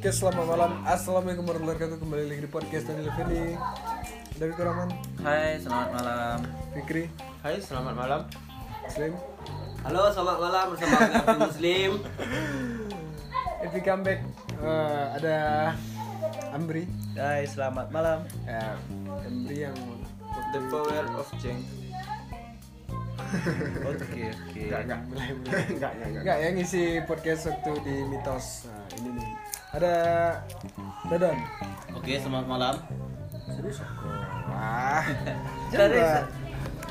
Oke, selamat malam. Assalamualaikum warahmatullahi wabarakatuh. Kembali lagi di podcast Daniel Fendi. David Rahman, Hai, selamat malam. Fikri, Hai, selamat malam. Slim. Halo, selamat malam bersama Garden Muslim. If we come back, eh, ada Ambri. Hai, selamat malam. Ya, Ambri yang The power of change. Oke, oke. enggak mulai mulai. Enggak, enggak, Enggak yang ngisi podcast waktu di Mitos. Nah, ini nih. Ada Dadan. Oke, selamat malam. Serius Wah. Serius. Coba.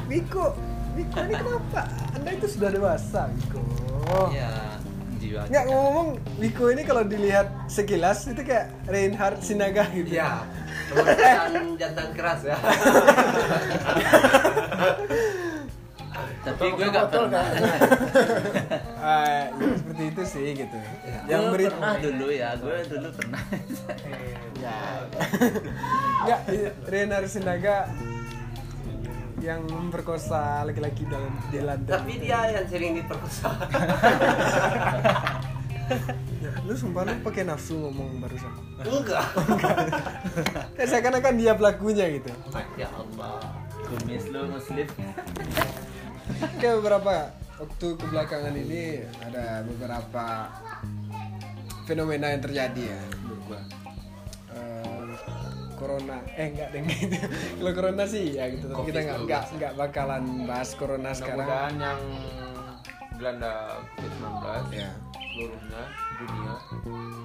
Wiko, Wiko ini kenapa? Anda itu sudah dewasa, Wiko. Iya. Ya, jiwa. Nggak ngomong, Wiko ini kalau dilihat sekilas itu kayak Reinhard Sinaga gitu. Ya, pemerintah jantan keras ya. Iya, Tapi gue gak pernah. Eh, kan? ya, seperti itu sih gitu. Iya. Yang Gue beri pernah dulu ya, gue dulu pernah. ya. Nggak, i- Reinhard Sinaga yang memperkosa laki-laki dalam di lantai. Tapi dia yang sering diperkosa. Ya, lu sumpah Nah. lu pakai nafsu ngomong barusan. Enggak. Kayak seakan-akan dia pelakunya gitu. Ya Allah. Kumis lu muslim. Kayak beberapa waktu kebelakangan ini ada beberapa fenomena yang terjadi ya menurut gua. Eh, corona eh enggak deh gitu. Kalau corona sih ya gitu tapi kita enggak enggak enggak bakalan bahas corona sekarang. Mudah-mudahan yang Belanda COVID-19 Ya. seluruhnya dunia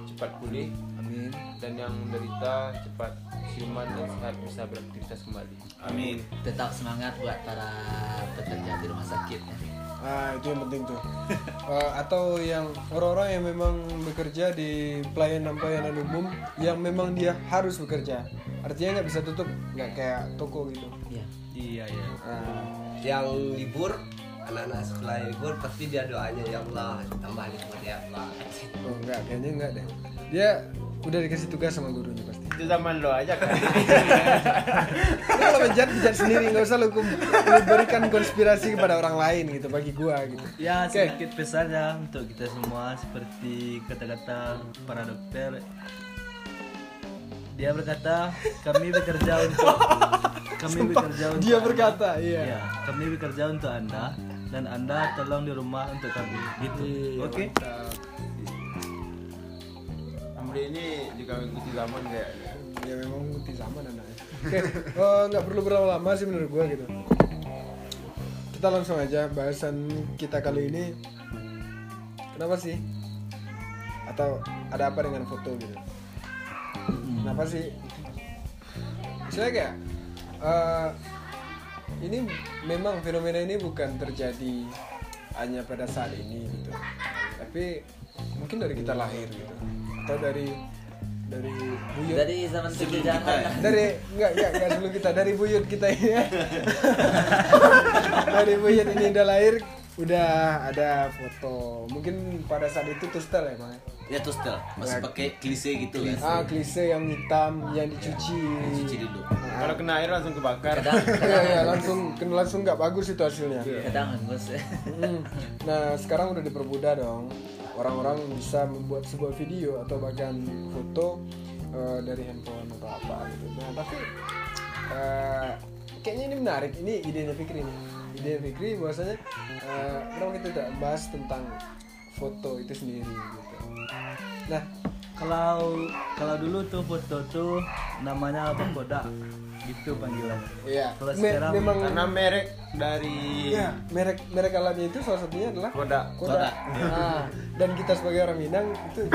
cepat pulih Amin. dan yang menderita cepat siuman dan sehat bisa beraktivitas kembali. Amin. Tetap semangat buat para pekerja di rumah sakit. ya. Ah, itu yang penting tuh. Eh, atau yang orang-orang yang memang bekerja di pelayanan-pelayanan umum yang memang dia harus bekerja. Artinya nggak bisa tutup, nggak kayak toko gitu. Iya. Iya, ya. Ah, Yang libur anak-anak sekolah yang libur pasti dia doanya ya Allah tambah libur ya Allah. Oh enggak, kayaknya enggak deh. Dia udah dikasih tugas sama gurunya pasti. Itu zaman lo aja kan. Lu kalau bejat bejat sendiri nggak usah lu, kum- lu berikan konspirasi kepada orang lain gitu bagi gua gitu. Ya Oke. sedikit pesannya untuk kita semua seperti kata-kata para dokter. Dia berkata, kami bekerja untuk kami bekerja untuk Dia Anda." berkata, Iya, iya. kami bekerja untuk Anda dan Anda tolong di rumah untuk kami. Gitu. Iya, Oke. Amri ini juga mengikuti zaman kayaknya. Ya memang mengikuti zaman anaknya. Oke, eh, nggak perlu berlama-lama sih menurut gua gitu. Kita langsung aja bahasan kita kali ini. Kenapa sih? Atau ada apa dengan foto gitu? Kenapa sih? Misalnya kayak eh, ini memang fenomena ini bukan terjadi hanya pada saat ini gitu, tapi mungkin dari kita lahir gitu, atau dari dari buyut Dari zaman kejajahan. dari enggak enggak enggak sebelum kita dari buyut kita ini ya. dari buyut ini udah lahir udah ada foto mungkin pada saat itu tustel ya bang Ya terus dah, masih pakai klise gitu kan. ah klise yang hitam yang dicuci Cuci dulu. Kalau kena air langsung kebakar. Kadang, ya, ya, langsung langsung nggak bagus itu hasilnya kadang hangus. Mm. Nah sekarang udah dipermudah dong orang-orang bisa membuat sebuah video atau bahkan foto eh, dari handphone atau apa gitu. Nah tapi eh, kayaknya ini menarik. Ini idenya Fikri nih. Ide Fikri bahwasanya eh, kenapa kita tidak bahas tentang foto itu sendiri gitu. Nah Kalau kalau dulu tuh foto tuh namanya apa kodak gitu panggilan. iya Kalau Me- sekarang memang Karena merek dari ya, merek merek alatnya itu salah satunya adalah produk kodak. Nah, dan kita sebagai orang Minang itu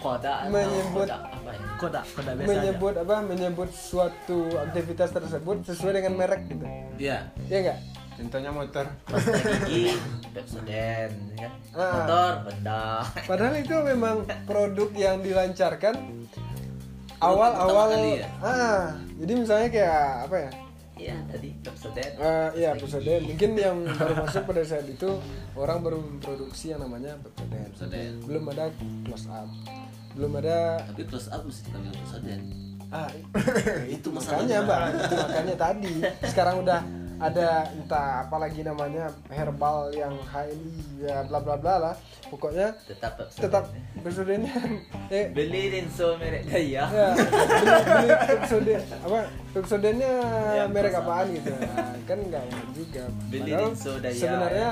Koda atau Menyebut. koda lah. apa ya? Ah, kodak kodak biasa aja. menyebut apa menyebut suatu aktivitas tersebut sesuai dengan merek gitu Ya. ya enggak contohnya motor. Pasta gigi, Pepsodent, kan? Ah. Motor, benda. padahal itu memang produk yang dilancarkan awal awal pertama kali ya? ah jadi misalnya kayak apa ya Iya, tadi Pepsodent. Eh, iya Pepsodent mungkin yang baru masuk pada saat itu orang baru memproduksi yang namanya Pepsodent Pepsodent. belum ada close up belum ada Tapi close up mesti tampil ya. close up dan ah, itu masalahnya. makanya bang itu makanya tadi sekarang udah ada entah apalagi namanya herbal yang highly ya bla bla bla lah pokoknya tetap tetap persodenya eh beli rinso merek daya ya beli- beli Pepsodent- apa Pepsodentnya Ya, merek apaan gitu Nah, kan nggak enak juga Beli Padahal Rinso Daya. ya. sebenarnya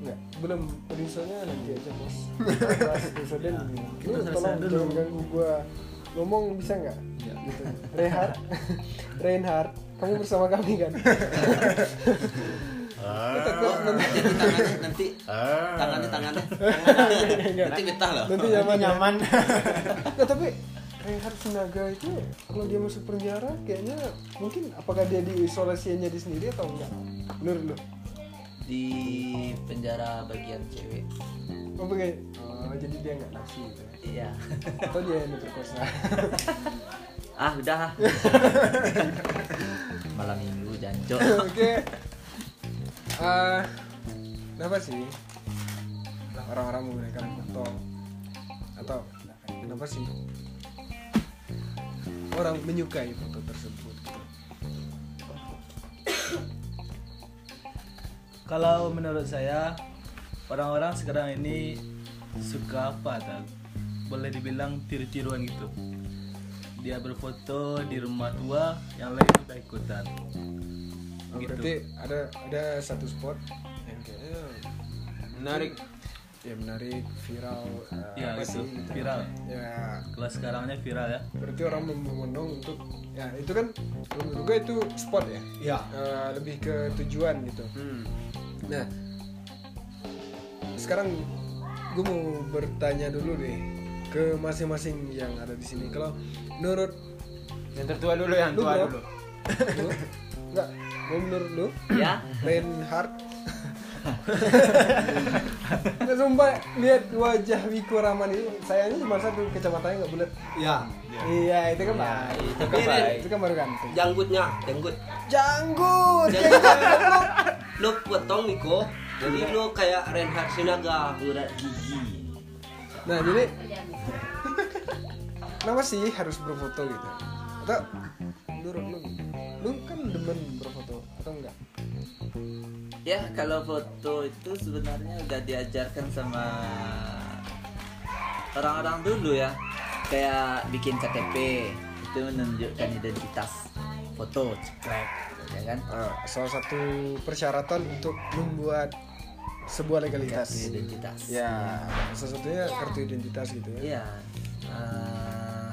nggak belum rinsonya nanti aja bos Pas Pepsodent gini, lu Ya. Kita selesai tolong dulu. Ya. jangan ganggu gua ngomong bisa nggak gitu Rehard Reinhard kamu bersama kami kan Oh, Ah. jadi tangannya nanti tangannya tangannya nanti betah loh nanti nyaman nyaman nah, tapi Reinhard Sinaga itu kalau dia masuk penjara kayaknya mungkin apakah dia diisolasinya di sendiri atau enggak menurut lu di penjara bagian cewek apa kayak oh, jadi dia nggak nafsu gitu ya iya atau dia yang diperkosa ah udah ah. malam minggu jancok oke Ah, kenapa sih orang-orang menggunakan foto atau kenapa sih orang menyukai foto tersebut gitu. Kalau menurut saya orang-orang sekarang ini suka apa tak? Boleh dibilang tiru-tiruan gitu. Dia berfoto di rumah tua, yang lain sudah ikutan. Oh, Gitu. Berarti ada ada satu spot yang kayaknya Iya. menarik ya menarik viral eh, Ya, apa itu sih, gitu. viral. Ya Kalau sekarangnya viral ya. berarti orang mem- memondong untuk ya itu kan menurut gue itu spot ya. Ya. Eh, lebih ke tujuan gitu. hmm. Nah sekarang gue mau bertanya dulu deh ke masing-masing yang ada di sini. Kalau menurut yang tertua dulu yang Lu, tua bro. dulu lu, enggak, mau menurut lu ya Reinhardt Nggak sumpah lihat wajah Wiko Rahman itu sayangnya cuma satu kecapatannya nggak bulat. Ya, Iya itu kan baik. itu kan baik. Itu kan baru ganteng. janggutnya, janggut. Janggut. Janggut lu, lu potong Niko. Jadi lu kayak Reinhard Sinaga. urat gigi Nah jadi kenapa sih harus berfoto gitu? Atau menurut lu, lu kan demen berfoto atau enggak? ya kalau foto itu sebenarnya udah diajarkan sama orang-orang dulu ya kayak bikin KTP itu menunjukkan identitas foto cekrek ya kan Ah, salah satu persyaratan untuk membuat sebuah legalitas. Iya, identitas Ya, salah satunya kartu identitas gitu ya. Iya. Ah,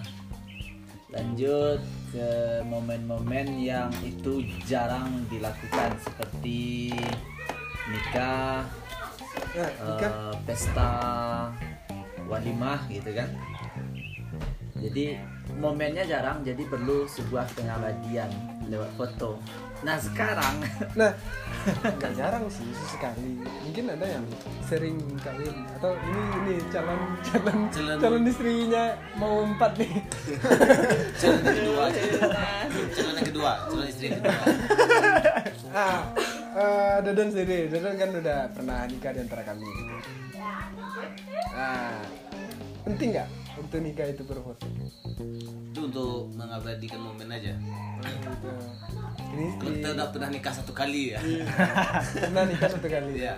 lanjut ke momen-momen yang itu jarang dilakukan seperti nikah, Nah, nikah eh, pesta, walimah gitu kan. Jadi momennya jarang, jadi perlu sebuah pengabadian lewat foto. Nah sekarang Nah, nggak jarang sih sesekali. Mungkin ada yang sering kawin atau ini ini calon calon calon, Calon- istrinya mau empat nih. calon yang kedua calon yang kedua calon istri yang kedua Ah, eh, Dadan sendiri, Dadan kan udah pernah nikah di antara kami. Ah, penting nggak untuk nikah itu Eh, berfoto? itu untuk mengabadikan momen aja Ah, gitu. Ini kalau Iya. kita udah pernah nikah satu kali ya pernah nikah satu kali. Iya.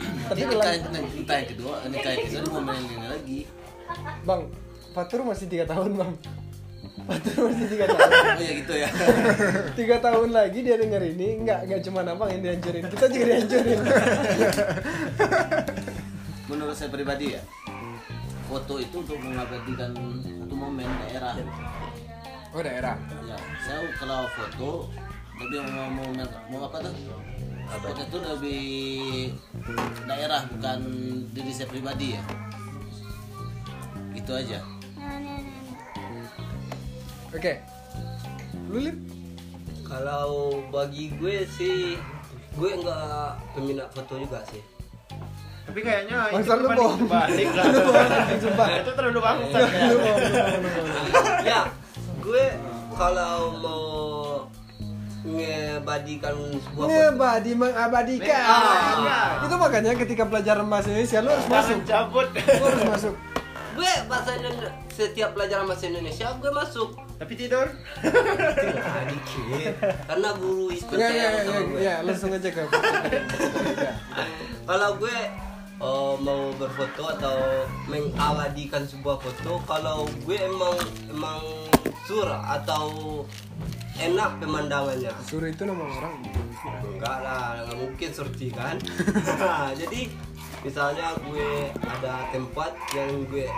Tapi Tapi kalau- nikah yang nikah yang kedua nikah yang kedua momen yang ini lagi Bang, Fatur masih tiga tahun bang. Fatur masih tiga tahun. oh ya gitu ya tiga tahun lagi dia denger ini nggak nggak cuma abang yang dihancurin kita juga dihancurin menurut saya pribadi ya foto itu untuk mengabadikan satu momen daerah Iya. oh daerah ya saya kalau foto lebih mau mau, mau apa tuh foto itu lebih daerah bukan diri saya pribadi ya itu aja oke lu lip Kalau bagi gue sih, gue nggak peminat foto juga sih. tapi kayaknya Bangsa lu Nah, itu bohong. berbanding kebalik lah. Sumpah. Nah, itu terlalu bangsat ya. Lu mau- lu mau- lu mau. ya gue kalau mau ngebadikan sebuah foto ngebadi mengabadikan Ah. itu makanya ketika pelajaran bahasa Indonesia lu harus masuk cabut lu harus masuk gue bahasa Indonesia setiap pelajaran bahasa Indonesia gue masuk Tapi tidur. karena guru is Ya, ya, percaya ya, sama gue. ya, langsung aja ke. kalau gue eh, mau berfoto atau mengabadikan sebuah foto kalau gue emang emang surah atau enak pemandangannya Suri itu nama orang. enggak lah nggak mungkin surti kan jadi misalnya gue ada tempat yang gue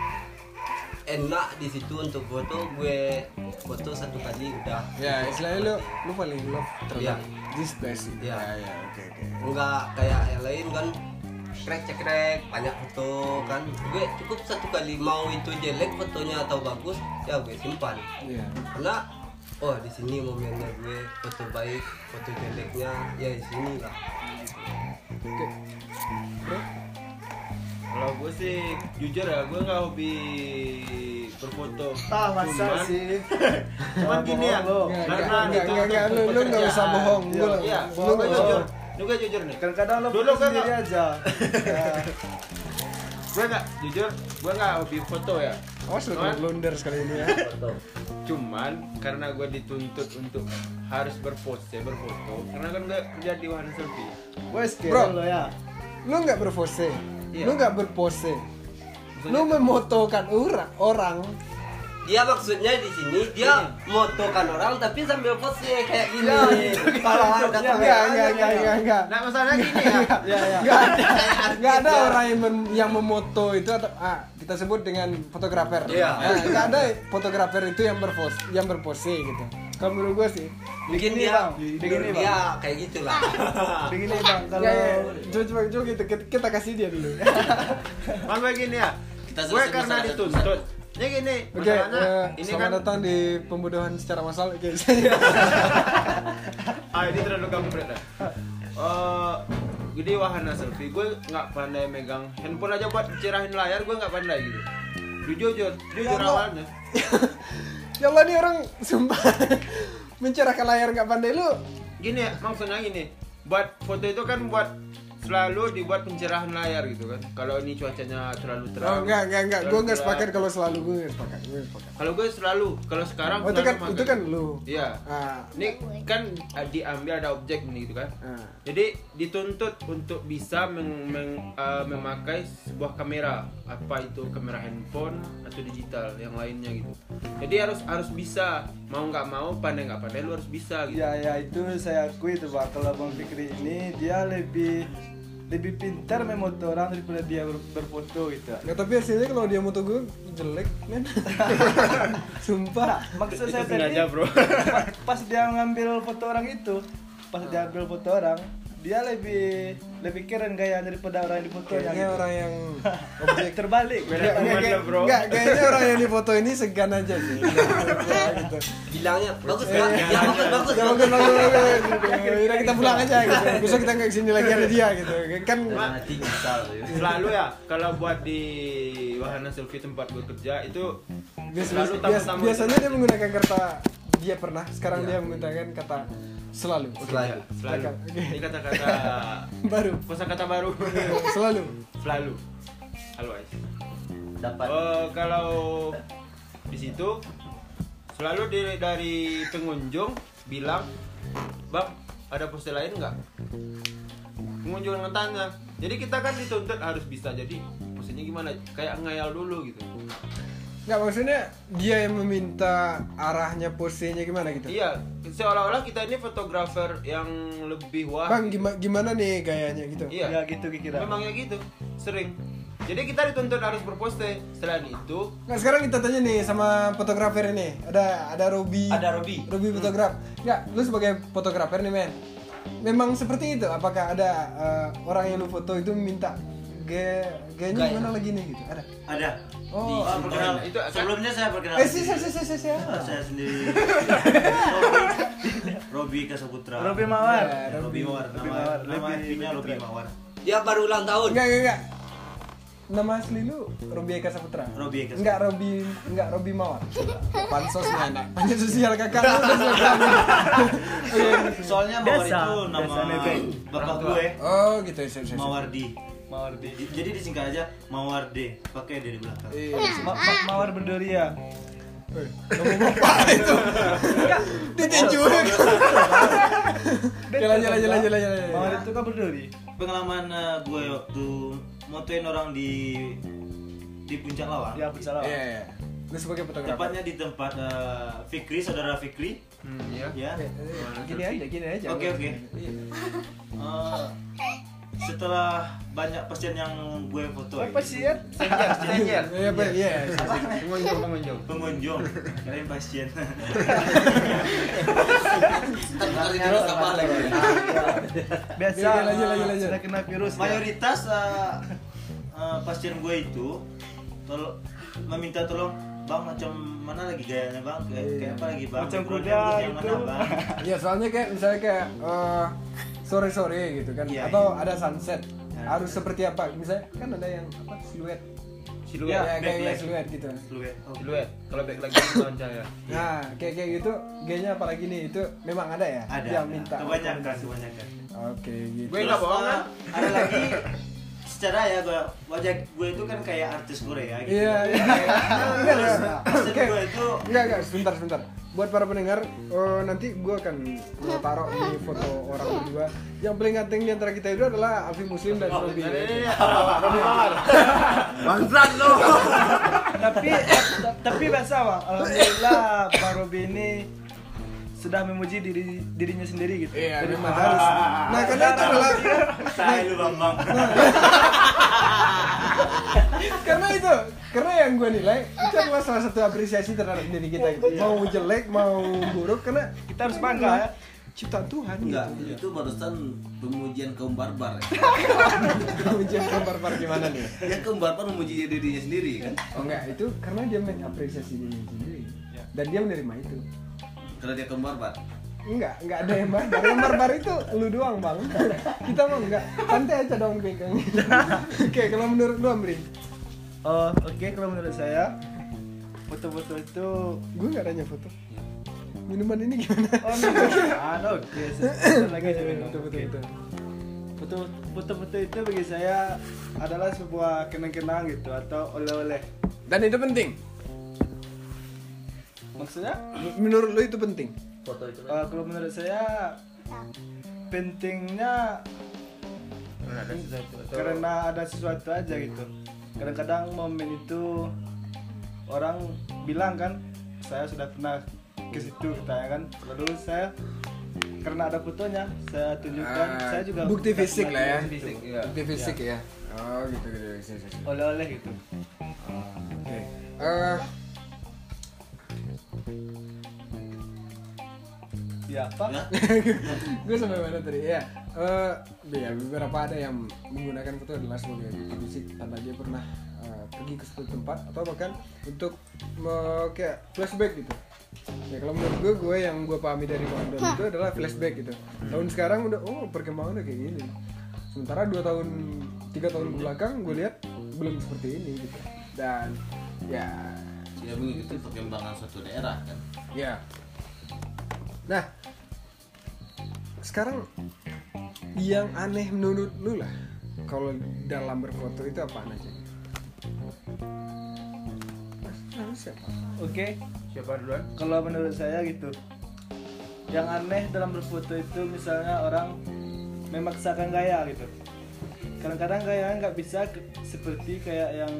enak di situ untuk foto gue foto satu kali udah Ya, istilahnya lu lu paling love terhadap Iya. this place. gitu. Iya. Ya, ya, oke oke. enggak kayak yang lain kan krek cekrek banyak foto kan gue cukup satu kali mau itu jelek fotonya atau bagus ya gue simpan Iya. karena oh di sini momennya gue foto baik foto jeleknya ya di sini lah Oke. Bro, Kalau gue sih jujur ya, gue nggak hobi berfoto. Ah, Cuman- Cuman gini ya, bohong. Enggak, karena enggak, itu enggak, enggak, lu- lu enggak pekerjaan. usah bohong, Iya, gua lah. Iya, Gua gua enggak jujur. bohong. Lu gue jujur nih. kadang-kadang lo Dulu foto kan sendiri nggak- aja Ya. Gue nggak jujur, gue nggak hobi foto ya. awas lu kena Cuman- blunder sekali ini ya. cuman karena gue dituntut untuk harus berfoto berfoto karena kan gue kerja di One Selfie wes Bro. kira lo ya Lu enggak berpose. Iya. Lu enggak berpose. Lu memotokan orang orang. dia maksudnya di sini Hmm. dia motokan orang tapi sambil pose Ya, kayak gini Iya, kalau ada Enggak, enggak, enggak, enggak, enggak. nah masalahnya gini ya ya ya Enggak ada, enggak ada orang yang, mem- yang memoto itu atau ah, kita sebut dengan fotografer. Iya. Nah, enggak ada fotografer itu yang berpose, yang berpose gitu. Kalau menurut gue sih. mungkin Begini, dia Bang. begini Begini, Bang. dia kayak gitulah begini bang kalau Ya, ya, Jo, coba Jo kita, kita, kita kasih dia dulu. maksudnya gini ya Kita gue sebut-sebut karena salah satu dituntut ini gini Oke, masalahnya eh, ini selamat kan Iya. datang di pembunuhan secara massal. Oke, ah ini terlalu kampret dah Eh, jadi wahana selfie gue nggak pandai megang handphone aja buat cerahin layar gue nggak pandai gitu jujur jujur jujur Ya, Allah. awalnya ya Allah nih orang sumpah mencerahkan layar nggak pandai lu. gini ya, maksudnya gini buat foto itu kan buat selalu dibuat pencerahan layar gitu kan kalau ini cuacanya terlalu terang Oh, enggak, enggak, enggak. terlalu Gue nggak gelap. sepakat kalau selalu gue nggak sepakat. Gue nggak sepakat. kalau gue selalu kalau sekarang Oh, itu selalu kan, pakai. itu kan lu. iya Ah, ini kan diambil ada objek ini gitu kan ah. jadi dituntut untuk bisa meng- meng- eh, memakai sebuah kamera apa itu kamera handphone atau digital yang lainnya gitu jadi harus harus bisa mau nggak mau pandai nggak pandai lu harus bisa gitu ya ya itu saya akui tuh bang kalau bang Fikri ini dia lebih lebih pintar memoto orang daripada dia ber- berfoto gitu Nggak, tapi hasilnya kalau dia moto gue jelek, men. Sumpah. maksud saya Itu sengaja, tadi bro. pa- pas dia ngambil foto orang itu pas dia ambil foto orang dia lebih lebih keren gaya daripada orang yang difoto yang Kayaknya orang yang objek terbalik Iya, Beda Nggak, teman nggak, lah, bro. nggak, kayaknya orang yang di foto ini segan aja sih. gitu. bilangnya bagus Eh, kan Eh, ya bagus bagus Gak mungkin bangun Udah kita pulang aja gitu. Besok kita nggak kesini lagi ada dia gitu. Kan nanti nyesal gitu. selalu ya kalau buat di wahana selfie tempat gue kerja itu bias- selalu bias- tamu-tamu biasanya dia menggunakan kata dia pernah. Sekarang dia Iya. menggunakan kata selalu. Oke. selalu ya, selalu Oke. ini kata-kata Baru. kosakata baru Selalu. selalu always Dapat Eh, kalau di situ selalu di- dari pengunjung bilang bang ada pose lain nggak pengunjung yang tanya jadi kita kan dituntut harus bisa jadi posenya gimana kayak ngayal dulu gitu Nggak maksudnya dia yang meminta arahnya posenya gimana gitu. iya seolah-olah kita ini fotografer yang lebih wah Bang gitu. gimana gimana nih gayanya gitu. Iya. ya gitu kira Memangnya gitu, sering. Jadi kita dituntut harus berpose. Selain itu, Nah, sekarang kita tanya nih sama fotografer ini. Ada ada Robi. Ada Robi. Robi fotograf. Enggak, lu sebagai fotografer nih, men. Memang seperti itu. Apakah ada eh, orang yang lu foto itu minta gaya gayanya gimana lagi nih gitu? Ada. ada. Oh. Di- perkenalan. Itu akan- sebelumnya saya perkenalan. Eh, si si si si si. si. Nah, saya sendiri. Robi Kasaputra. Robi Mawar Ya, Robi. Robi Mawar. Robi Nama, Mawar. nama Lebih- IP-nya lebih Robi keren. Mawar. dia baru ulang tahun Enggak, enggak, enggak. Nama asli lu Robi Eka Saputra. Robi Eka Enggak Robi, enggak Robi Mawar. Pansos mana? Pansos sosial kakak lu udah selesai. Soalnya Mawar Desa. itu nama Desa Nebeng. bapak gue Oh, gitu. Yes, yes, yes. Mawardi. mawar di Jadi disingkat aja Mawar D, pakai D di belakang. Iya, Ma- ma- mawar ya. berdoria Eh, ngomong apa itu? Oh. Ditinju. Jalan, jalan, jalan, jalan, jalan. mawar itu kan berduri Pengalaman eh, gue waktu motoin orang di di puncak lawa. ya bersalah Iya, iya. Lu sebagai fotografer. Tepatnya di tempat eh, Fikri, saudara Fikri. Hmm, ya. Ya. Eh, eh, Iya. Gini aja, gini aja. Oke oke. Iya. Eh, setelah banyak pasien yang gue foto apa sih ya Iya, iya, iya, iya. Pengunjung, pengunjung. pengunjung kalian pasien Ntar hari ini Iya, kita balik. biasa Iya, iya, lanjut, lanjut, lanjut. sudah kena virus ya. mayoritas eh, eh, pasien gue itu tol- meminta tolong bang macam mana lagi gayanya bang kayak, kayak apa lagi bang Macam Background kuda rambut yang gitu. mana bang Iya, soalnya kayak misalnya kayak eh, sore-sore gitu kan Iya, atau ada sunset. Harus seperti apa? Misalnya kan ada yang apa siluet. Iya, Siluet. Ya, kayak backlight. siluet gitu. Siluet. Siluet. ya, Kalau back lagi ya. lawan saya. Nah, kayak kayak gitu, G-nya apalagi nih itu memang ada ya? ada Yang ada. minta. kebanyakan kebanyakan Oke, gitu. Gue nggak Terus, bohong kan? eh, ada lagi secara ya gue wajah gue itu kan kayak artis Korea gitu Iya, iya. Enggak, terus enggak. pasien Oke. gue itu Enggak, enggak, sebentar, sebentar. Buat para pendengar, eh, nanti gue akan gua taruh di foto orang berdua. Yang paling ganteng di antara kita itu adalah Afif Muslim dan Robi. Bangsat lo. tapi ta- tapi biasa bang alhamdulillah bang Robi ini sudah memuji diri dirinya sendiri gitu Iya, memang harus. Nah, karena itu adalah saya lu bang bang karena itu karena yang gue nilai itu adalah salah satu apresiasi terhadap diri kita gitu. mau jelek mau buruk karena kita harus bangga ya ciptaan iya, Tuhan Enggak, gitu itu barusan pemujian kaum barbar. ya. ujian barbar gimana nih Dia kaum barbar memuji dirinya sendiri kan? oh enggak itu karena dia mengapresiasi dirinya sendiri dan dia menerima itu Karena dia kaum barbar. Enggak, enggak ada yang barbar. Yang barbar itu lu doang, Bang. Kita mah enggak. Santai aja dong pegang. Oke, kalau menurut lu, Amri. oh oke kalau menurut saya foto-foto itu Gue enggak nanya foto. Minuman ini gimana? oh minuman oke sebentar lagi aja minum Betul, betul, betul. foto foto-foto itu bagi saya adalah sebuah kenang-kenang gitu atau oleh-oleh Dan itu penting. maksudnya Menurut lu itu penting. foto itu Eh, kan kalau menurut saya pentingnya karena ada sesuatu aja gitu kadang-kadang momen itu orang bilang kan saya sudah pernah ke situ katanya kan lalu saya karena ada fotonya saya tunjukkan saya juga bukti fisik lah ya. Fisik, iya. Bukti fisik ya. Oh, gitu gitu. gitu, gitu. oleh-oleh gitu Oke. Eh, ya apa gue sampai mana tadi? Ya, eh ya beberapa ada yang menggunakan foto adalah sebagai bukti fisik karena dia pernah eh, pergi ke suatu tempat atau bahkan untuk me- kayak flashback gitu. Ya kalau menurut gue, gue yang gue pahami dari Ramadan itu adalah flashback gitu. Tahun sekarang udah, oh perkembangan udah kayak gini. Sementara dua tahun, tiga tahun belakang gue lihat belum seperti ini gitu. Dan ya Dia mengikuti perkembangan suatu daerah kan. Ya. Nah, sekarang yang aneh menurut lu lah kalau dalam berfoto itu apa aja? Mas, siapa? oke Siapa duluan? kalau menurut saya gitu yang aneh dalam berfoto itu misalnya orang memaksakan gaya gitu kadang-kadang gaya nggak bisa ke- seperti kayak yang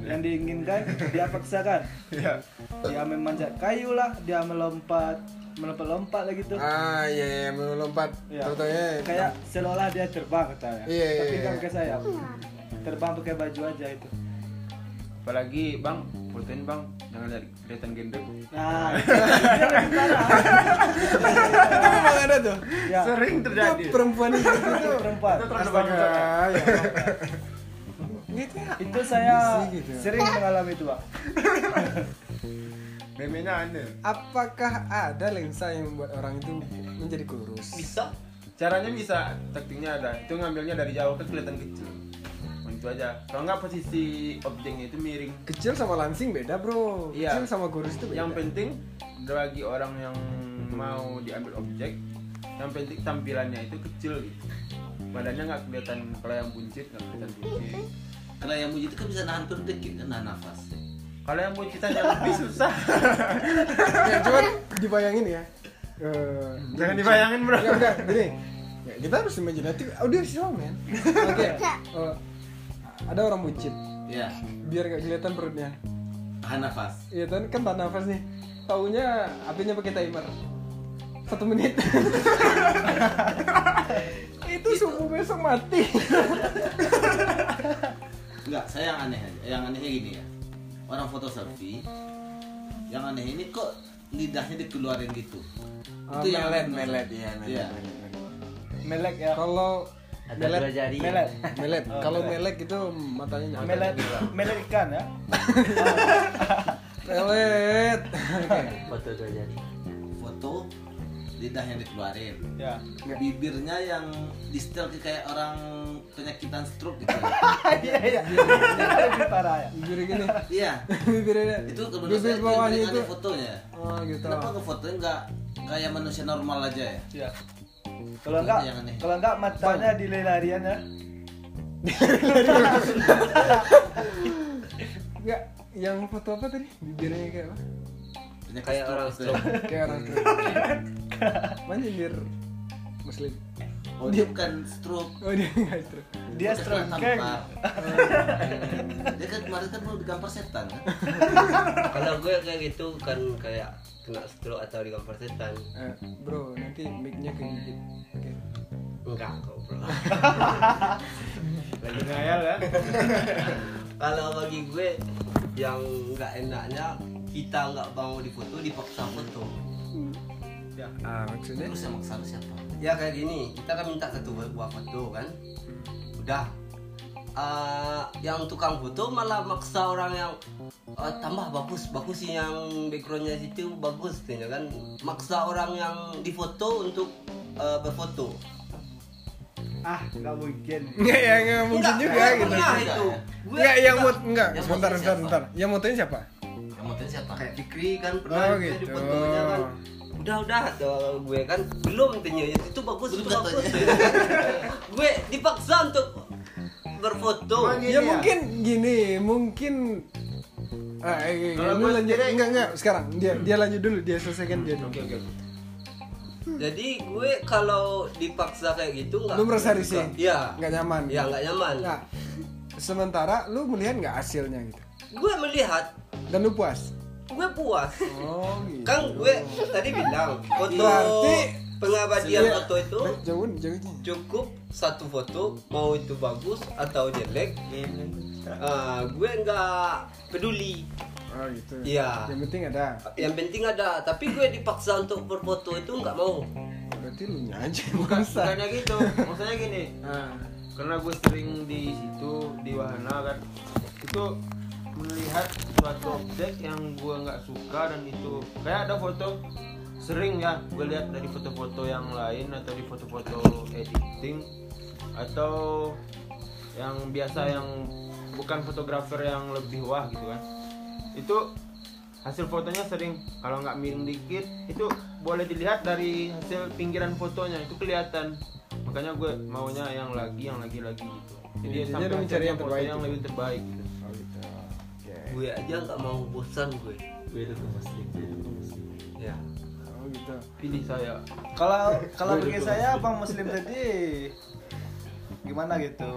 Iya. gitu. yang diinginkan dia paksakan Iya. dia memanjat kayu lah dia melompat melompat-lompat lah gitu Ah, iya, iya, melompat. Iya. Contohnya ya, kayak seolah dia terbang Iya, katanya iya, tapi iya. nggak pakai sayap terbang pakai baju aja itu Apalagi bang, fotoin bang, jangan dari kelihatan gendeng. nah itu yang lebih parah. itu memang ada tuh. ya Sering Itu perempuan itu tuh. perempat Astaga, ya. Gitu ya. itu saya Bisi gitu. sering mengalami itu pak Memenya aneh. Apakah ada lensa yang membuat orang itu menjadi kurus? Bisa. Caranya bisa, taktiknya ada. Itu ngambilnya dari jauh kan kelihatan kecil. Nah, Itu aja. Kalau nggak posisi objeknya itu miring. Kecil sama langsing beda, Bro. Iya. Kecil sama kurus itu beda. Yang penting bagi orang yang mau diambil objek, yang penting tampilannya itu kecil gitu. badannya nggak kelihatan kalau yang buncit nggak kelihatan buncit Kalau yang muji itu kan bisa nahan perut dikit kan nahan nafas. kalau yang buncitannya lebih susah ya, cuman dibayangin ya Eh, jangan dibayangin bro enggak enggak gini ya, kita harus imajinatif audiovisual men oke eh, ada orang buncit Ya, biar gak kelihatan perutnya tahan nafas. iya kan kan tahan nafas nih taunya apinya pakai timer satu menit itu subuh besok mati Enggak, saya yang aneh aja. Yang anehnya gini ya. Orang foto selfie yang aneh ini kok lidahnya dikeluarin gitu. Ah, itu yang Oh, melet melet ya Iya. melet, melet, melet. Melek ya. kalau Ada melet dua jari. Melet. melet Oh, kalau melet. melek itu matanya nyala Melet. Melet ikan ya. melet Foto dua jari. Foto lidahnya dikeluarin. Ya. Bibirnya yang di setel ke kayak orang penyakitan stroke gitu. Iya iya. Itu Lebih parah ya. bibir gini Iya. bibirnya Itu menurut saya bibir bawahnya yang itu aneh fotonya. oh gitu Kenapa ke fotonya enggak kayak manusia normal aja ya? Iya. Kalau enggak, Yang aneh. kalau enggak matanya di lelarian ya. enggak yang foto apa tadi bibirnya kayak apa Penyakitan Kayak orang gitu ya. kayak orang keren manjir muslim Oh, dia bukan stroke. oh dia nggak stroke Dia Bukan stroke tampar. geng. Dia kan kemarin kan mau digampar setan kan? kalau gue kayak gitu kan kayak kena stroke atau digampar setan Eh, bro nanti mic-nya kegigit oke enggak kok bro lagi ngayal ya kalau bagi gue yang enggak enaknya kita nggak mau difoto dipaksa foto ah maksudnya Terus yang maksa lu siapa? ya kayak gini kita kan minta satu buah- buah foto kan udah Ah, yang tukang foto malah maksa orang yang "Ah, tambah bagus bagus sih yang backgroundnya situ bagus tuh ya kan maksa orang yang difoto untuk eh, berfoto Ah, enggak mungkin. nggak ya nggak mungkin Enggak, juga gue gitu pernah itu Gue nggak yang mot nggak Yang motonya sebentar sebentar siapa? sebentar yang motonya siapa Yang motor siapa? kayak Fikri kan Oh, pernah gitu. di fotonya kan udah udah tuh gue kan belum tanya itu bagus itu bagus tuh, kan. gue dipaksa untuk berfoto ya mungkin gini mungkin ah eh, eh, Kalau lu gua lanjut sendiri- enggak enggak sekarang dia dia lanjut dulu dia selesaikan dia dulu oke oke oke. jadi gue kalau dipaksa kayak gitu nggak Lu merasa risih? iya nggak nyaman ya nggak nyaman Nah, sementara lu melihat nggak hasilnya gitu gue melihat dan lu puas gue puas oh gitu kan gue tadi bilang foto Berarti- pengabadian Iya. foto itu Nah, jauhin jauhin cukup satu foto mau itu bagus atau jelek Nah. Ah, gue nggak peduli oh gitu Iya. yang penting ada yang penting ada tapi gue dipaksa untuk berfoto itu nggak mau berarti lu nya aja bukan puasa bukannya gitu maksudnya gini karena gue sering di situ di wahana kan itu melihat suatu objek yang gue nggak suka dan itu kayak ada foto sering ya gue lihat dari foto-foto yang lain atau di foto-foto editing atau yang biasa yang bukan fotografer yang lebih wah gitu kan itu hasil fotonya sering kalau nggak miring dikit itu boleh dilihat dari hasil pinggiran fotonya itu kelihatan makanya gue maunya yang lagi yang lagi lagi gitu jadi Intinya sampai Iya, lu mencari yang hasilnya foto terbaik yang gitu. lebih terbaik gitu Oh, gitu. Oke. gue aja nggak mau bosan gue ya Oh gitu. pilih saya Kalau kalau bagi saya Bang Muslim tadi gimana gitu?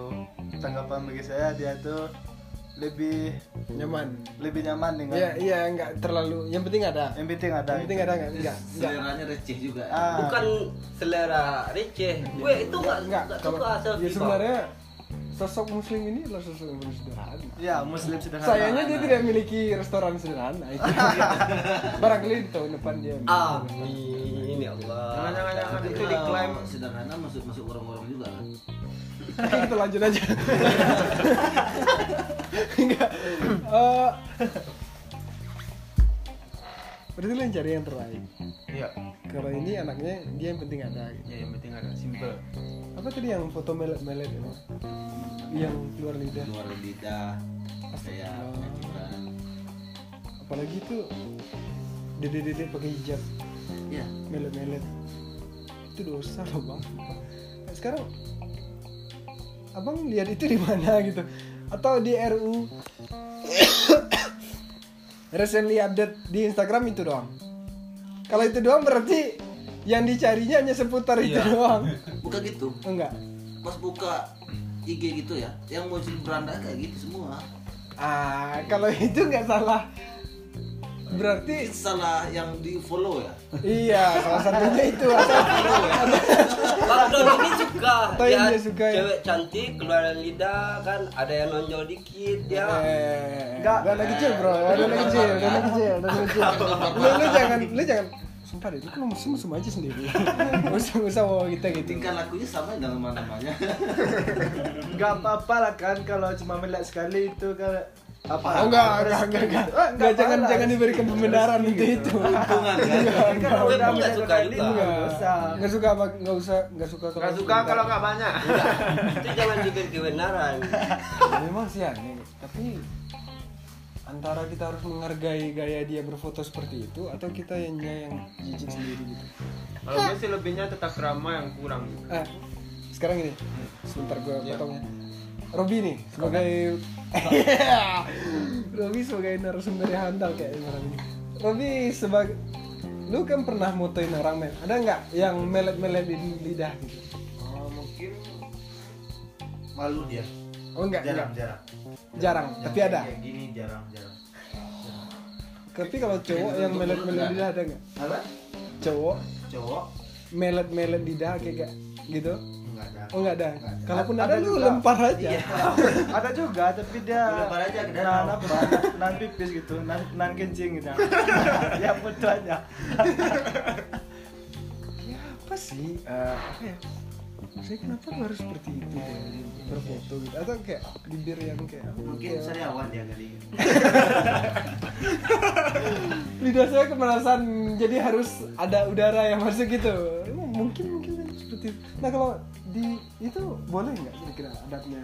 Tanggapan bagi saya dia tuh lebih Nyaman. lebih nyaman dengan Iya iya nggak terlalu. Yang penting ada. yang penting ada. Yang penting gitu. ada nggak? Nggak. nggak. Seleranya receh juga. Ah, bukan selera receh gue itu nggak Nggak. nggak Kalau suka ya selfie sebenarnya sosok muslim ini adalah sosok yang sederhana. ya muslim sederhana. Sayangnya dia tidak memiliki restoran sederhana. itu. Barangkali di tahun depan dia. Bang. amin ya Allah jangan jangan jangan Tapi itu kalau diklaim sederhana masuk masuk orang-orang juga kan. Oke, kita lanjut aja. Enggak. Eh, Berarti lo yang cari yang terbaik. iya Kalau ini anaknya dia yang penting ada. gitu. ya yang penting ada simple Apa tadi yang foto melet-melet itu? Yang keluar lidah. Luar lidah kayak Astagfirullah. penyakitan. Apalagi itu dede-dede pakai hijab Iya. melet-melet. Itu dosa loh bang. Nah, sekarang abang lihat itu di mana gitu atau di RU recently update di Instagram itu doang kalau itu doang berarti yang dicarinya hanya seputar itu doang Iya. bukan gitu enggak Hmm. pas buka IG gitu ya yang muncul beranda kayak gitu semua ah kalau itu nggak salah Ini berarti salah yang di follow ya iya salah satunya itu asal Lockdown ini suka Apa yang dia suka ya? cewek cantik keluar lidah kan ada yang nonjol dikit ya. dia Eh, dana kecil bro, dana kecil, dana kecil, dana kecil. Lu, lu jangan, lu jangan. Sumpah deh, lu kalau musuh-musuh aja sendiri. Usah usah bawa kita gitu. tingkah lakunya sama dengan mana-mana Gak apa-apa lah kan kalau cuma melihat sekali itu kan apa? Oh enggak, enggak, enggak, enggak. Ah, Enggak, jangan parah. jangan diberikan pembenaran untuk itu. Kan kalau udah Tapi nggak melihat suka sekali juga. nggak usah. Enggak suka apa enggak usah, enggak suka Gak suka kalau nggak banyak. itu jangan diberi kebenaran Memang sih aneh, tapi antara kita harus menghargai gaya dia berfoto seperti itu atau kita yang yang jijik sendiri gitu. Kalau gue sih lebihnya tetap drama yang kurang. Eh, sekarang ini sebentar gue potong Robi nih sebagai Robi sebagai narasumber yang handal kayak malam ini. Robi sebagai lu kan pernah motoin orang men ada nggak yang melet melet di lidah gitu Oh, mungkin malu dia. oh enggak Jarang, enggak. jarang. jarang Yang tapi ada Kayak gini jarang, jarang. tapi kalau cowok yang melet melet lidah ada nggak Apa? cowok Cowok? melet melet lidah kayak nggak? gitu Enggak ada. oh nggak ada Nggak ada. kalaupun Ada ada, lu juga. lempar aja Ada juga tapi dia Nah, Lempar aja ke danau. nahan apa? Nahan pipis gitu, nahan, nahan kencing gitu. ya putu aja. ya apa sih eh, apa ya maksudnya kenapa lu harus seperti itu kayak berfoto gitu atau kayak bibir yang kayak Iya. Mungkin kayak- sariawan dia kali. lidah saya kemalasan jadi harus ada udara yang masuk gitu mungkin mungkin seperti itu. nah kalau di itu boleh nggak kira-kira adatnya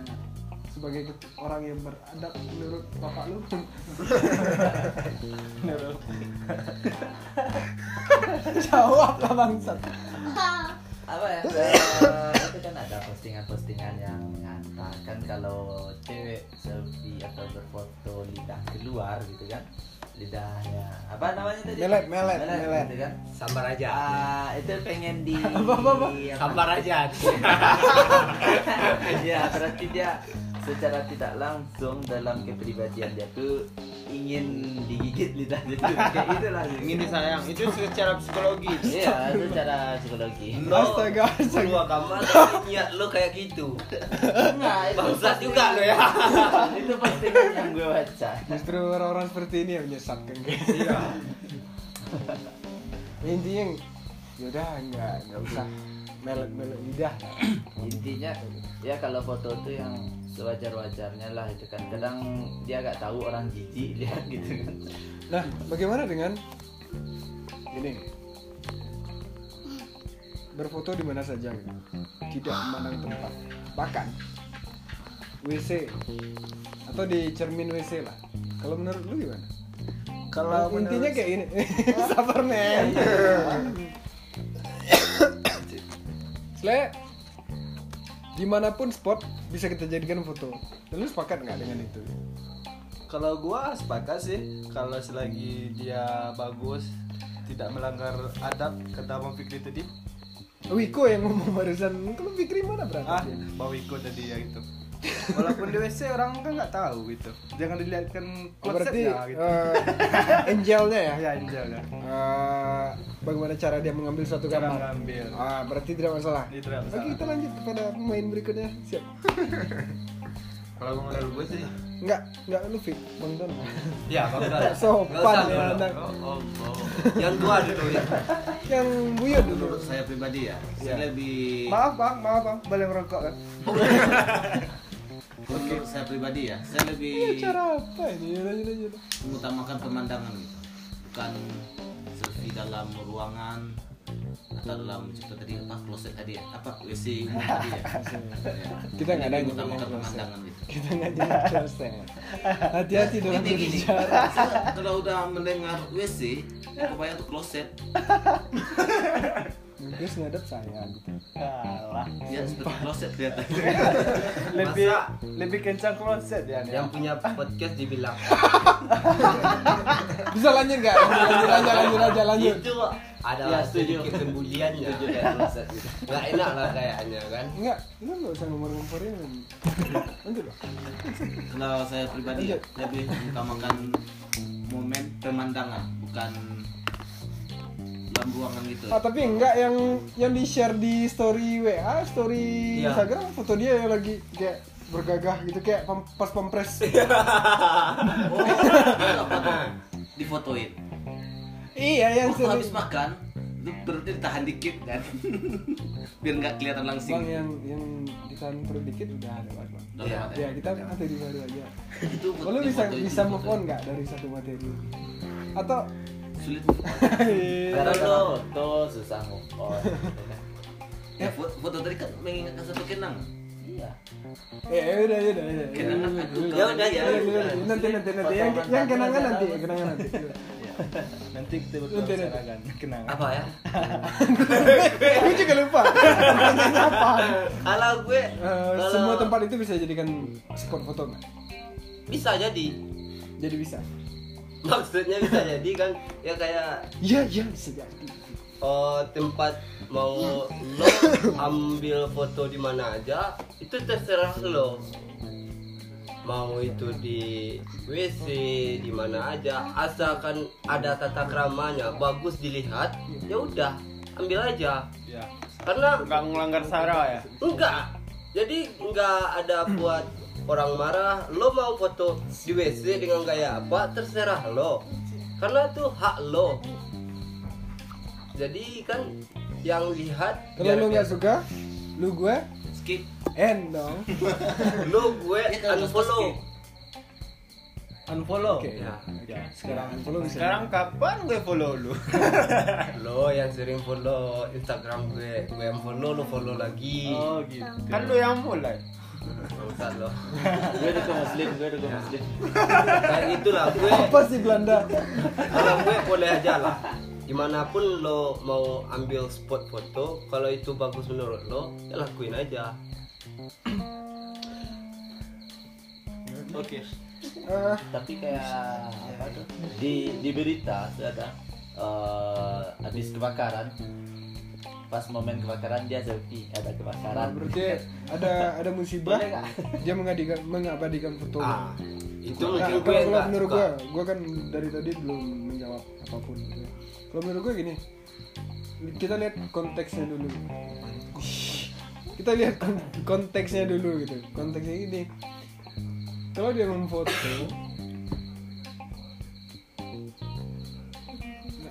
sebagai orang yang beradab menurut bapak lu menurut jawab lah bangsat apa ya eh, itu kan ada postingan-postingan yang mengatakan kalau cewek selfie atau berfoto lidah keluar gitu kan lidahnya apa namanya tadi Melet, melet, melet. gitu kan sambar aja Ah, itu pengen di sambar aja ya berarti dia secara tidak langsung dalam kepribadian dia tuh ingin digigit lidahnya tuh kayak itulah Ingin disayang. Itu secara psikologi. Iya, itu cara psikologi. Lo astaga astaga keluar kamar tapi niat lo kayak gitu Enggak, bangsat juga lo ya Nah, itu postingan yang gue baca. Justru orang-orang seperti ini yang menyesatkan Iya. Intinya yaudah nggak nggak usah melet melet lidah. Intinya ya kalau foto tuh yang sewajar-wajarnya lah itu kan kadang dia nggak tahu orang jijik lihat gitu kan. Nah, bagaimana dengan ini? Berfoto di mana saja, gitu. tidak memandang tempat, bahkan WC atau di cermin WC lah. Kalau menurut lu gimana? Kalau intinya menurut- kayak ini, sabar men. Soalnya dimanapun spot bisa kita jadikan foto. Lalu sepakat nggak dengan itu? Kalau gua sepakat sih kalau selagi dia bagus tidak melanggar adab kata Bang Fikri tadi Wiko yang ngomong barusan, kalau Fikri mana berarti? ah bawa ikut tadi ya gitu walaupun di WC orang kan nggak tahu gitu jangan dilihatkan Oh, berarti konsepnya gitu eh, angelnya ya? ya Angel ya Eh, bagaimana cara dia mengambil suatu Cara gambar? mengambil. Ah, berarti tidak masalah. Ini tidak Oke, masalah. kita lanjut kepada pemain berikutnya. Siap. Kalau gue menurut gue sih. Enggak, enggak lu Fik, Bang Don. ya bangsa Sopan Nggak usah, ya, nggak anak. Oh, oh. yang tua dulu ya Yang buyut dulu. menurut saya pribadi ya saya Iya. lebih maaf bang maaf bang boleh merokok kan menurut saya pribadi ya saya Ini lebih Iya, cara apa ini? Lanjut lanjut. mengutamakan pemandangan gitu bukan selfie dalam ruangan atau dalam cerita tadi apa kloset tadi ya apa WC umum tadi ya Kita nggak ada yang mengutamakan ngomongin kloset. pemandangan gitu Kita nggak jadi dosen. Hati-hati dalam Ini gini, berbicara. kalau udah mendengar WC, yang kebayang tuh kloset. Dia sengadat saya gitu. Kalah. Dia seperti kloset kelihatan. Lebih Masa? lebih kencang kloset ya. yang punya podcast dibilang Bisa lanjut nggak? Lanjut aja, lanjut aja, lanjut. itu ada Ya, setuju. sedikit pembulian ya Jujur ya, kloset gitu. nggak enak lah kayaknya kan Enggak, lu nggak usah ngomong-ngomongin. Lanjut lah. Kalau saya pribadi ya, lebih mengutamakan momen pemandangan bukan dalam ruangan gitu. Ah, tapi enggak yang yang di share di story WA, story Iya. Instagram foto dia yang lagi kayak bergagah gitu kayak pem- pas pampres. Oh, difotoin. iya, Waktu yang sering habis makan, itu perutnya ditahan dikit kan. Biar nggak kelihatan langsing. Bang yang yang ditahan perut dikit udah lewat, Bang. Udah lewat ya? Ya, kita materi baru aja. Itu Oh, lu bisa difotoin, bisa move difotoin. on nggak dari satu materi? Atau Sulit move on. Gara-gara foto susah move on. gitu kan. Ya, foto, foto tadi kan mengingatkan satu kenang. Iya. eh udah udah udah. Kenangan itu. ya udah ya udah. Iya, Nanti nanti nanti yang yang kenangan nanti, kenangan nanti. Nanti Nanti, nanti. kita berbicara kenangan. apa ya Gue juga lupa. Pertanyaannya apa? ala gue Eh, kalau- semua tempat itu bisa jadikan spot foto nggak? bisa jadi Jadi bisa. maksudnya bisa jadi kan ya kayak Iya iya bisa jadi. oh, tempat mau lo ambil foto di mana aja itu terserah lo mau itu di WC di mana aja asalkan ada tata keramanya bagus dilihat ya udah ambil aja Ya. karena Nggak ngelanggar sara ya. Enggak. Jadi enggak ada buat orang marah. Lo mau foto di WC dengan gaya apa terserah lo. Karena itu hak lo. Jadi kan yang lihat Kalau biar- lu nggak suka, lu gue skip end dong. lo gue Ya, kalau lu suka unfollow. skip. Unfollow. Oke. Ya, Ya. Oh, iya. Sekarang kalau bisa. Sekarang kapan gue follow lu? lo yang sering follow Instagram gue, gue yang follow lo follow lagi. Oh gitu. Kan lu yang mulai. Bangsat lo. Gue dukung muslim, gue dukung muslim. Kayak gitulah gue. apa sih Belanda? kalau gue boleh aja lah dimanapun lo mau ambil spot foto kalau itu bagus menurut lo ya lakuin aja Oke. Eh, tapi kayak apa tuh di di berita tuh ada eh, habis kebakaran pas momen kebakaran dia selfie ada kebakaran berarti ada ada musibah Boleh nggak? dia mengabadikan mengabadikan foto. ah itu Nah, mungkin gue kalau kalau nggak menurut suka. gue, gue kan dari tadi belum menjawab apapun. gitu ya. Kalau menurut gue gini, kita lihat konteksnya dulu. Kita lihat kon- konteksnya dulu gitu. Konteksnya gini, kalau dia memfoto,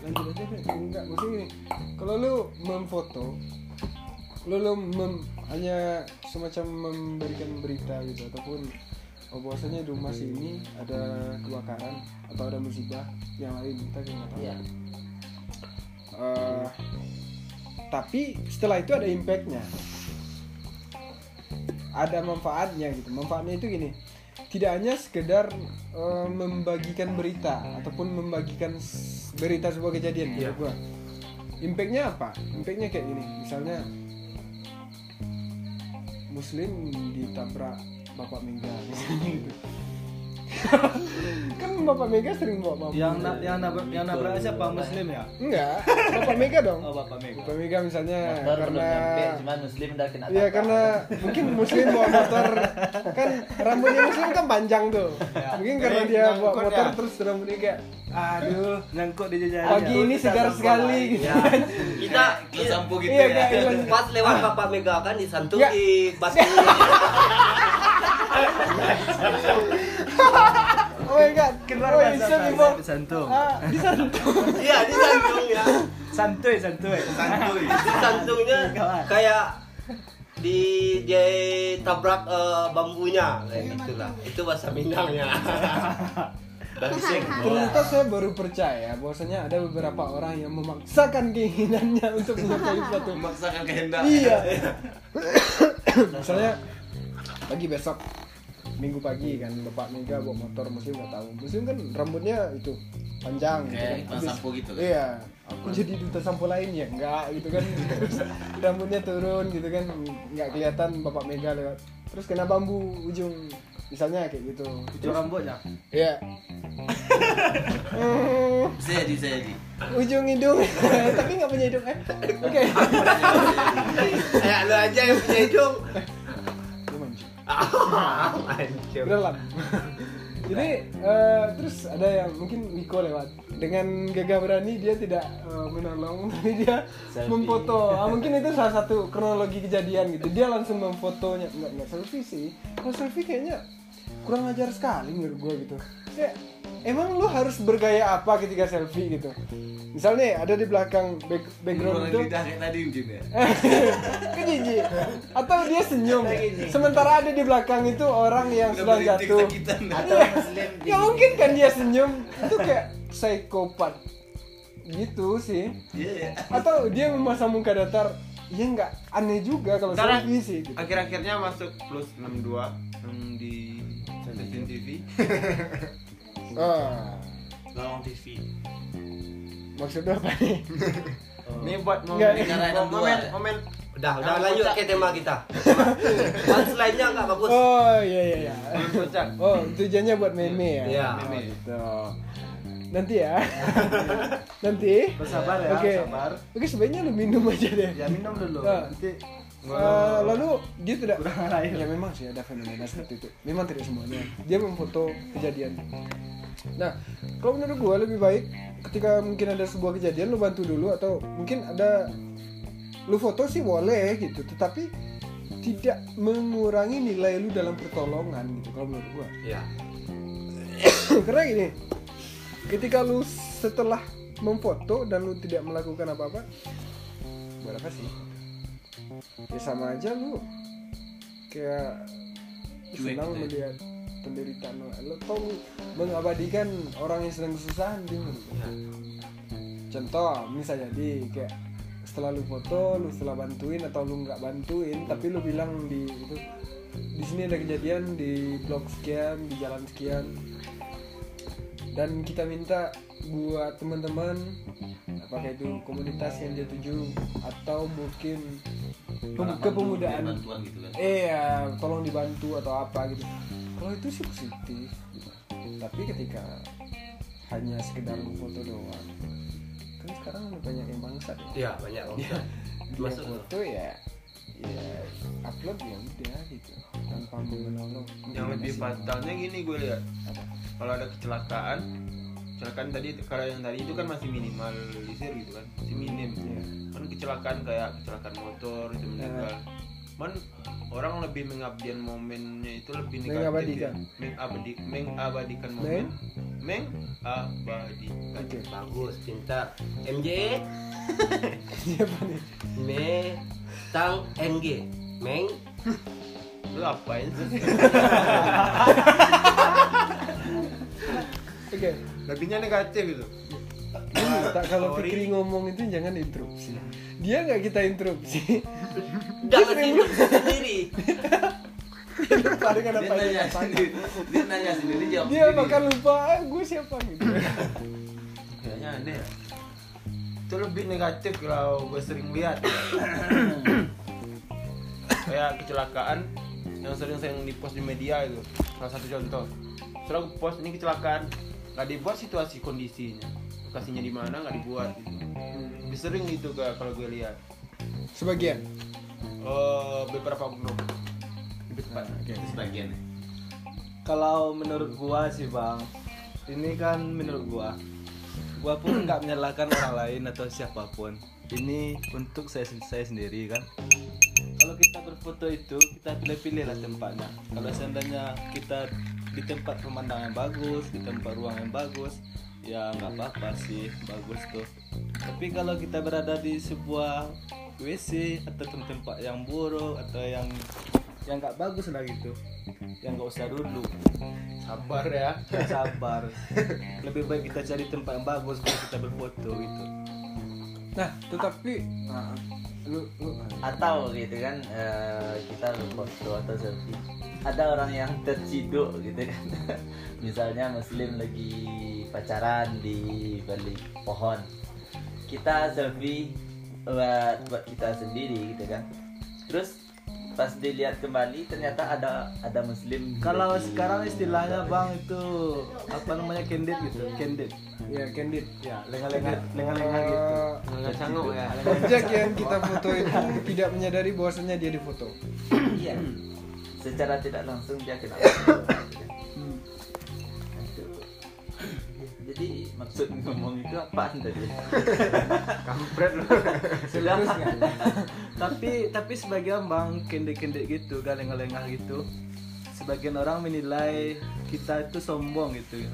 Nggak, lanjut aja deh. Enggak, maksudnya gini. Kalau lu memfoto, lu, lu mem- hanya semacam memberikan berita gitu ataupun oh bahwasanya di rumah sini ada kebakaran atau ada musibah yang lain kita kan nggak tahu. Iya. Eh, tapi setelah itu ada impactnya ada manfaatnya gitu manfaatnya itu gini tidak hanya sekedar eh, membagikan berita ataupun membagikan s- berita sebuah kejadian ya gua impactnya apa impactnya kayak gini misalnya muslim ditabrak bapak mega misalnya gitu kan bapak mega sering bawa Iya. bapak Yang na- yang nabrak yang nabrak siapa muslim ya? enggak bapak mega dong Oh Bapak Mega. Bapak Mega misalnya motor belum karena nyampe cuman muslim udah kena Iya tabrakan. karena mungkin muslim bawa motor kan rambutnya muslim kan panjang tuh. Mungkin karena Jadi dia bawa nyangkut motor ya. terus rambutnya kayak aduh Nyangkut di jajaran. pagi ini segar sekali gitu. ya kita Lu sampo gitu Iya ya. kayak ilang. pas lewat papa mega kan disantuy Ya. batu Oh my god, Keluar oh, biasa, bisa biasa, dibawa. disantung. Ah, disantung. iya disantung ya Santuy, santuy. Santuy. disantungnya Kawan. kayak di dia tabrak eh, bambunya Iya, kayak gitulah itu bahasa Minangnya ya, Iya. gitu Ternyata saya baru percaya bahwasanya ada beberapa orang yang memaksakan keinginannya untuk menyukai suatu Memaksakan kehendak. iya misalnya pagi besok minggu pagi kan bapak mega bawa motor muslim nggak tahu muslim kan rambutnya itu panjang gitu Kayak kan. iklan Habis- sampo gitu kan? iya aku jadi duta sampo lain ya enggak gitu kan Terus rambutnya turun gitu kan nggak kelihatan bapak mega lewat terus kena bambu ujung misalnya kayak gitu Ujung rambutnya. iya Hmm, Bisa jadi, bisa jadi. ujung hidung tapi nggak punya hidung kan oke Kayak lu aja yang punya hidung. Dia mancing. Anjir. Udah lah. Jadi eh, terus ada yang mungkin Wiko lewat dengan gagah berani dia tidak eh, menolong tapi dia memfoto. Ah, mungkin itu salah satu kronologi kejadian gitu. Dia langsung memfotonya nggak nggak selfie sih. Kalau selfie kayaknya kurang ajar sekali menurut gue gitu. Kayak, emang lu harus bergaya apa ketika selfie gitu? Misalnya ada di belakang back- background gitu. itu kayak tadi mungkin Eh, ya. kan jijik atau dia senyum sementara ada di belakang itu orang yang sedang jatuh Atau Muslim di ya mungkin kan dia senyum itu kayak psikopat gitu sih atau dia memasang muka datar ya nggak aneh juga kalau Sekarang- selfie sih gitu. akhir-akhirnya masuk plus 62 yang di stasiun TV Ah, Lawang TV. maksudnya apa nih ini buat momen Oh. Nggak. Bicarain momen yang momen, dua. momen Udah, udah lanjut ke tema kita. Punchline nya enggak bagus. oh iya iya iya kocak oh tujuannya buat meme ya Iya. Oh, gitu. nanti ya nanti Bersabar ya, Oke. sabar. oke sebaiknya lu minum aja deh Ya minum dulu. Ah. Nanti Eh, lalu dia tidak Kurang air. ya memang sih ada fenomena seperti itu memang tidak semuanya dia memfoto kejadian nah kalau menurut gua lebih baik ketika mungkin ada sebuah kejadian lu bantu dulu atau mungkin ada lu foto sih boleh gitu tetapi tidak mengurangi nilai lu dalam pertolongan gitu kalau menurut gua Iya. karena gini ketika lu setelah memfoto dan lu tidak melakukan apa-apa buat apa sih ya sama aja lu kayak Cuek senang gitu ya. melihat penderitaan orang. lu atau lu mengabadikan orang yang sedang kesusahan gitu Iya. contoh misalnya di kayak setelah lu foto lu setelah bantuin atau lu nggak bantuin tapi lu bilang di itu di sini ada kejadian di blok sekian di jalan sekian dan kita minta buat teman-teman apakah itu komunitas yang dia tuju atau mungkin pem- kepemudaan Bantuan gitu kan. iya tolong dibantu atau apa gitu kalau itu sih positif gitu. tapi ketika hanya sekedar foto doang kan sekarang udah banyak yang bangsa deh Iya, banyak. dia Masuk. foto ya ya upload ya udah gitu tanpa menolong yang lebih Mengkomunikasi. fatalnya gini gue lihat kalau ada kecelakaan kecelakaan tadi kalau yang tadi itu kan masih minimalisir gitu kan masih minim Iya. kan kecelakaan kayak kecelakaan motor itu meninggal Cuman orang lebih mengabdikan momennya itu lebih negatif Mengabadikan. ya. Mengabadik, mengabadikan momen mengabadikan oke Bagus, pintar. MJ siapa nih Me Tang MG. Meng lu apain sih oke lebihnya negatif gitu Ini Iya, tak kalau Sorry. Fikri ngomong itu jangan interupsi. Dia nggak kita interupsi. jangan sibuk sendiri. Dia lupa dengan Dia apa yang nanya dia katakan. sendiri, Oh iya, dia nanya sendiri jawab Dia sendiri. bakal lupa ah, gue siapa gitu. kayaknya aneh ya itu lebih negatif kalau gue sering lihat kayak kecelakaan yang sering sering dipost di media itu salah satu contoh setelah gue post ini kecelakaan nggak dibuat situasi kondisinya lokasinya di mana nggak dibuat gitu lebih sering itu Kak, kalau gue lihat Sebagian. Eh, beberapa oknum Ah, Itu sebagian. ya? kalau menurut gua sih bang ini kan menurut gua gua pun nggak menyalahkan orang lain atau siapapun ini untuk saya sen- saya sendiri kan kalau kita berfoto itu kita pilih-pilih lah tempatnya kalau seandainya kita di tempat pemandangan yang bagus di tempat ruang yang bagus ya nggak apa-apa sih bagus tuh tapi kalau kita berada di sebuah WC atau tempat yang buruk atau yang yang nggak bagus lah gitu yang nggak usah dulu sabar ya Ya, sabar lebih baik kita cari tempat yang bagus buat kita berfoto gitu Nah, tetapi ah, lu lu atau gitu kan eh, kita foto atau selfie ada orang yang terciduk gitu kan misalnya muslim lagi pacaran di balik pohon kita selfie buat buat kita sendiri gitu kan terus pas dilihat kembali ternyata ada ada muslim Kalau lagi- sekarang istilahnya bang Ah, itu apa namanya candid gitu, candid. ya candid Ya, lenga-lenga, lenga-lenga gitu. Eh, Nggak sanggup ya. Objek yang kita foto itu tidak menyadari bahwasannya dia difoto. iya secara tidak langsung dia kena gitu kan. Hmm. Itu. jadi maksud ngomong itu apaan tadi Kampret lu. sudah tapi tapi sebagian bang kendek-kendek gitu galeng-galengah gitu sebagian orang menilai kita itu sombong gitu ya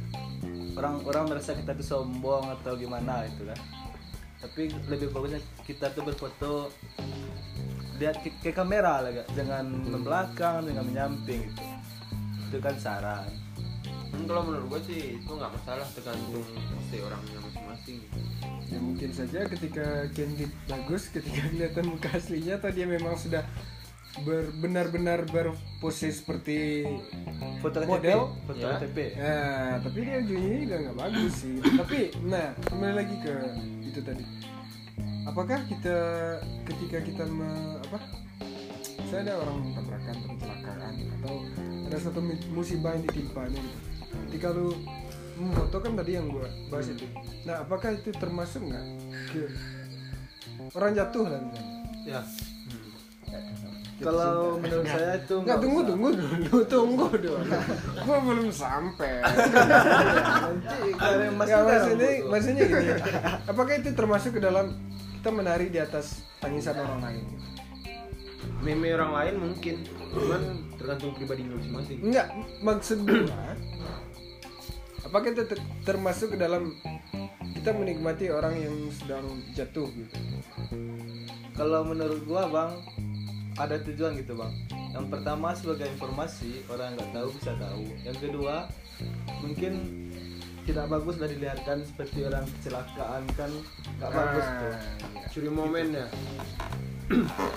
orang orang merasa kita itu sombong atau gimana gitu kan tapi lebih bagusnya kita tuh berfoto lihat ke, ke kamera lah Kak. dengan membelakang dengan menyamping gitu itu kan saran Hmm, kalau menurut gue sih itu nggak masalah tergantung mesti orangnya masing-masing. gitu. Ya mungkin saja ketika candid bagus, ketika kelihatan muka aslinya atau dia memang sudah ber- benar-benar berpose seperti foto KTP Model? foto Ya. KTP Nah, tapi dia ujungnya juga nggak bagus sih. tapi, nah kembali lagi ke itu tadi. Apakah kita ketika kita me- apa? Saya ada orang tabrakan atau kecelakaan atau ada satu mi- musibah yang ditimpanya gitu. Ketika lu memfoto kan tadi yang gua bahas itu. Nah, apakah itu termasuk nggak? ke- Orang jatuh lah misalnya. Ya. kalau menurut saya itu Enggak tunggu tunggu dulu, tunggu dulu. Gua belum sampai. kalian masih Enggak dalam maksudnya, foto. maksudnya gini. Apakah itu termasuk ke dalam kita menari di atas tangisan orang lain? Meme orang lain mungkin, cuman tergantung pribadi lu masing-masing. Enggak, maksud gua. Apakah itu ter- termasuk ke dalam kita menikmati orang yang sedang jatuh gitu? Kalau menurut gua bang, ada tujuan gitu bang. Yang pertama sebagai informasi orang nggak tahu bisa tahu. Yang kedua mungkin tidak bagus lah dilihatkan seperti orang kecelakaan kan Ah, nggak bagus tuh. iya. Curi momen ya.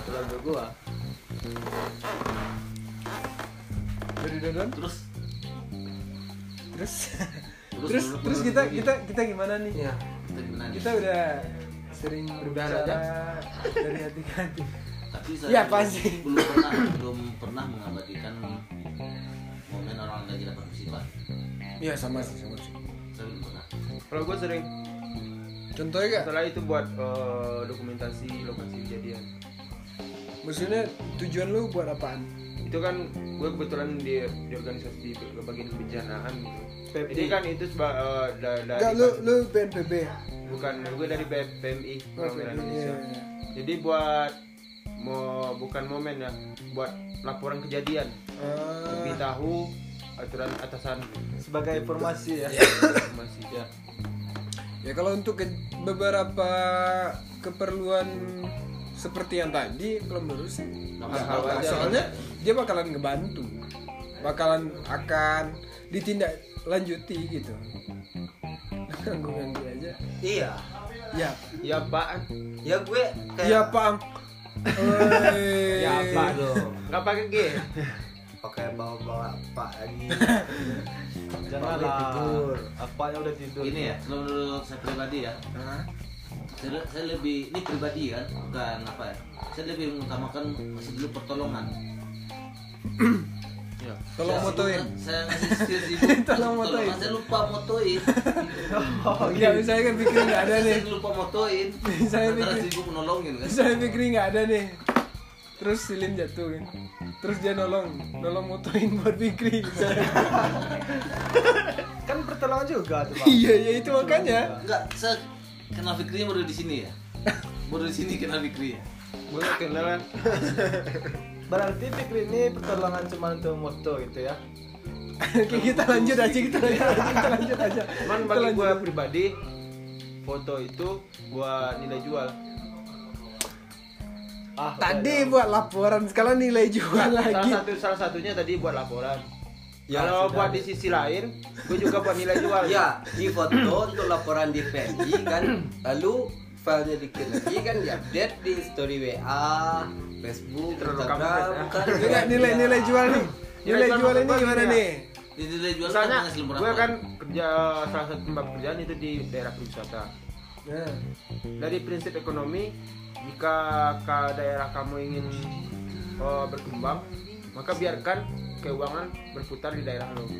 Kalau menurut gua Dari Dodon? terus Terus Terus, terus menurut- terus menurut kita gua kita kita gimana nih? Iya. kita gimana nih? Kita udah sering berbicara aja. dari hati ke hati. tapi saya Iya, Ya, belum- pasti. belum pernah belum pernah mengabadikan momen orang lagi dapat musibah Iya sama sih sama sih. saya belum pernah Kalau gue sering Contohnya gak? setelah itu buat eh, dokumentasi lokasi kejadian. Maksudnya tujuan lu buat apaan? itu kan gue kebetulan di, di organisasi ke- bagian kebencanaan gitu. PMI. Jadi kan itu seba, eh, da- dari Enggak, lu lu BNPB. bukan gue dari P- PMI PMI, Perwakilan Indonesia. iya, iya. Jadi buat mau bukan momen ya, buat laporan kejadian. Ah, Lebih tahu aturan atasan sebagai informasi ya. informasi. ya. ya kalau untuk ke- beberapa keperluan seperti yang tadi kalau menurut sih nggak hal apa-apa. aja. soalnya dia bakalan ngebantu bakalan akan ditindak lanjuti gitu ganggu ganggu aja iya ya Ya apaan? ya gue kayak ya pam Ya apa dong? Gak pakai G. pakai bawa bawa apa lagi Janganlah. Apanya udah tidur? ini ya kalau menurut saya pribadi ya saya, saya lebih ini pribadi kan bukan apa ya saya lebih mengutamakan masih dulu pertolongan tolong Saya motoin sibuk kan, saya ngasih setir sibuk Tolong motoin. saya lupa motoin oh, iya. nggak misalnya kan pikirin nggak ada nih saya lupa motoin Saya antara pikir- sibuk nolongin kan saya pikirin nggak ada nih terus silin jatuh kan terus dia nolong nolong motoin buat Fikri Kan pertolongan juga tuh bang. iya iya itu makanya enggak saya kenal Fikri baru di sini ya baru di sini kenal Fikri ya Gue gak kenal kan. Berarti pikir ini pertolongan cuma untuk moto gitu ya. Oke kita lanjut aja kita lanjut aja kita lanjut aja Cuman Kita bagi lanjut gue aja. pribadi foto itu buat nilai jual. Ah, tadi buat laporan sekarang nilai jual salah lagi Ya, satu salah satunya tadi buat laporan kalau buat di sisi lain gue juga buat nilai jual Iya. ya di foto untuk laporan di PMI kan lalu filenya dikit lagi kan di update di story WA Facebook Terlalu Instagram kampret, ya. kan Enggak nilai nilai jual nih Nilai jual ini gua gimana gini ya. nih? Nilai jual Misalnya kan hasil berapa? gue kan kerja salah satu tempat kerjaan itu di daerah pariwisata. Nah, Dari prinsip ekonomi, jika ke daerah kamu ingin eh, berkembang, maka biarkan keuangan berputar di daerah lo.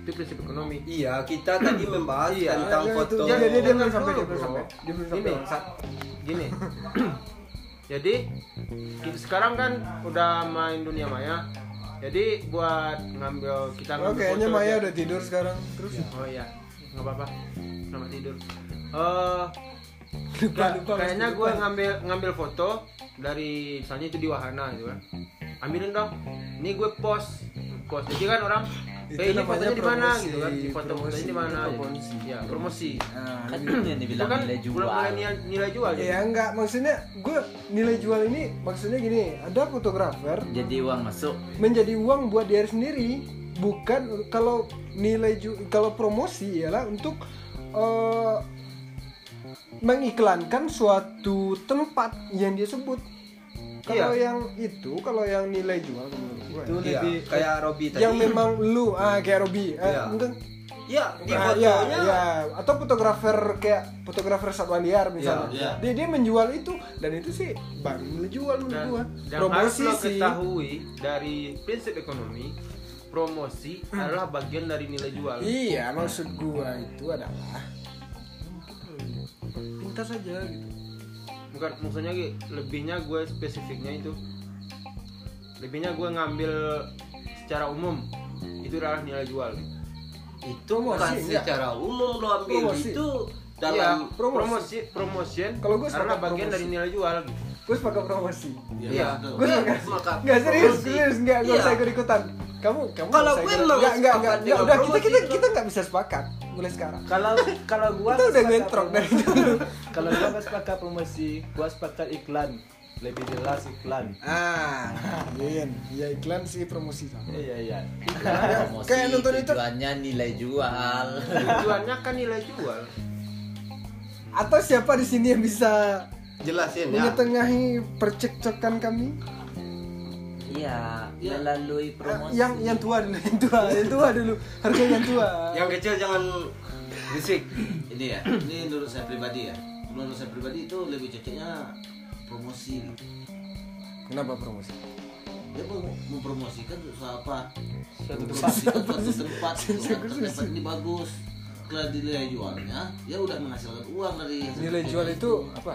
Itu prinsip ekonomi. Iya, kita tadi membahas Iya. tentang Iya, foto. itu Jangan- dia- dia jangan belum sampai, dulu, dia belum bro. sampai. Dia belum Gini, sampai. Sa- gini. jadi kita sekarang kan udah main dunia maya. Jadi buat ngambil kita oh, ngambil kayaknya foto Maya dia- udah tidur sekarang. Terus Oh iya, nggak apa-apa. Selamat tidur. Eh, lupa Ka- lupa. kayaknya pasti gue lupa. ngambil ngambil foto dari misalnya itu di wahana gitu kan ambilin dong ini gue post post jadi kan orang Itu eh ini namanya fotonya di mana promosi, gitu kan di foto fotonya di mana promosi, gitu. promosi. ya promosi Kan itu yang itu dibilang kan nilai belum jual. mulai nilai, nilai jual gitu. Iya, Ya enggak, maksudnya gue nilai jual ini maksudnya gini, ada fotografer Jadi uang masuk. menjadi uang buat dia sendiri bukan kalau nilai ju- kalau promosi ialah untuk eh, mengiklankan suatu tempat yang dia sebut kalau yang itu kalau yang nilai jual menurut gua ya. Iya, kayak Robi tadi. yang memang lu ah kayak Robi eh, Iya. mungkin Iya, di Ah, fotonya. iya, iya. atau fotografer kayak fotografer satwa liar misalnya Iya, dia dia menjual itu dan itu sih baru nilai jual menurut Dan, gua dan harus promosi lo sih ketahui dari prinsip ekonomi promosi adalah bagian dari nilai jual Iya, maksud gua itu adalah pintar saja gitu. bukan maksudnya Gi, lebihnya gue spesifiknya itu lebihnya gue ngambil secara umum itu adalah nilai jual Itu bukan Promosi, iya. secara umum lo ambil Promosi. itu Iya, dalam promosi. promosi promotion Kalau gue adalah sepakat bagian promosi. dari nilai jual gitu. Gue sepakat promosi. Iya. Gue sepakat. maka Enggak serius, promosi. serius enggak gua Iya. usah ikut ikutan. Kamu kamu Kalau nggak usah gue ikut- emang nggak enggak sepakat enggak dengan udah kita promosi kita itu. kita enggak bisa sepakat mulai sekarang. Kalau kalau gua Kita udah sepakat bentrok dari promosi- dulu. Kalau gua nggak sepakat promosi, gua sepakat iklan. Lebih jelas iklan. Ah, iya, iya iklan sih promosi sama. Iya iya. Promosi, Kayak nonton itu. tujuannya nilai jual. tujuannya kan nilai jual Atau siapa di sini yang bisa jelasin ya. menyetengahi percekcokan kami? Iya, Ya. Eh, melalui promosi. Yang yang tua dulu, yang tua, yang tua dulu. Harga yang tua. Yang kecil jangan berisik. Ini ya. Ini menurut saya pribadi ya. Menurut saya pribadi itu lebih cocoknya promosi. Kenapa promosi? Dia mau mempromosikan soal apa? Suatu Mempromosikan suatu tempat. Suatu Suatu tempat ini Iya, bagus. Kalau nilai jualnya, ya udah menghasilkan uang dari hasil Nilai jual promosi. itu apa?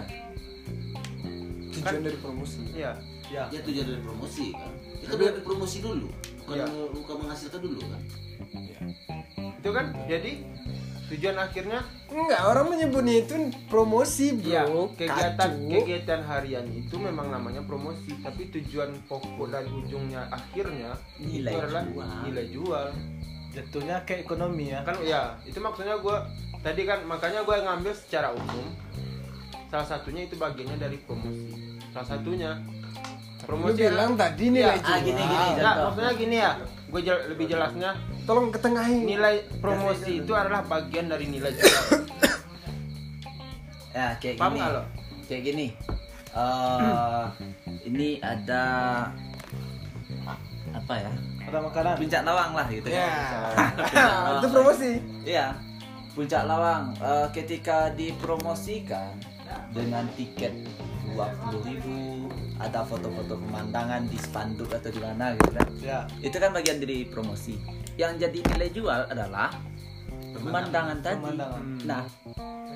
Tujuan dari promosi. ya Ya tujuan dari promosi kan. Itu Tapi- dari promosi dulu. Bukan, Iya. bukan menghasilkan dulu kan. itu kan jadi tujuan akhirnya Enggak, orang menyebutnya itu promosi, bro. ya kegiatan Kacau. kegiatan harian itu memang namanya promosi tapi tujuan pokok dan ujungnya akhirnya itu Nilai adalah jual. nilai jual Jatuhnya ke ekonomi ya. kan ya itu maksudnya gue tadi kan makanya gue ngambil secara umum salah satunya itu bagiannya dari promosi salah satunya Lu promosi bilang tadi nilai Iya, jual. ah, gini, gini. Enggak, maksudnya gini ya gue lebih jelasnya Tolong ketengahin. nilai promosi itu adalah bagian dari nilai jual Ya, kayak Paham gini. nggak lo? Kayak gini. Eh, ini ada apa ya? Ada makanan. Puncak Lawang lah gitu Ya. Nah, kan. Puncak Lawang. itu promosi. Iya. Puncak Lawang eh, ketika dipromosikan dengan tiket 20.000 ada foto-foto pemandangan di spanduk atau di mana gitu kan. Iya. Ya. Itu kan bagian dari promosi. Yang jadi nilai jual adalah pemandangan tadi. Pemandangan. Nah,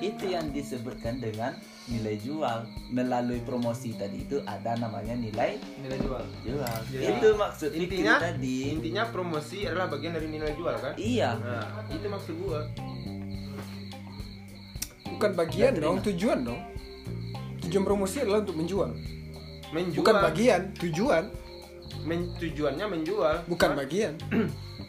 itu yang disebutkan dengan nilai jual melalui promosi tadi itu ada namanya nilai nilai jual Hmm. jual. Jadi, itu maksud fikri Iya. intinya- tadi. intinya promosi adalah bagian dari nilai jual kan Iya. nah itu maksud gue Bukan bagian dong, tujuan dong. Tujuan promosi adalah untuk menjual. menjual Bukan bagian, tujuan. men- tujuannya menjual Bukan bagian.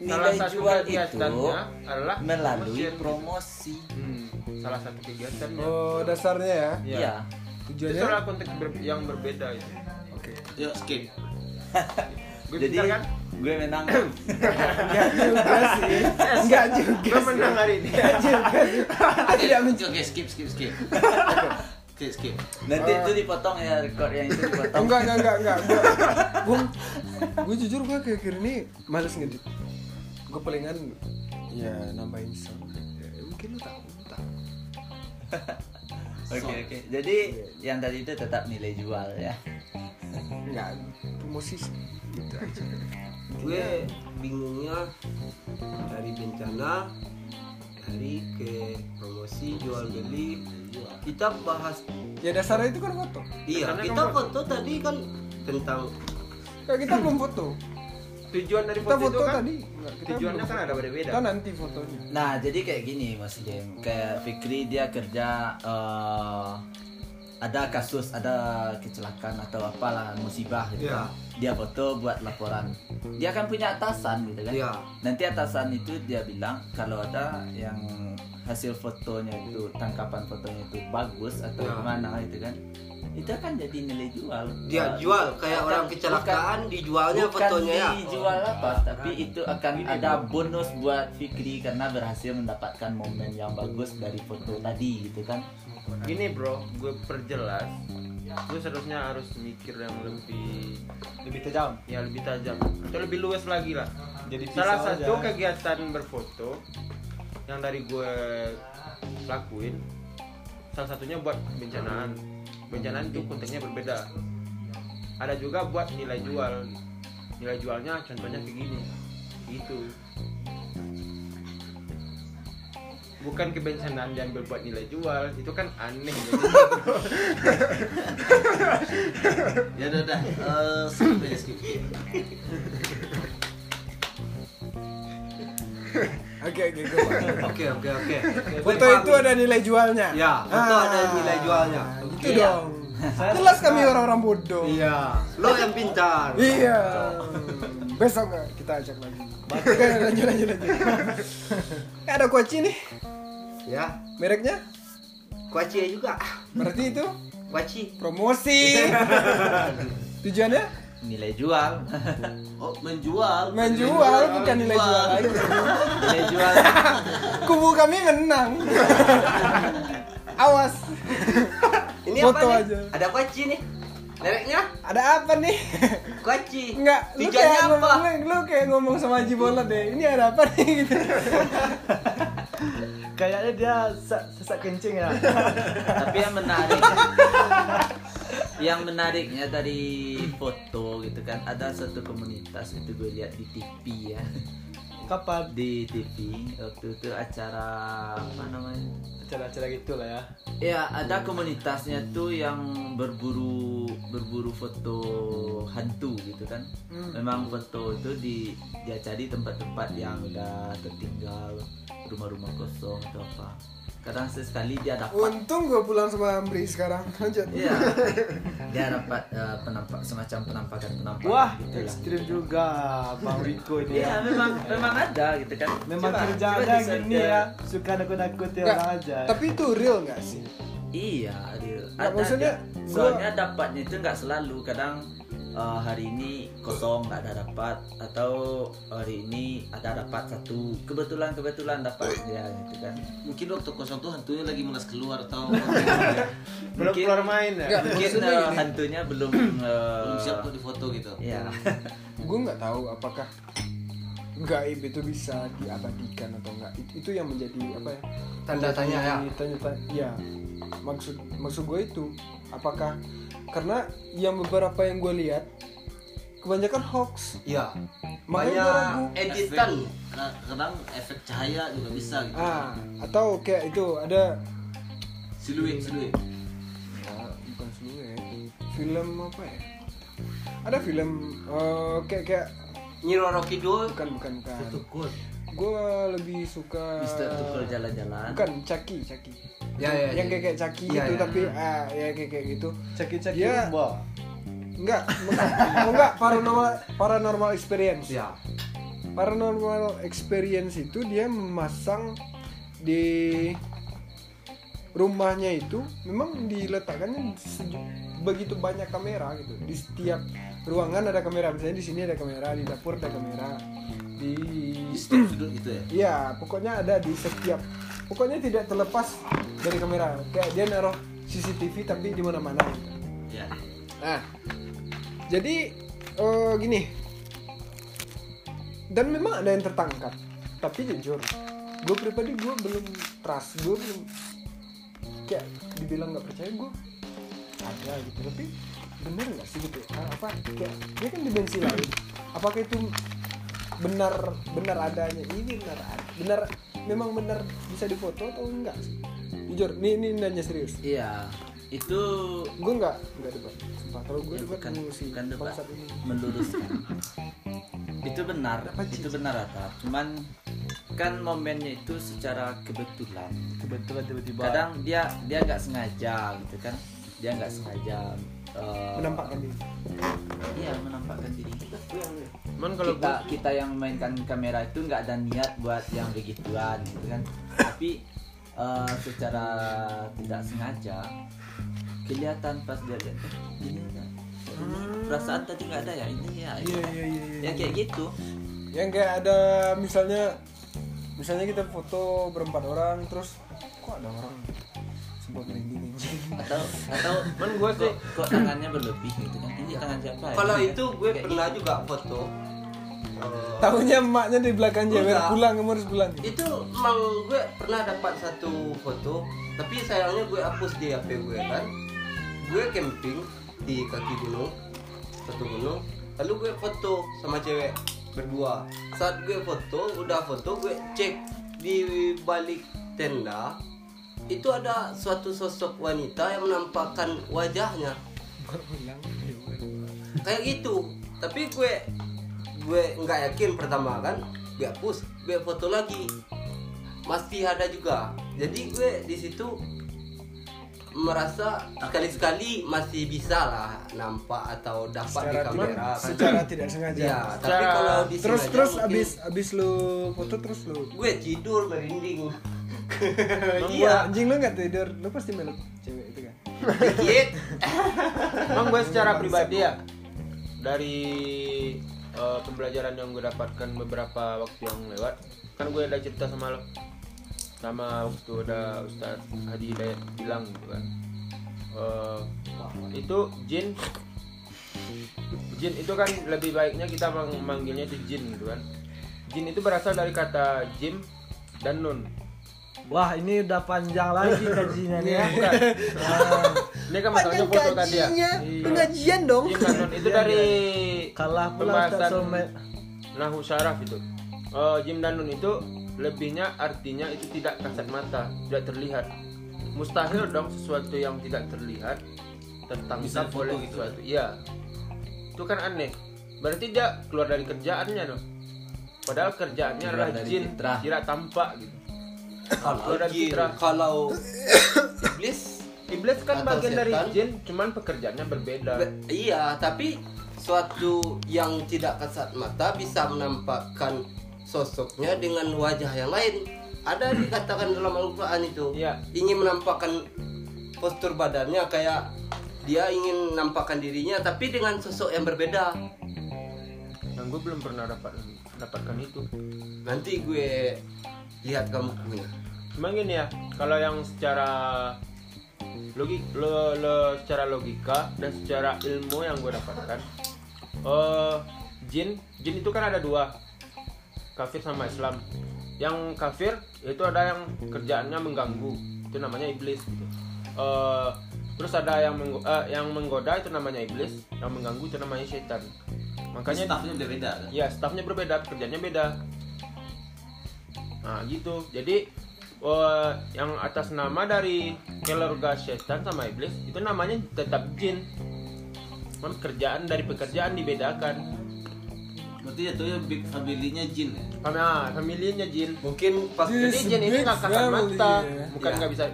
salah Nilai satu jual itu kegiatannya adalah melalui promotion. promosi. Hmm, salah satu kegiatannya Oh, dasarnya ya. Iya. Iya. itu Tujuannya. adalah konteks ber- yang berbeda itu Oke. Yuk skip. gue Jadi pintar kan gue menang. Enggak juga sih. Enggak juga. gue menang hari ini Enggak juga. Kita tidak Oke, skip skip skip. Oke, skip skip Nanti itu dipotong ya record yang itu dipotong. enggak enggak enggak enggak gue gue gue jujur gue akhir-akhir ini males ngedit gue palingan ya nambahin sound Ya, mungkin lu tahu lu tahu Oke oke. Jadi yang tadi itu tetap nilai jual ya. enggak musisi gitu aja gue bingungnya dari bencana dari ke promosi jual beli kita bahas ya dasarnya itu kan foto iya Karena kita nomor- foto tadi kan tentang kalau kita belum foto Tujuan dari kita foto, foto itu kan tadi enggak, kita tujuannya belum kan foto. ada beda-beda. kita nanti fotonya Nah jadi kayak gini Mas Jem. Kayak Fikri dia kerja eh, ada kasus ada kecelakaan atau apalah musibah gitu. kan. Iya. Dia foto buat laporan. Dia kan punya atasan gitu kan. Iya. Nanti atasan itu dia bilang kalau ada yang hasil fotonya itu tangkapan fotonya itu bagus atau Iya. gimana gitu kan. Itu kan jadi nilai jual. dia Eh, Ya, jual kayak bukan- orang bukan- kecelakaan dijualnya bukan fotonya ya dijual apa tapi itu akan ada bonus buat Fikri karena berhasil mendapatkan momen yang bagus dari foto tadi gitu kan Gini bro, gue perjelas. Gue seharusnya harus mikir yang lebih lebih tajam ya lebih tajam atau lebih luas lagi lah Jadi pisau salah aja. satu kegiatan berfoto yang dari gue lakuin salah satunya buat bencanaan bencanaan itu kontennya berbeda ada juga buat nilai jual nilai jualnya contohnya kayak gini Gitu. itu bukan kebencanaan dan berbuat nilai jual itu kan aneh ya udah udah Eh, skip aja skip oke oke gue paham. oke oke oke foto itu ada nilai jualnya Ah, ya foto ada nilai jualnya itu dong jelas kami orang-orang bodoh iya lo yang pintar Iya. Besok eh, kita ajak lagi. Oke, lanjut lanjut lanjut. Eh, ada koci nih ya mereknya. kuaci juga Berarti itu kuaci promosi. Tujuannya nilai jual oh menjual menjual bukan nilai jual lagi. nilai jual Kubu kami menang. Awas. ini Foto apa aja. nih ada kuaci nih mereknya Ada apa nih? kuaci Enggak, lu tujuannya kayak apa ngomong, lu- lu kayak ngomong sama Haji Bolot deh. Ini ada apa nih gitu. kayaknya dia sesak, sesak kencing ya tapi yang menarik yang menariknya dari foto gitu kan ada satu komunitas itu gue lihat di TV ya kapan di TV waktu itu acara apa namanya acara-acara gitulah ya Ya ada komunitasnya tuh yang berburu berburu foto hantu gitu kan. Hmm. Memang foto itu di dia cari tempat-tempat yang udah tertinggal, rumah-rumah kosong atau apa. Kadang sesekali Oh. dia dapat. Untung gue pulang sama Amri sekarang. Lanjut. Iya. dia dapat eh, penampak semacam penampakan penampakan. wah Iya. gitu lah. ekstrim juga bang Wiko ini Iya ya memang memang ada gitu kan. memang Coba- kerjaannya coba di search gini ya suka nakut-nakutin Iya, Nggak, orang aja Tapi itu real gak sih? Iya, adil. Nggak, Ada, maksudnya ada. gua- soalnya dapatnya itu nggak selalu. Kadang eh, hari ini kosong nggak ada dapat, atau hari ini ada dapat satu. Kebetulan kebetulan dapat ya gitu kan. mungkin waktu kosong tuh hantunya lagi malas keluar atau belum Mungkin- keluar main ya Nggak, Mungkin maksudnya eh, gini. hantunya belum eh, belum siap tuh di foto gitu Iya. gue nggak tahu apakah gaib itu bisa diabadikan atau enggak itu, itu yang menjadi apa ya Tanda tanya, ya? tanya tanya ya maksud maksud gue itu apakah karena yang beberapa yang gue lihat kebanyakan hoax Iya. makanya gue ragu Banyak editan. Ka- kadang efek cahaya juga bisa gitu ah atau kayak itu ada siluet siluet Ah, bukan seluruh ya film apa ya ada film eh, kayak kayak Nyiro Rocky Duo bukan bukan bukan tukul. gue lebih suka Mister Tukul jalan-jalan. bukan caki caki Ya, ya, yang ya. kayak kayak caki Ya, gitu ya. tapi ah ya kayak kayak gitu ceki-ceki Dia- rumba. enggak enggak, enggak paranormal paranormal experience Ya. paranormal experience itu dia memasang di rumahnya itu memang diletakkannya se- begitu banyak kamera gitu di setiap ruangan ada kamera misalnya di sini ada kamera di dapur ada kamera di di setiap sudut gitu ya Iya, pokoknya ada di setiap. Pokoknya tidak terlepas dari kamera. Kayak dia naruh CCTV tapi di mana-mana gitu. Ya. Nah, jadi eh, gini. Dan memang ada yang tertangkap, tapi jujur, gue pribadi gue belum trust, gue belum kayak dibilang nggak percaya gue ada gitu, tapi bener nggak sih gitu? Ah, Apa kayak dia kan dimensi lain? Apakah itu benar benar adanya ini benar benar memang benar bisa difoto atau enggak sih? Jujur, ini ini nanya serius Iya. Itu gue nggak nggak debat sumpah kalau gue Ya, debat bukan- mengurusi bukan debat. konsep ini meluruskan. itu benar, itu benar Ata. Cuman kan momennya itu secara kebetulan. kebetulan tiba-tiba kadang dia dia nggak sengaja gitu kan dia nggak sengaja eh, menampakkan diri iya menampakkan diri kita Cuman kalau kita, gua kita yang mainkan kamera itu nggak ada niat buat yang begituan gitu kan tapi eh, secara tidak sengaja kelihatan pas dia lihat eh, ini ada perasaan tadi nggak ada ya ini ya ini iya ya. iya iya ya kayak gitu yang kayak Ya, ada misalnya misalnya kita foto berempat orang terus kok ada orang sebuah merinding anjing. atau atau Cuman gua sih kok, kok tangannya berlebih gitu kan ini tangan siapa ya? Kalau Iya. Ini itu gue kayak pernah juga foto. Eh, tahunya emaknya di belakang jewer Enggak. Iya, pulang kamu harus pulang itu emang gue pernah dapat satu foto, tapi sayangnya gue hapus di HP gue kan. Gue camping di kaki gunung, satu gunung. Lalu gue foto sama cewek berdua. Saat gue foto, udah foto gue cek di balik tenda itu ada suatu sosok wanita yang menampakkan wajahnya kayak gitu tapi gue gue nggak yakin pertama kan gue hapus gue foto lagi masih ada juga jadi gue di situ merasa sekali-sekali masih bisa lah nampak atau dapat secara di kamera tidak kan. secara tidak sengaja ya tapi kalau di terus sengaja terus mungkin abis abis lu foto terus lu gue tidur merinding Wah, iya anjing lu nggak tidur lu pasti meluk cewek itu kan dikit Emang gue secara pribadi ya dari eh, pembelajaran yang gue dapatkan beberapa waktu yang lewat kan gue udah cerita sama lo sama waktu udah Ustadz Hadi Hidayat bilang gitu kan Eh, itu jin jin itu kan lebih baiknya kita mang- manggilnya itu jin gitu kan jin itu berasal dari kata jim dan nun wah ini udah panjang lagi kajiannya nih ya. bukan ini kan masalahnya foto tadi ya Iya. pengajian dong Jin dan nun itu Iya, dari kalah pula Ustaz pembahasan Somet Nahu Syaraf itu Eh, Jim dan Nun itu lebihnya artinya itu tidak kasat mata tidak terlihat mustahil dong sesuatu yang tidak terlihat tertangkap oleh gitu. sesuatu iya itu kan aneh berarti dia keluar dari kerjaannya dong padahal kerjaannya adalah jin tidak tampak gitu kalau Keluar dari jin, fitrah. kalau iblis iblis kan Atau bagian dari setan. jin cuman pekerjaannya berbeda Be- Iya, tapi suatu yang tidak kasat mata bisa menampakkan sosoknya dengan wajah yang lain. Ada dikatakan dalam Al-Quran itu Iya. ingin menampakkan postur badannya kayak dia ingin menampakkan dirinya tapi dengan sosok yang berbeda. yang gue Nah, belum pernah dapat dapatkan itu Nanti gue lihat kamu punya. Cuma gini ya, kalau yang secara logik, lo, lo- secara logika dan secara ilmu yang gue dapatkan, eh jin, jin itu kan ada dua, kafir sama Islam. Yang kafir itu ada yang kerjaannya mengganggu, itu namanya iblis. Gitu. Eh, terus ada yang menggo- eh, yang menggoda itu namanya iblis, yang mengganggu itu namanya setan. Makanya staffnya beda Ya, stafnya berbeda, pekerjaannya beda. Nah, gitu. Jadi eh, yang atas nama dari keluarga setan sama iblis itu namanya tetap jin. Cuman kerjaan dari pekerjaan dibedakan. berarti jatuhnya big family-nya jin ya Karena familinya ah, jin. Mungkin pas Jadi Yes, jin itu big nggak kasat family, mata, ya. bukan Ya. nggak bisa.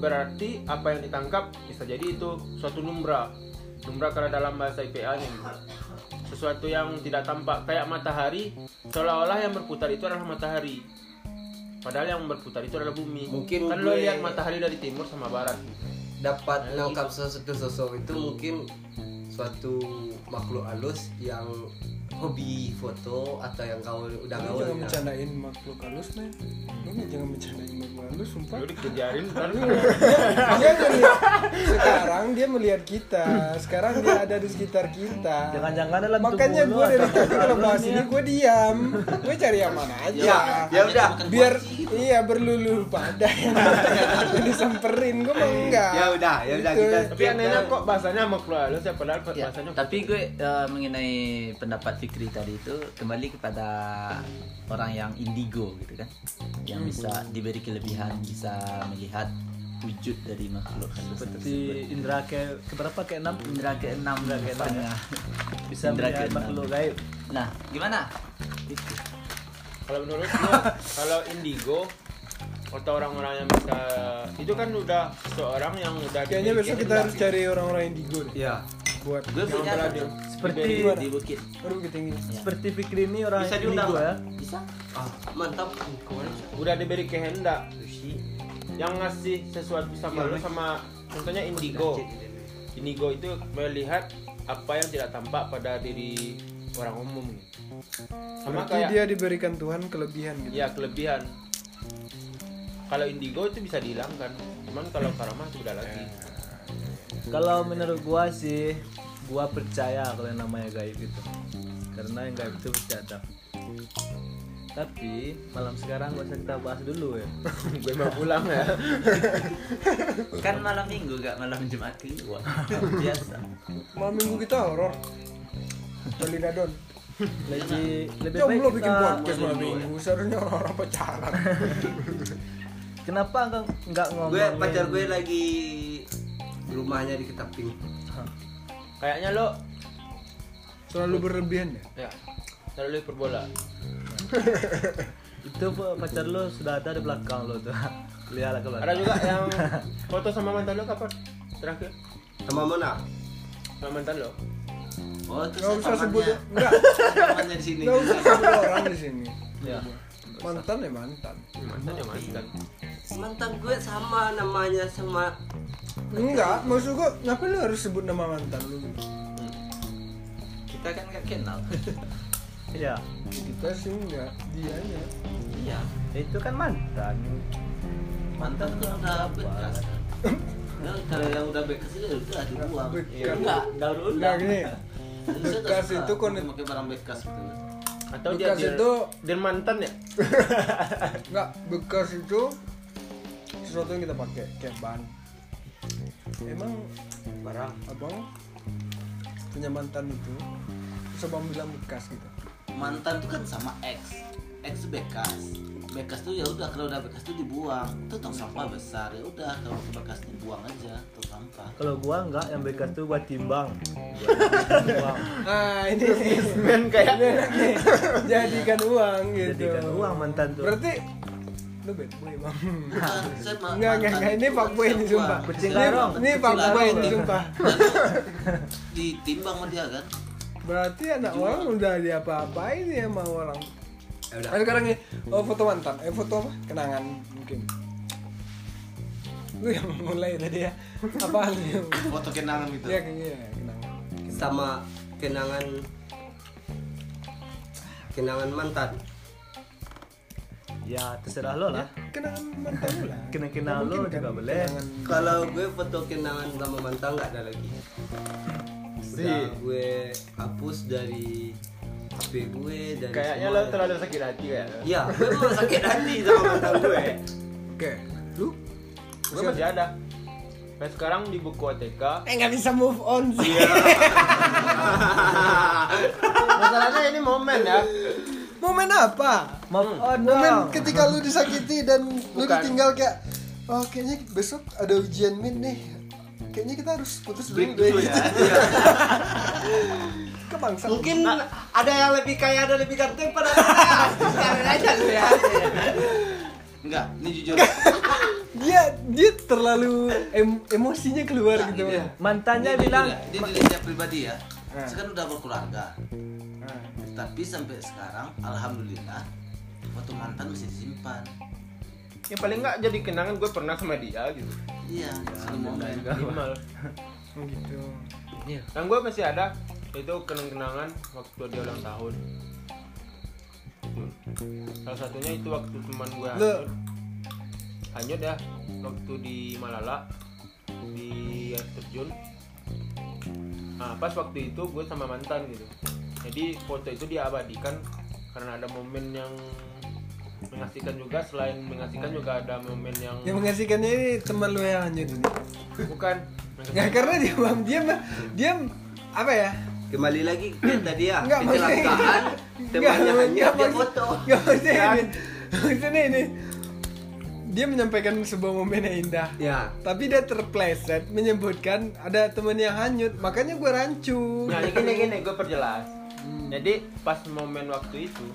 Berarti apa yang ditangkap bisa jadi itu suatu numbra. Numbra karena dalam bahasa IPA-nya gitu. Sesuatu yang tidak tampak kayak matahari, seolah-olah yang berputar itu adalah matahari. Padahal yang berputar itu adalah bumi. Mungkin kan lo gue- lihat matahari dari timur sama barat. dapat menangkap sosok sosok itu mungkin suatu makhluk halus yang hobi foto atau yang kau udah Lu kau jangan ya? bercandain makhluk halus nih Lu nih jangan bercandain makhluk halus sumpah Lu dikejarin ntar lu. Dia ngeliat- Sekarang dia melihat kita Sekarang dia ada di sekitar kita Jangan-jangan dalam Makanya tubuh lu gue dari atau tadi kalau lu ya. bahas nih ini gue diam Gue cari yang mana aja Ya udah. kan- Biar iya berlulu pada yang yang disamperin Gue mah enggak Ya udah, ya udah, Gitu. kita- Tapi anehnya kok bahasanya sama keluarga ya padahal Ya, bahasanya tapi gue eh, mengenai pendapat Fikri tadi itu kembali kepada orang yang indigo gitu kan, yang bisa diberi kelebihan bisa melihat wujud dari makhluk halus Seperti tersebut. Indra ke keberapa ke enam Indra keenam Indra ke keenam. tengah. bisa Indra melihat keenam. makhluk gaib. Nah, gimana? kalau menurut gua kalau indigo atau orang-orang yang bisa itu kan udah seorang yang udah Kayaknya dimiliki besok kita hendak. harus cari orang-orang indigo deh Ya. Buat Gue punya berani. satu. Seperti di bukit. Baru kita ingin seperti Fikri ini orang Bisa diundang, indigo ya. Bisa? Ah, mantap. Kemarin udah diberi kehendak yang ngasih sesuatu sama lu sama contohnya indigo gitu ya. indigo itu melihat apa yang tidak tampak pada diri orang umum sama Berarti kayak dia diberikan Tuhan kelebihan gitu ya kelebihan kalau indigo itu bisa dihilangkan cuman kalau karma itu beda lagi Ya. Kalau menurut gua sih, gua percaya kalau yang namanya gaib itu. Karena yang gaib itu bercadang. Tapi malam sekarang gak usah kita bahas dulu ya. gue mau pulang ya Kan malam minggu gak malam Jumat keluar. Biasa. Malam minggu kita horor Dolidadon Lebih lebih baik Jomblo bikin podcast kita ya. malam minggu Seharusnya orang-orang pacaran Kenapa enggak enggak ngomong? gue pacar gue lagi rumahnya di Ketaping. kayaknya lo Selalu berlebihan ya ya terlalu perbola Itu pa- pacar lo sudah ada di belakang lo tuh. Lihatlah ke belakang. ada juga yang foto sama mantan lo kapan terakhir Sama Mona. sama mantan Hmm, lo Oh, itu Gak usah sebut ya. Enggak Temannya di sini. Iya. Gak usah sebut orang di sini Ya. Mantan ya mantan mantan ya mantan Mantan gue sama namanya sama Enggak Maksud gua Kenapa lu harus sebut nama mantan lu Kita kan gak kenal. Iya. Kita sih enggak Dia nya Iya. Itu kan mantan. Mantan tuh udah bekas. Ya, kalau yang udah bekas itu ya udah dibuang. Bekas. Enggak, daur ulang. Enggak gini Terus saya Bekas nggak suka itu konek- pakai barang bekas gitu. atau Bekas dia dir- itu- dir mantan ya Iya, Enggak Bekas itu Sesuatu yang kita pakai Kayak ban Emang barang. Abang Punya mantan itu Terus abang bilang bekas gitu Mantan tuh kan sama ex. Ex bekas. Bekas tuh ya udah kalau udah bekas tuh dibuang. Itu tong sampah besar ya udah kalau itu bekas dibuang aja tong sampah. Kalau gua enggak yang bekas tuh buat timbang. timbang. Ah ini bisnismen kayaknya Jadikan uang gitu Jadikan uang mantan tuh. Berarti Lu bad boy bang Bukan, saya ma- Enggak, enggak, mantan enggak, ini itu Pak Boy saya ini buang. sumpah Kucing Ini- larong. Ini Pak Kucing Boy larong. ini sumpah Lalu ditimbang sama dia kan. Berarti anak orang udah diapa-apain ya sama orang Ya udah. Ayo sekarang nih, oh, foto mantan, eh foto apa? Kenangan mungkin Lu yang mulai tadi ya Apaan nih? Foto kenangan gitu. Ya kayaknya kenangan sama kenangan kenangan mantan Ya terserah lo lah. Kenangan mantan lu lah Kenang-kenang Mungkin lo kan juga boleh. kenangan. kalau gue foto kenangan sama mantan nggak ada lagi udah gue hapus dari hp gue dari kayaknya lo semua. terlalu sakit hati Iya. kayaknya ya gue emang sakit hati sama mantan gue Oke, lu? gue masih ada Nah sekarang di buku OTK Eh nggak bisa move on sih Iya. Masalahnya ini momen ya Momen apa? Move Oh, Oh, on dong. Momen ketika lu disakiti dan lu Bukan. ditinggal kayak oh kayaknya besok ada ujian mid nih. Kayaknya kita harus putus break dulu deh dulu gitu. ya Iya. Kebangsaan. mungkin ada yang lebih kaya ada lebih ganteng pada sekarang aja gue ya Enggak, ini jujur. dia dia terlalu em- emosinya keluar Nah, gitu. iya. Mantannya Ini bilang juga, dia diri saya pribadi ya. Nah. Eh. Sekarang udah berkeluarga. Tapi sampai sekarang alhamdulillah foto mantan masih disimpan. Ya paling nggak jadi kenangan gue pernah sama dia gitu Iya, satu momen. Minimal Oh, gitu. Yang gue masih ada itu kenang-kenangan waktu dia ulang tahun salah satunya itu waktu teman gue Lu. hanyut hanyut ya waktu di Malala di air terjun nah pas waktu itu gue sama mantan gitu jadi foto itu diabadikan karena ada momen yang mengasihkan juga selain mengasihkan juga ada momen yang Yang mengasihkannya ini teman lu yang lanjut ini. bukan Nggak Ya, karena dia bang dia mah- dia apa ya? Kembali lagi ke tadi ya, Enggak kecelakaan Enggak, temannya hanya enggak, dia maksud- foto. Kan? enggak, maksudnya ini. Maksudnya ini. Dia menyampaikan sebuah momen yang indah. Ya, Tapi dia terpleset menyebutkan ada temen yang hanyut, makanya gue rancu. Nah, gini gini gue perjelas. Hmm. Jadi pas momen waktu itu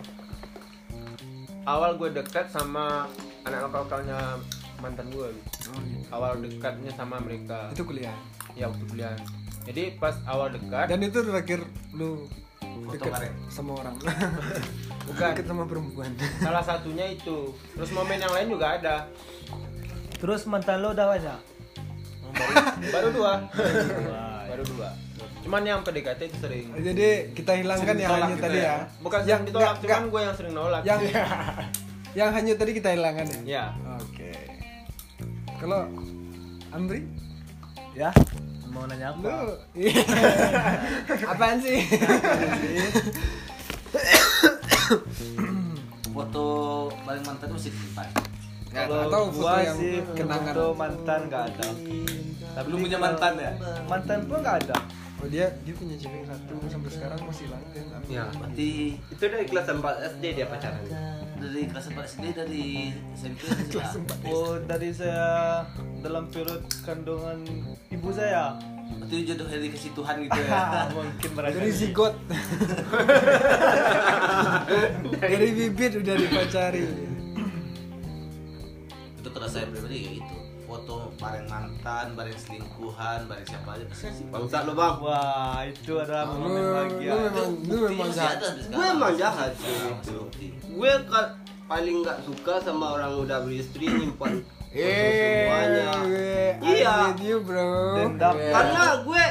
awal gue dekat sama anak lokal-lokalnya mantan gue. Oh, iya. Awal dekatnya sama mereka. Itu kuliah. Ya waktu kuliah. Jadi pas awal dekat Dan itu terakhir lu dekat sama orang. Bukan. Deket sama perempuan. salah satunya itu. Terus momen yang lain juga ada. Terus mantan lo udah banyak? Baru, baru dua. baru dua. Cuman yang PDKT itu sering. gitu Jadi kita hilangkan yang hanyut tadi ya. Bukan yang yang ditolak, enggak, cuman Iya. enggak. gue yang sering nolak. Yang yang hanyut tadi kita hilangkan ya. ya. Oke. Kalau Andri, ya mau nanya apa lu Iya. apaan sih? Foto paling mantan masih simpan. Atau kalau foto gua yang sih kenangan. foto mantan nggak ada tapi Belum punya kalau- mantan ya? mantan pun nggak ada Oh dia dia punya cewek satu sampai sekarang masih langgeng. ya. Berarti Itu dari kelas 4 SD dia pacaran. dari kelas 4 SD dari SMP kelas oh dari saya dalam perut kandungan ibu saya Berarti jodoh dari kasih Tuhan gitu ya. Ah, mungkin merasa Dari zigot. Dari bibit udah dipacari. itu kalau saya pribadi ya itu foto bareng mantan, bareng selingkuhan, bareng siapa aja pasti sih. Bangsat lu, Bang. wah itu adalah Lu, momen lu bahagia memang lu memang Masih jahat. ada sampai Gue sekarang. emang jahat sih. Nah, gitu. seperti itu. Gue kal- paling nggak suka sama orang udah beristri nyimpan foto semuanya. Eh, Iya. I with you bro. Dendam. Ya. Eh, Karena gue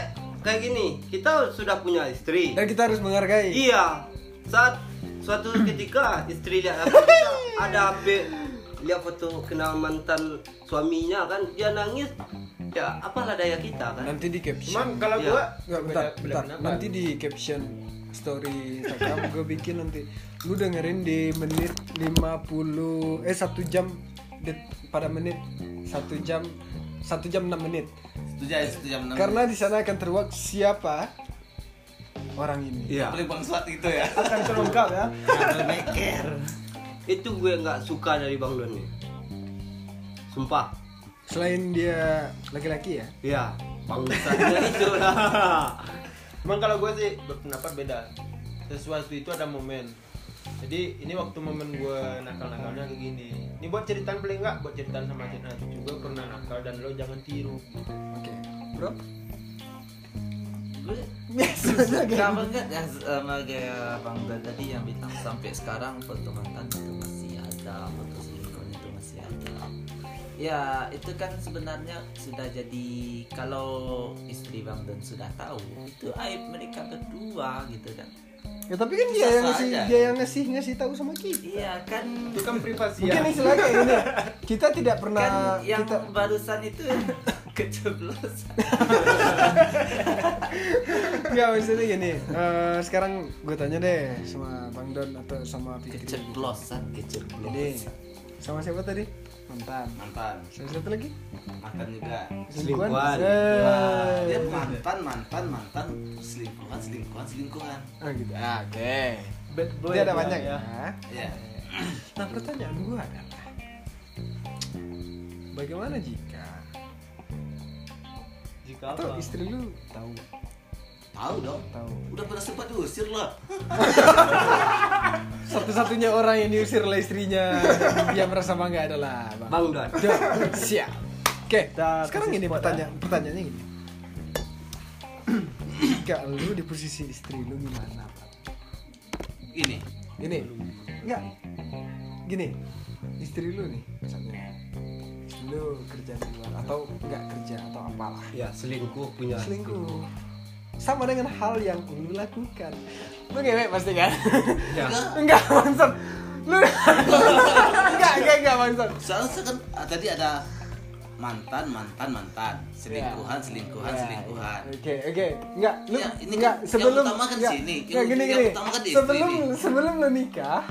kayak gini, kita sudah punya istri. Dan kita harus menghargai. Iya. Saat suatu ketika istri lihat apa kita ada HP lihat foto kenal mantan suaminya kan dia nangis ya apalah daya kita kan Nanti di caption. Cuman kalau Iya. gue Nggak, bentar, bentar. Nanti di caption story Instagram gue bikin nanti lu dengerin di menit 50 eh 1 jam det- pada menit 1 jam 1 jam 6 menit. Itu aja itu jam enam. Karena di sana akan terwak siapa orang ini. iya paling bangsat gitu ya. akan terungkap ya itu gue nggak suka dari bang Don nih sumpah Selain dia laki-laki ya. iya bangsatnya itu lah Cuman kalau gue sih berpendapat beda. Sesuatu itu ada momen. Jadi ini waktu momen gue nakal-nakalnya kayak gini. Ini buat ceritaan paling enggak buat ceritaan sama cerita juga pernah nakal dan lo jangan tiru. Oke. Bro, Gue biasa saja. Kenapa enggak yang sama kayak Bang Dan tadi yang bilang sampai sekarang foto mantan itu masih ada, foto selingkuh itu masih ada. Ya itu kan sebenarnya sudah jadi kalau istri Bang Dan sudah tahu itu aib mereka berdua gitu kan. Ya tapi kan dia yang Sah-sah ngasih aja. dia yang ngasih ngasih tahu sama kita. Iya kan Itu kan privasi Mungkin ya. istilahnya kayak gini. Kita tidak pernah kan yang kita barusan itu keceplosan. Enggak maksudnya gini. eh, sekarang gue tanya deh sama Bang Don atau sama Fikri. gitu. Keceplosan, keceplosan. Jadi sama siapa tadi? Mantan. mantan, Sama satu lagi? mantan juga. Selingkuhan. Selingkuhan. Eh. Dia mantan, mantan, mantan, selingkuhan, selingkuhan, selingkuhan. Ah gitu. Ah, Oke. Bad boy Dia ada dia, banyak ya. ya. Ya. Nah pertanyaan gue adalah Bagaimana jika jika atau apa istri lu tahu Tahu dong. tahu Udah pernah sempat diusir lah. satu-satunya orang yang diusir oleh istrinya dia merasa bangga adalah Bang bang Don Don. siap oke Kita sekarang kasih ini spot, pertanyaan pertanyaannya gini jika lu di posisi istri lu gimana Bang? Ini. gini enggak gini istri lu nih misalnya istri lu kerja di luar atau enggak kerja atau apalah ya selingkuh punya selingkuh sama dengan hal yang lu lakukan lu ngewek pasti kan Iya. enggak bangsat lu enggak enggak enggak bangsat Soalnya kan ah, tadi ada mantan, mantan, mantan, selingkuhan, selingkuhan, Ya, selingkuhan. ya. Oke, oke. Enggak, lu Ya, ini enggak kan yang sebelum utama kan enggak, sini. Enggak Yang- gini yang gini. utama kan di istri sebelum ini. sebelum lu nikah,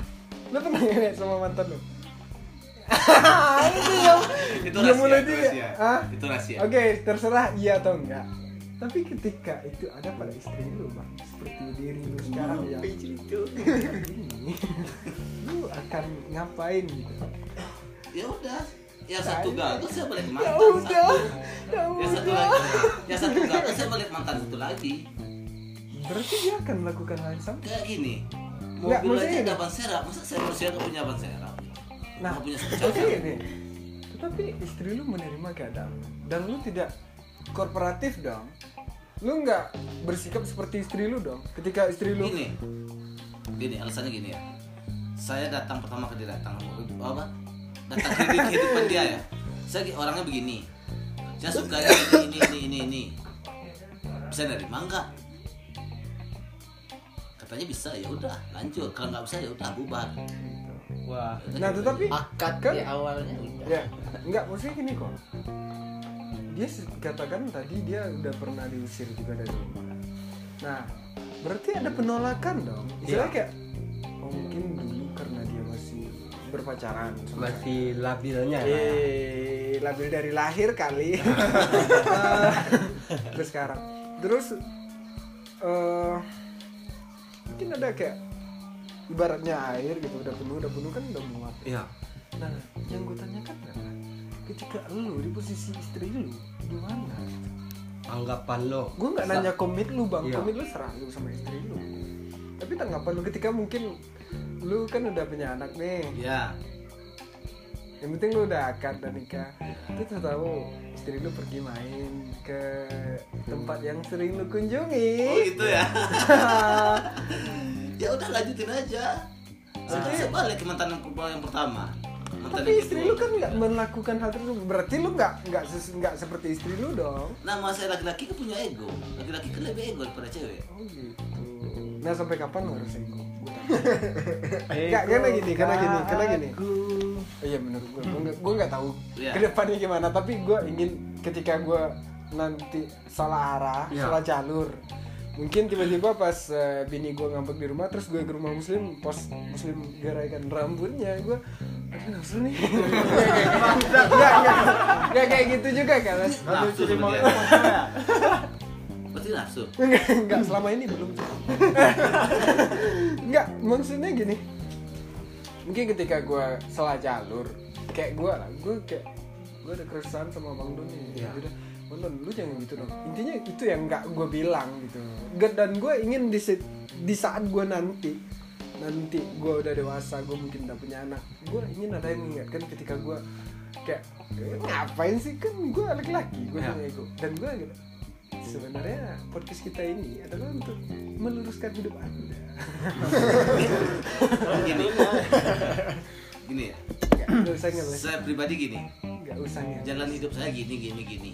lu pernah ngeliat sama mantan lu? itu yang yang Itu rahasia, mulai itu di- rahasia. Hah? Itu rahasia. Oke, terserah iya atau enggak. Tapi ketika itu ada pada istri lu, Bang, seperti diri lu sekarang yang ini, lu akan ngapain gitu? Ya udah. Yang satu gagal saya balik Ya mantan. udah, ya Yang satu udah. lagi. Yang satu gagal saya balik mantan satu lagi. Berarti dia akan melakukan hal yang sama. Nah, Kayak gini. Nggak, Mobil maksudnya aja gini. ada ban serap. Masa saya manusia nggak punya ban serap? Nah, Nggak punya sepeda. tapi ini, tetapi istri lu menerima keadaan lu. dan lu tidak korporatif dong. Lu nggak bersikap seperti istri lu dong. Ketika istri lu Gini. Gini, alasannya gini ya. Saya datang pertama kali datang apa? Datang ke hidup- kehidupan dia ya. Saya gi- orangnya begini. Saya suka ini ini ini ini ini. Bisa nerima enggak? Katanya bisa, ya udah lanjut. Kalau nggak bisa ya udah bubar. Ah, Wah, Nah, tetapi akad kan di awalnya udah ya, nggak maksudnya gini kok. Dia se- katakan tadi dia udah pernah diusir juga dari rumah. Nah, berarti ada penolakan dong. Istilahnya kayak oh, mungkin dulu karena dia masih berpacaran sama masih labilnya Iya. Eh, labil dari lahir kali. Terus sekarang. Terus eh mungkin ada kayak ibaratnya air gitu udah penuh udah penuh kan udah muat. Iya. Nah, yang gue tanyakan adalah ketika lu di posisi istri lu gimana? anggapan lo Gue nggak nanya komit lu bang, Iya. komit lu serah lu sama istri lu. Tapi tanggapan lu ketika mungkin lu kan udah punya anak nih Ya, yang penting lu udah akad dan nikah kita tahu istri lu pergi main ke tempat yang sering lu kunjungi oh gitu ya. ya udah lanjutin aja. Saya Tapi- saya balik ke mantan yang, yang pertama. Mantan tapi yang istri kedua. lu kan nggak melakukan hal tersebut berarti lu nggak nggak ses- nggak seperti istri lu dong Nama saya laki-laki kan punya ego. Laki-laki kan lebih ego daripada cewek. oh gitu nah sampai kapan lu harus ego Gua tanya. nggak karena gini karena gini karena gini Oh iya menurut gue gue nggak- gue nggak tahu Iya. kedepannya gimana tapi gue ingin ketika gue nanti salah arah Iya. salah jalur mungkin tiba-tiba pas eh, bini gue ngambek di rumah terus gue ke rumah muslim pos muslim geraikan rambutnya gue aduh nafsu nih nggak nggak nggak kayak gitu juga kan Mas? Nafsu sebenarnya. Berarti nafsu. Enggak, enggak selama ini belum. enggak, maksudnya gini. Mungkin ketika gua salah jalur, kayak gua lah, gua kayak gua ada keresahan sama Bang Doni. Ya. udah, Bang Don, lu jangan gitu dong. Intinya itu yang enggak gua bilang gitu. Enggak, Dan gua ingin di, se- di saat gua nanti nanti gua udah dewasa, gua mungkin udah punya anak. Gua ingin ada yang mengingatkan ketika gua kayak "Eh, ngapain sih kan gua laki-laki, gua punya ego. Dan gua gitu, sebenarnya podcast kita ini adalah untuk meluruskan hidup anda Gini. Gini ya. nggak usah ngeles Saya pribadi gini. nggak usah ngeles Jalan hidup saya gini gini gini.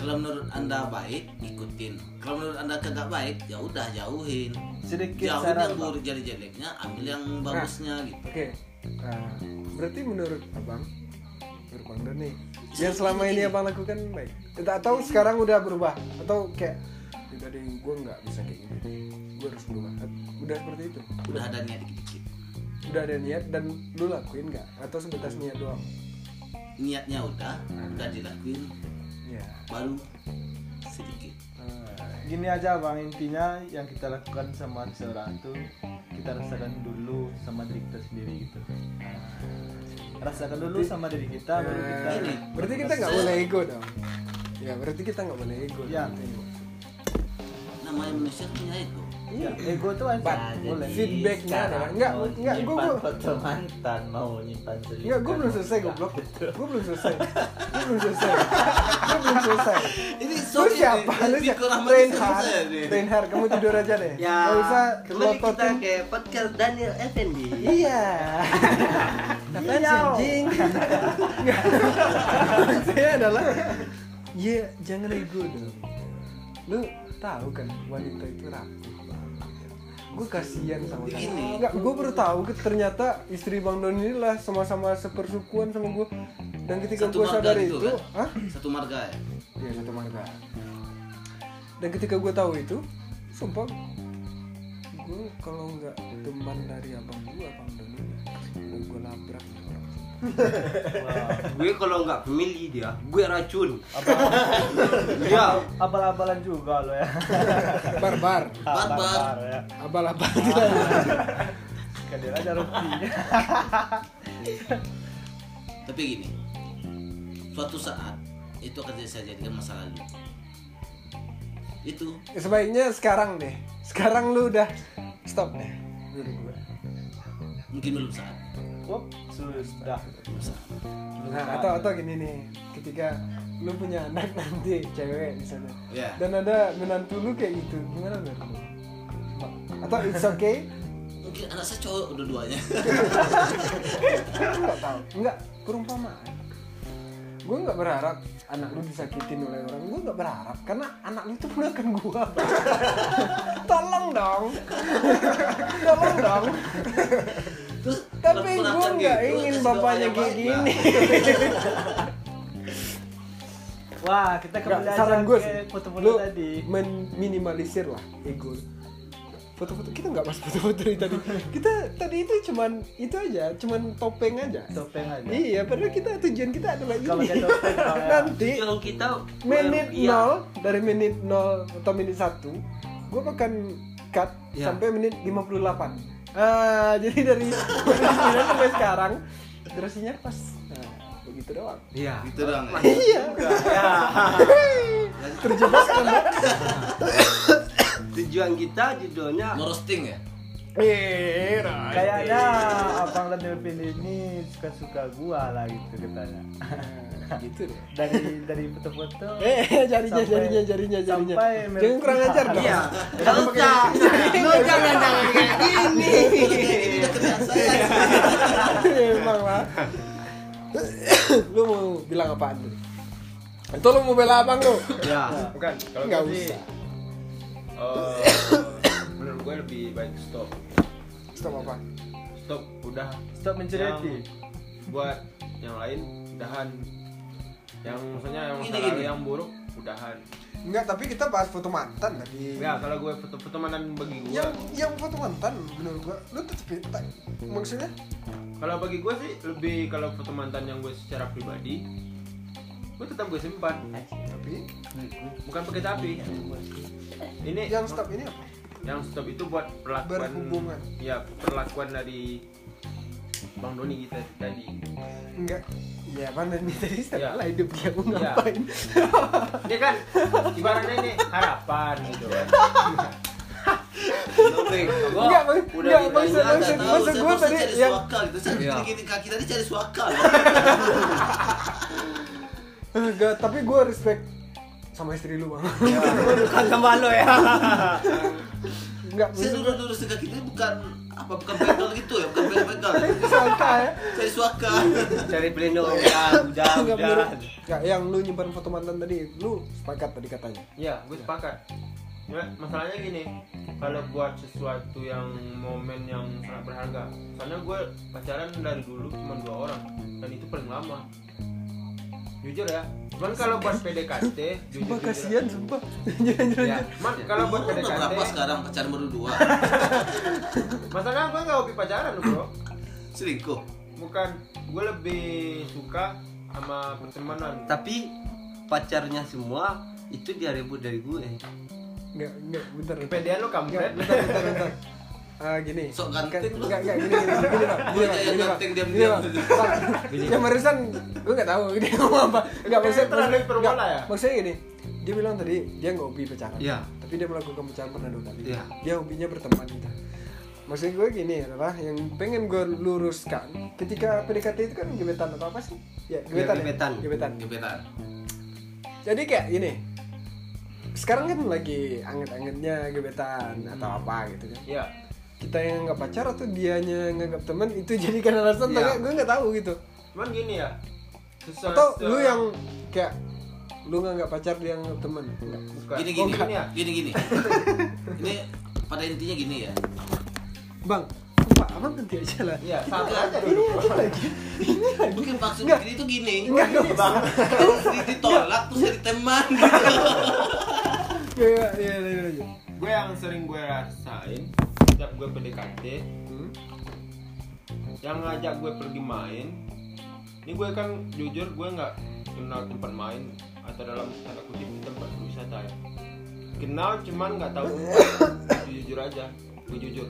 Kalau menurut anda baik, ikutin. Kalau menurut anda kagak baik, ya udah jauhin. sedikit Jauhin saran yang Bang. buruk jadi jeleknya, ambil yang bagusnya gitu. oke nah, berarti menurut abang menurut Bang Don nih yang selama ini abang lakukan baik atau sekarang udah berubah atau kayak udah deh gue nggak bisa kayak gini gue harus berubah udah seperti itu Udah ada niat dikit-dikit. udah ada niat dan lu lakuin nggak atau sebatas niat doang Niatnya udah, udah dilakuin, ya baru sedikit. Gini aja bang intinya yang kita lakukan sama seseorang itu kita rasakan dulu sama diri kita sendiri gitu. Nah, Rasakan dulu sama diri kita baru kita. Nah, berarti kita nggak boleh ego dong ya berarti kita nggak boleh ego Ya. dong. Namanya manusia punya ego. Ya, Iya. ego tuh aja Bat. boleh. Feedbacknya ada. Enggak, enggak, gua- gue gua- foto mantan mau nyimpan selingkuh Enggak, gue belum selesai goblok. Gue belum selesai. Gue belum selesai. Gue belum selesai. Ini Lu sorry, siapa? ini Lu Fikri siapa? Rahman Reinhard. saya nih. Reinhard, kamu tidur aja deh. ya Nggak usah kembali kita lototin. ke podcast Daniel Effendi Iya. Apa sih, anjing? Nggak. Maksudnya adalah ya jangan ego dong. Lu tahu kan wanita itu rapuh gue kasihan sama dia Ini. nggak gue baru tahu ke- ternyata istri bang Doni inilah sama-sama sepersukuan sama gue dan ketika Satu gue sadar marga itu, itu, kan? Hah? Satu marga ya. Iya satu marga. Dan ketika gue tahu itu, sumpah gue kalau nggak teman dari abang gue, abang Doni, udah gue labrak. gitu. nih orang. gue kalau nggak pemilih dia gue racun ya Abal-abalan juga lo ya. Barbar, Barbar. ya. abal-abal. Kalian aja rugi. Tapi gini, suatu saat itu akan saya jadikan masa lalu. Itu Ya, Sebaiknya sekarang deh, sekarang lu udah stop deh. Menurut gue. mungkin belum saat. Oh, Wop, sudah. Belum saat. Nah, atau atau gini nih, ketika lu punya anak nanti cewek misalnya, Ya. dan ada menantu lu kayak gitu, gimana menurut lu? Atau it's okay? Mungkin anak saya cowok dua-duanya. nggak tahu nggak perumpamaan gue nggak berharap anak lu disakitin oleh orang gue nggak berharap karena anak lu itu ponakan gue tolong dong tolong dong Terus tapi kurang- gue kurang nggak gitu, ingin terus bapaknya doanya kayak baik lah. gini Wah, kita kembali Nggak, aja saran gue ke sih, foto-foto lu tadi. men- minimalisir lah ego foto-foto kita nggak bahas foto-foto dari tadi kita tadi itu cuman itu aja cuman topeng aja Topeng aja. iya padahal kita tujuan kita adalah Kalau ini dia topeng, kalau ya. nanti yang kita menit iya. nol dari menit nol atau menit satu gue akan cut Iya. sampai menit 58 ah jadi dari menit 9 sampai sekarang durasinya pas nah, begitu doang iya Gitu doang. ya. iya terjelas kan Mbak? tujuan kita Iya. judulnya Mau roasting ya? eh Rai. Kayaknya abang lebih pilih ini suka-suka gua lah gitu katanya. Nah, gitu deh Dari dari foto-foto. eh jarinya Sampai- jarinya jarinya jarinya sampai jangan kurang ajar dong iya kalau tak lu jangan jangan kayak gini Ini udah kerjaan saya. Emang lah. lu mau bilang apaan tuh? Itu lu mau bela abang lu? ya bukan kalau Nggak gue sih, usah. eh, menurut gue lebih baik stop Stop apa? stop udah Stop menceriti. Yang buat yang lain udahan yang maksudnya yang Gini, masalah gini. yang buruk udahan Enggak, tapi kita bahas foto mantan tadi. ya kalau gue foto pertemanan bagi gue Yang yang foto mantan menurut gua lu tetep tak- maksudnya kalau bagi gue sih lebih kalau foto mantan yang gue secara pribadi gue tetap gue simpan tapi Iya, bukan pakai tapi ini yang stop ini apa? yang stop itu buat perlakuan Berhubungan. ya perlakuan dari bang Doni kita tadi Enggak. Ya mana nih tadi stop Ya. lah hidup dia gua Ya. ngapain. ini kan ibaratnya ini harapan gitu kan Gua Enggak, Bang. udah enggak ditanya, maksud Nggak maksud tahu, maksud saya gua bosan tadi cari yang suakal gitu. Saya Iya. bikin kaki tadi cari suakal. enggak, tapi gua respect sama istri lu, Bang. bukan sama lo ya Enggak. Saya maksud- dulu lurus kaki tadi bukan apa bukan begal gitu ya, bukan begal. Sangka ya. Cari suakal. cari pelindung ya udah Enggak udah menurut Enggak, yang lu nyimpan foto mantan tadi, lu sepakat tadi Iya, katanya. ya gue sepakat Ya, masalahnya gini kalau buat sesuatu yang momen yang sangat berharga soalnya gue pacaran dari dulu cuma dua orang dan itu paling lama jujur ya cuman kalau buat PDKT jujur iya, Sumpah jujur kasihan, sumpah. Jangan ya jangan. cuman kalau buat Umur udah berapa kan? PDKT sekarang pacaran baru dua? masalah gue nggak hobi pacaran bro Selingkuh. bukan gue lebih suka sama pertemanan tapi pacarnya semua itu dia rebut dari gue Enggak, enggak, bentar. Iya, bentar. kepedean lo Enggak, kampret bentar, bentar, bentar. Ah, gini. Sok ganteng lu. Enggak, enggak, gini, gini, gini, gini, Pak. Gua gini, Pak, kayak gini, Pak. ganteng Gini, diam-diam. Pak. Pak, Yang barusan, gue nggak tahu dia ngomong apa. Enggak, Itu maksudnya, kayaknya terlalu maksudnya- hiperbola enggak, ya? maksudnya gini, dia bilang tadi dia nggak hobi pacaran. Iya. Tapi dia melakukan pacaran pernah dua kali. Iya. Dia hobinya berteman gitu. Maksud gue gini adalah yang pengen gue luruskan ketika PDKT itu kan gebetan atau apa sih? Ya, gebetan. ya? gebetan. Gebetan. Iya, Gebetan. Jadi kayak gini. Sekarang kan lagi anget-angetnya gebetan atau apa gitu kan. ya Kita yang nggak pacar atau dianya yang nganggap teman itu jadikan alasan Iya. tapi gue nggak tahu gitu. cuman gini ya sesuatu Atau lu yang kayak lu nggak pacar dia nggak teman Nggak. Bukan. ya. gini Oh, gini enggak. ya? gini gini ini pada intinya gini ya bang sumpah abang ganti aja lah Iya, sama Enggak. aja ini dulu. aja lagi ini lagi mungkin maksud Enggak. gini tuh gini Enggak, gini, Bang. Di- ditolak terus jadi teman gitu loh. Iya. ya ya ya ya, ya, ya. Gue yang sering gue rasain setiap gue PDKT, Hmm. yang ngajak gue pergi main. Ini gue kan jujur gue nggak kenal tempat main atau dalam tanda kutip tempat wisata ya. Kenal cuman nggak tahu. Itu jujur aja, gue jujur.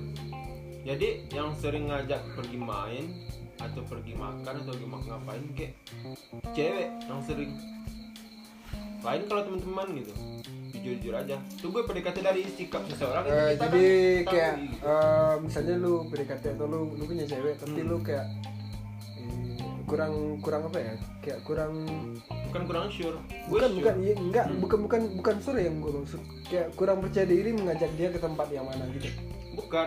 Jadi yang sering ngajak pergi main atau pergi makan atau pergi mak- ngapain kayak cewek yang sering lain kalau teman-teman gitu jujur-jujur aja tuh gue PDKT dari sikap seseorang itu Eh, kita jadi kan tahu kayak gitu. eh, misalnya lu PDKT atau lu lu punya cewek Hmm. tapi lu kayak eh, kurang kurang apa ya kayak kurang bukan kurang sure gue bukan sure. bukan iya, enggak Hmm. bukan bukan bukan sore yang gue maksud kayak kurang percaya diri mengajak dia ke tempat yang mana gitu bukan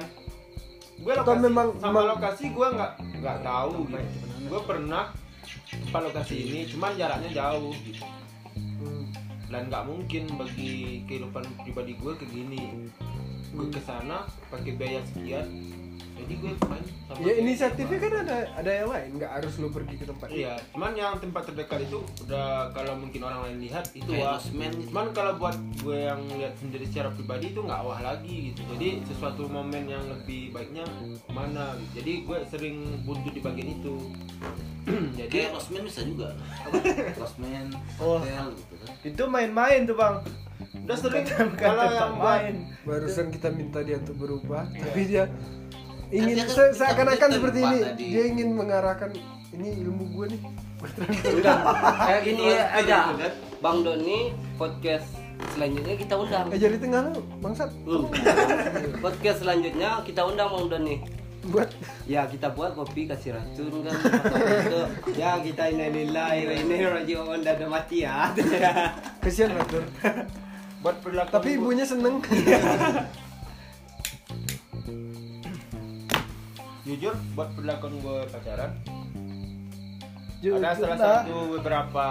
gue Atau lokasi memang- sama memang- lokasi gue nggak nggak tahu gitu. gue pernah tempat lokasi ini cuman jaraknya jauh gitu Hmm. dan nggak mungkin bagi kehidupan pribadi gue kayak gini gue kesana pakai biaya sekian jadi gue main sama ya dia. inisiatifnya kan ada ada yang lain nggak harus lu pergi ke tempat Iya, cuman yang tempat terdekat itu udah kalau mungkin orang lain lihat itu Kayak wah. losmen gitu. Cuman kalau buat gue yang lihat sendiri secara pribadi itu nggak wah lagi gitu. Jadi sesuatu momen yang lebih baiknya mana. gitu. Jadi gue sering buntu di bagian itu. Jadi kayak Rosman bisa juga Rosman Oh. hotel gitu kan Itu main-main tuh bang. udah sering Bukan kalau tempat yang buat main. barusan kita minta dia untuk berubah tapi dia ingin Kan dia kan se- minta seakan-akan minta seperti tempat ini tadi. dia ingin mengarahkan ini ilmu gue nih Kayak Ah, eh, gini Gitu kan. aja. Bang Doni podcast selanjutnya kita undang. eh jadi tengah lu bangsat Hmm. podcast selanjutnya kita undang Bang Doni. buat Ya kita buat kopi kasih racun kan. Itu, ya kita innalillahi wa inna ilaihi raji'un dada mati ya. kesian Ratur buat perilaku tapi ibunya seneng jujur buat perilaku gue pacaran Jujur ada salah lah. satu beberapa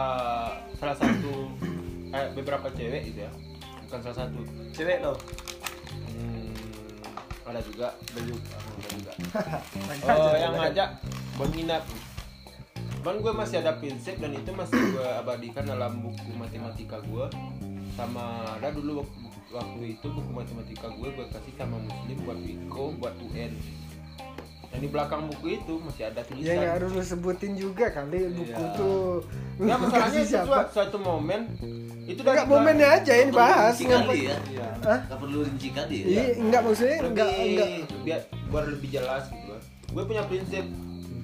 salah satu eh, beberapa cewek gitu ya bukan salah satu Cewek lo. hmm, ada juga ada juga ada juga oh, yang ngajak buat nginap Cuman gue masih ada prinsip dan itu masih gue abadikan dalam buku matematika gue sama ada dulu wak- buku- waktu itu buku matematika gue gue kasih sama muslim buat Wiko buat UN dan di belakang buku itu masih ada tulisan ya nggak harus lu sebutin juga kali buku tuh Nah, Lu masalahnya kasih itu suatu, suatu momen itu dari nggak momennya aja ini Eh, bahas Rinci nggak kali ya Hah? nggak perlu rinci kali ya iya nggak maksudnya nggak nggak lebih biar biar lebih jelas gitu kan. Gue punya prinsip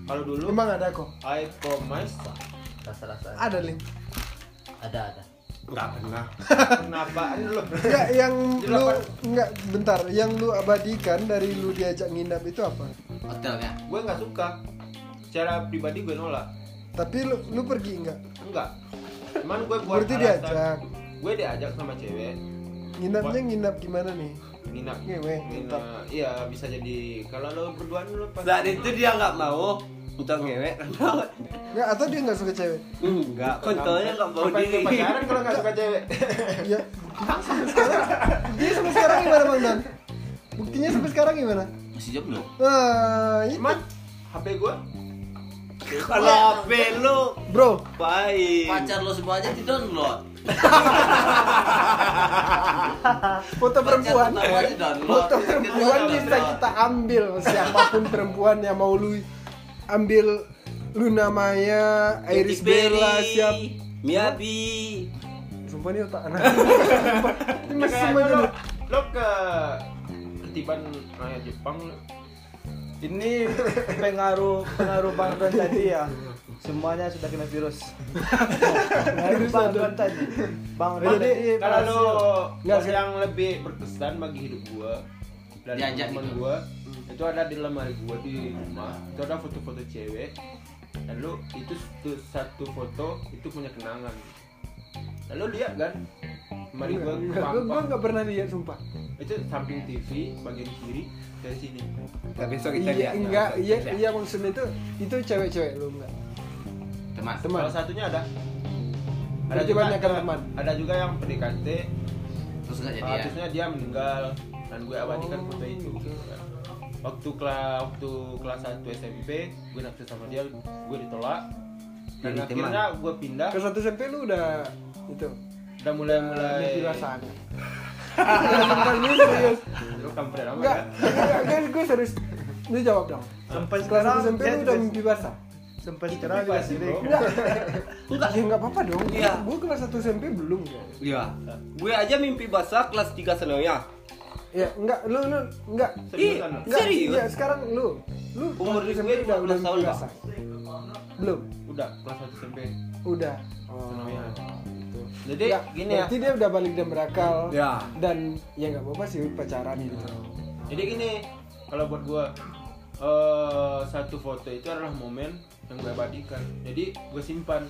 kalau dulu emang ada kok I promise rasa-rasa ada link ada ada nggak pernah kenapaan lu Enggak, yang Jadi lu apa? enggak bentar, yang lu abadikan dari lu diajak nginap itu apa? hotelnya gue nggak suka secara pribadi gue nolak Tapi lu lu pergi enggak? enggak cuman gue buat Berarti alasan- diajak. gue diajak sama cewek Nginapnya nginap gimana nih? nginap Ngewe, nginap iya bisa jadi kalau lo berduaan lo Saat itu dia nggak mau untuk ngewek karena Enggak atau dia enggak suka cewek? enggak kontolnya nggak mau Sampai diri. ke pacaran kalau nggak suka cewek ya. Sampai sekarang. Dia sampai sekarang gimana Bang Dan? Buktinya sampai sekarang gimana? masih jomblo Ah, itu. cuman HP gue Kalau HP lu Bro, baik. pacar lo semua aja di download foto perempuan. pertama aja download Foto perempuan bisa kita ambil siapapun perempuan yang mau lu ambil Luna Maya, Iris Bella, siap Miyabi. Sumpah nih otak anak. Sumpah, Ini masih Kayak semuanya lo, nih. lo ke ketiban raya Jepang Ini pengaruh pengaruh Bang Don tadi ya. Semuanya sudah kena virus. Pengaruh Bang Don tadi. Bang Don Jadi, tadi kalau lo Nggak, yang yang lebih berkesan bagi hidup gua dan Diajak teman gitu. gua itu ada di lemari gua di rumah itu ada foto-foto cewek dan lo itu satu, satu foto itu punya kenangan dan lo lihat kan lemari gua Enggak, gua- gua kepampang. enggak pernah lihat sumpah. itu samping TV bagian kiri dari sini Tapi besok kita Iya, lihat. enggak, iya, iya maksudnya itu itu cewek-cewek lu enggak. teman Teman. salah satunya ada ada Berarti juga banyak kan teman? ada juga yang PDKT terus nggak jadi ya statusnya dia meninggal dan gue abadikan foto itu gitu kan. waktu kelas waktu kelas 1 SMP gue naksir sama dia gue ditolak dan Jadi teman. akhirnya gue pindah Kelas satu SMP lu udah itu udah mulai mulai lebih dewasaan. Bentar, ini serius. ya? lu kampret apa Enggak, enggak enggak, enggak, gue serius. Lu jawab dong. Sampai Kelas sekarang satu SMP dia lu udah tulis- mimpi basah. Sampai sekarang dia Pasti, sendiri. bro. Enggak, ya enggak apa-apa dong. Iya. Gue kelas satu SMP belum kayaknya. Iya. Gue aja mimpi basah kelas 3 sebenarnya. Ya, enggak, lu lu enggak. Ih, Seriusan, Enggak, serius? iya, sekarang lu lu Umur kelas satu gue SMP udah udah 15 mimpi tahun, Pak. basah. Belum. udah kelas 1 SMP Udah. Semuanya. gitu. Jadi, Nggak, gini ya. berarti dia udah balik dan berakal. Ya. Dan ya nggak apa-apa sih pacaran gitu. jadi gini kalau buat gue eh satu foto itu adalah momen yang gue abadikan jadi gue simpan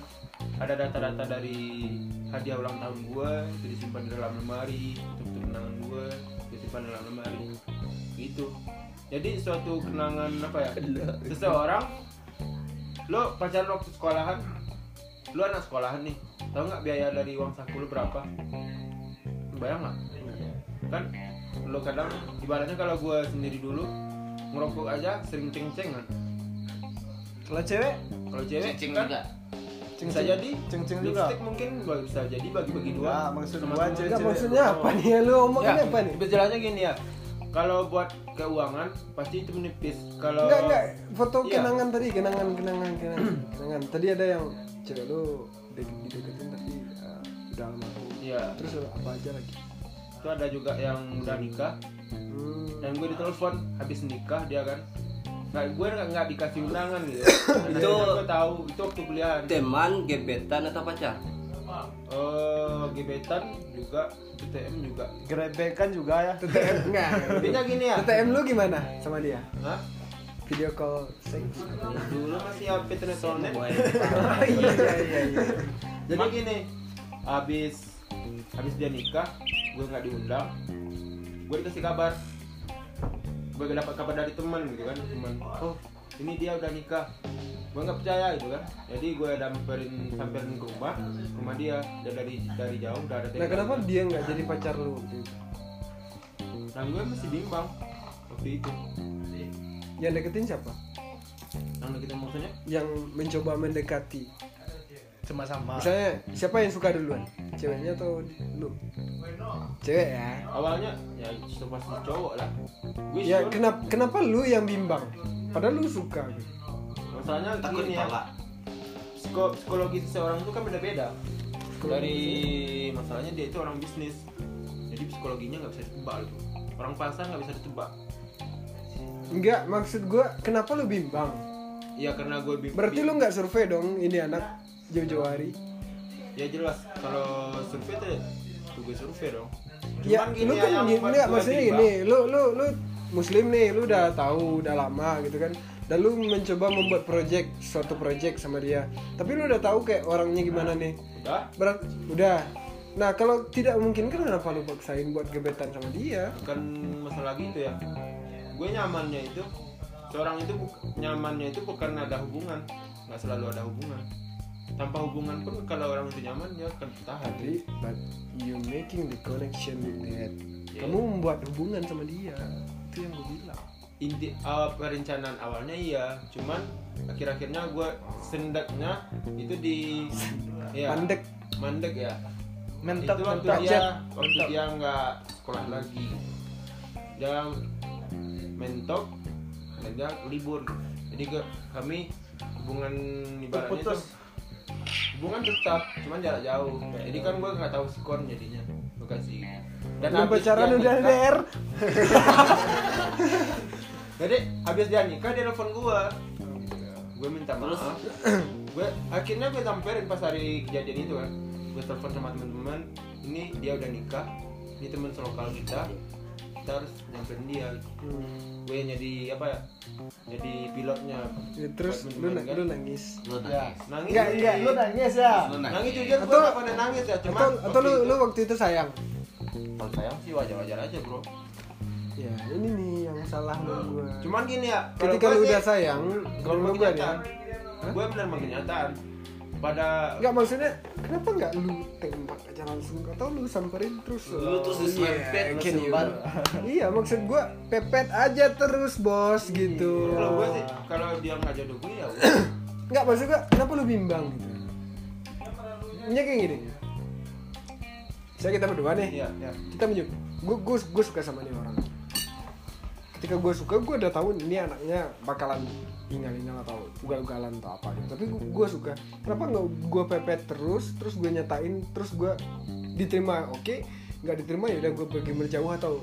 ada data-data dari hadiah ulang tahun gue itu disimpan di dalam lemari untuk kenangan gue disimpan dalam lemari gitu jadi suatu kenangan apa ya seseorang lo pacaran waktu sekolahan lo anak sekolahan nih tau nggak biaya dari uang saku lo berapa Lu bayang nggak kan lo kadang ibaratnya kalau gue sendiri dulu ngerokok aja sering ceng-ceng kan Kalau cewek kalau cewek cicing kan juga bisa jadi Ceng-ceng juga. lipstick mungkin bisa jadi bagi-bagi Ya, dua Nah, maksud sama gua teman. cewek- Enggak maksudnya apa nih? Lu omong ya ini apa nih? berjalannya gini ya kalau buat keuangan pasti itu menipis kalau Enggak, enggak. Foto Iya. kenangan tadi, kenangan, kenangan, kenangan, kenangan. Tadi ada yang cewek lu de- dideketin tapi eh, udah almarhum. Iya. Terus apa aja lagi? itu ada juga yang udah nikah Hmm. dan gue ditelepon habis nikah dia kan nggak gue nggak nggak dikasih undangan gitu Dan Itu- akhirnya gue tahu itu waktu kuliahan Teman, gebetan atau pacar? eh gebetan juga UTM juga gerebekan juga ya. TTM enggak. intinya gini ya TTM lu gimana sama dia? Hah? Video call sex. dulu masih HP Telesonet Oh, iya iya iya. iya. jadi gini habis habis dia nikah gue nggak diundang gue dikasih kabar gue gak dapat kabar dari teman gitu kan teman oh ini dia udah nikah gue nggak percaya gitu kan jadi gue samperin samperin ke rumah ke rumah dia dan dari dari jauh udah ada Nah kenapa dia nggak jadi pacar lu? waktu itu? dan gue Nah, masih bimbang waktu itu Iya. Yang deketin siapa? yang kita maksudnya Yang mencoba mendekati. Sama-sama. Misalnya siapa yang suka duluan? Ceweknya atau lu? Cewek ya. awalnya ya itu pasti cowok lah gue Ya sure. kenapa kenapa lu yang bimbang? Padahal lu suka. gitu. masalahnya takut gini ya ditolak psiko- psikologi seseorang itu kan beda-beda dari masalahnya dia itu orang bisnis jadi psikologinya nggak bisa ditebak itu orang pasar nggak bisa ditebak Enggak, maksud gua kenapa lu bimbang? ya karena gue bi- Berarti bi- lu nggak survei dong ini anak jauh-jauh hari. ya jelas kalau survei tuh ya, tugas survei dong Ya, lu kan yang gini, buat enggak, gua maksudnya bimbang, gini, lu lu lu muslim nih, lu udah tahu udah lama gitu kan. Dan lu mencoba membuat project suatu project sama dia. Tapi lu udah tahu kayak orangnya gimana nih. udah Berat udah. Nah, kalau tidak mungkin kan kenapa lu paksain buat gebetan sama dia? bukan masalah gitu ya gue nyamannya itu seorang itu buk- nyamannya itu bukan ada hubungan nggak selalu ada hubungan tanpa hubungan pun kalau orang itu nyaman dia akan bertahan Tapi but you making the connection with that. Kamu membuat hubungan sama dia. Itu yang gue bilang. inti uh, perencanaan awalnya iya cuman akhir-akhirnya gue sendaknya itu di ya, Pandek. mandek ya Mentok itu waktu mentok. dia waktu dia nggak sekolah lagi dia mentok dan dia libur jadi ke, kami hubungan ibaratnya tuh hubungan tetap cuman jarak jauh jadi kan gue nggak tahu skor jadinya gue kasih dan Belum habis pacaran dia udah nikah- LDR. jadi habis dia nikah dia telepon gua gue minta maaf gue akhirnya gue samperin pas hari kejadian itu kan gue telepon sama teman-teman ini dia udah nikah ini teman selokal kita kita harus nyamperin dia gue yang jadi apa ya jadi pilotnya Ya, terus Buat lu, na- teman-teman, lu kan? nangis. lu ya, nangis nangis Enggak, enggak, lu nangis ya. lu nangis jujur gue Atau- gak pernah nangis ya cuman atau atau waktu lu itu- lu waktu itu sayang. kalau sayang sih wajar-wajar aja bro Ya, ini nih yang salah menurut gua. cuman gini ya kalau ketika gua lu sih- udah sayang, kalau kalau gue menurut gua ya. kenyataan gue benar kenyataan pada Enggak maksudnya kenapa enggak lu tembak aja langsung atau lu samperin terus Lu terus diselempet, lu sempat. iya maksud gua pepet aja terus bos gitu kalau gue sih kalau dia nggak jodoh gue ya udah. Enggak maksud gua kenapa lu bimbang gitu Nya kayak gini saya kita berdua nih iya iya kita menjuk gue gue suka sama nih orang ketika gue suka gue udah tahu ini anaknya bakalan ingal-ingal atau ugal-ugalan atau apa gitu tapi gue suka kenapa nggak gue pepet terus terus gue nyatain terus gue diterima oke nggak diterima ya udah gue pergi menjauh atau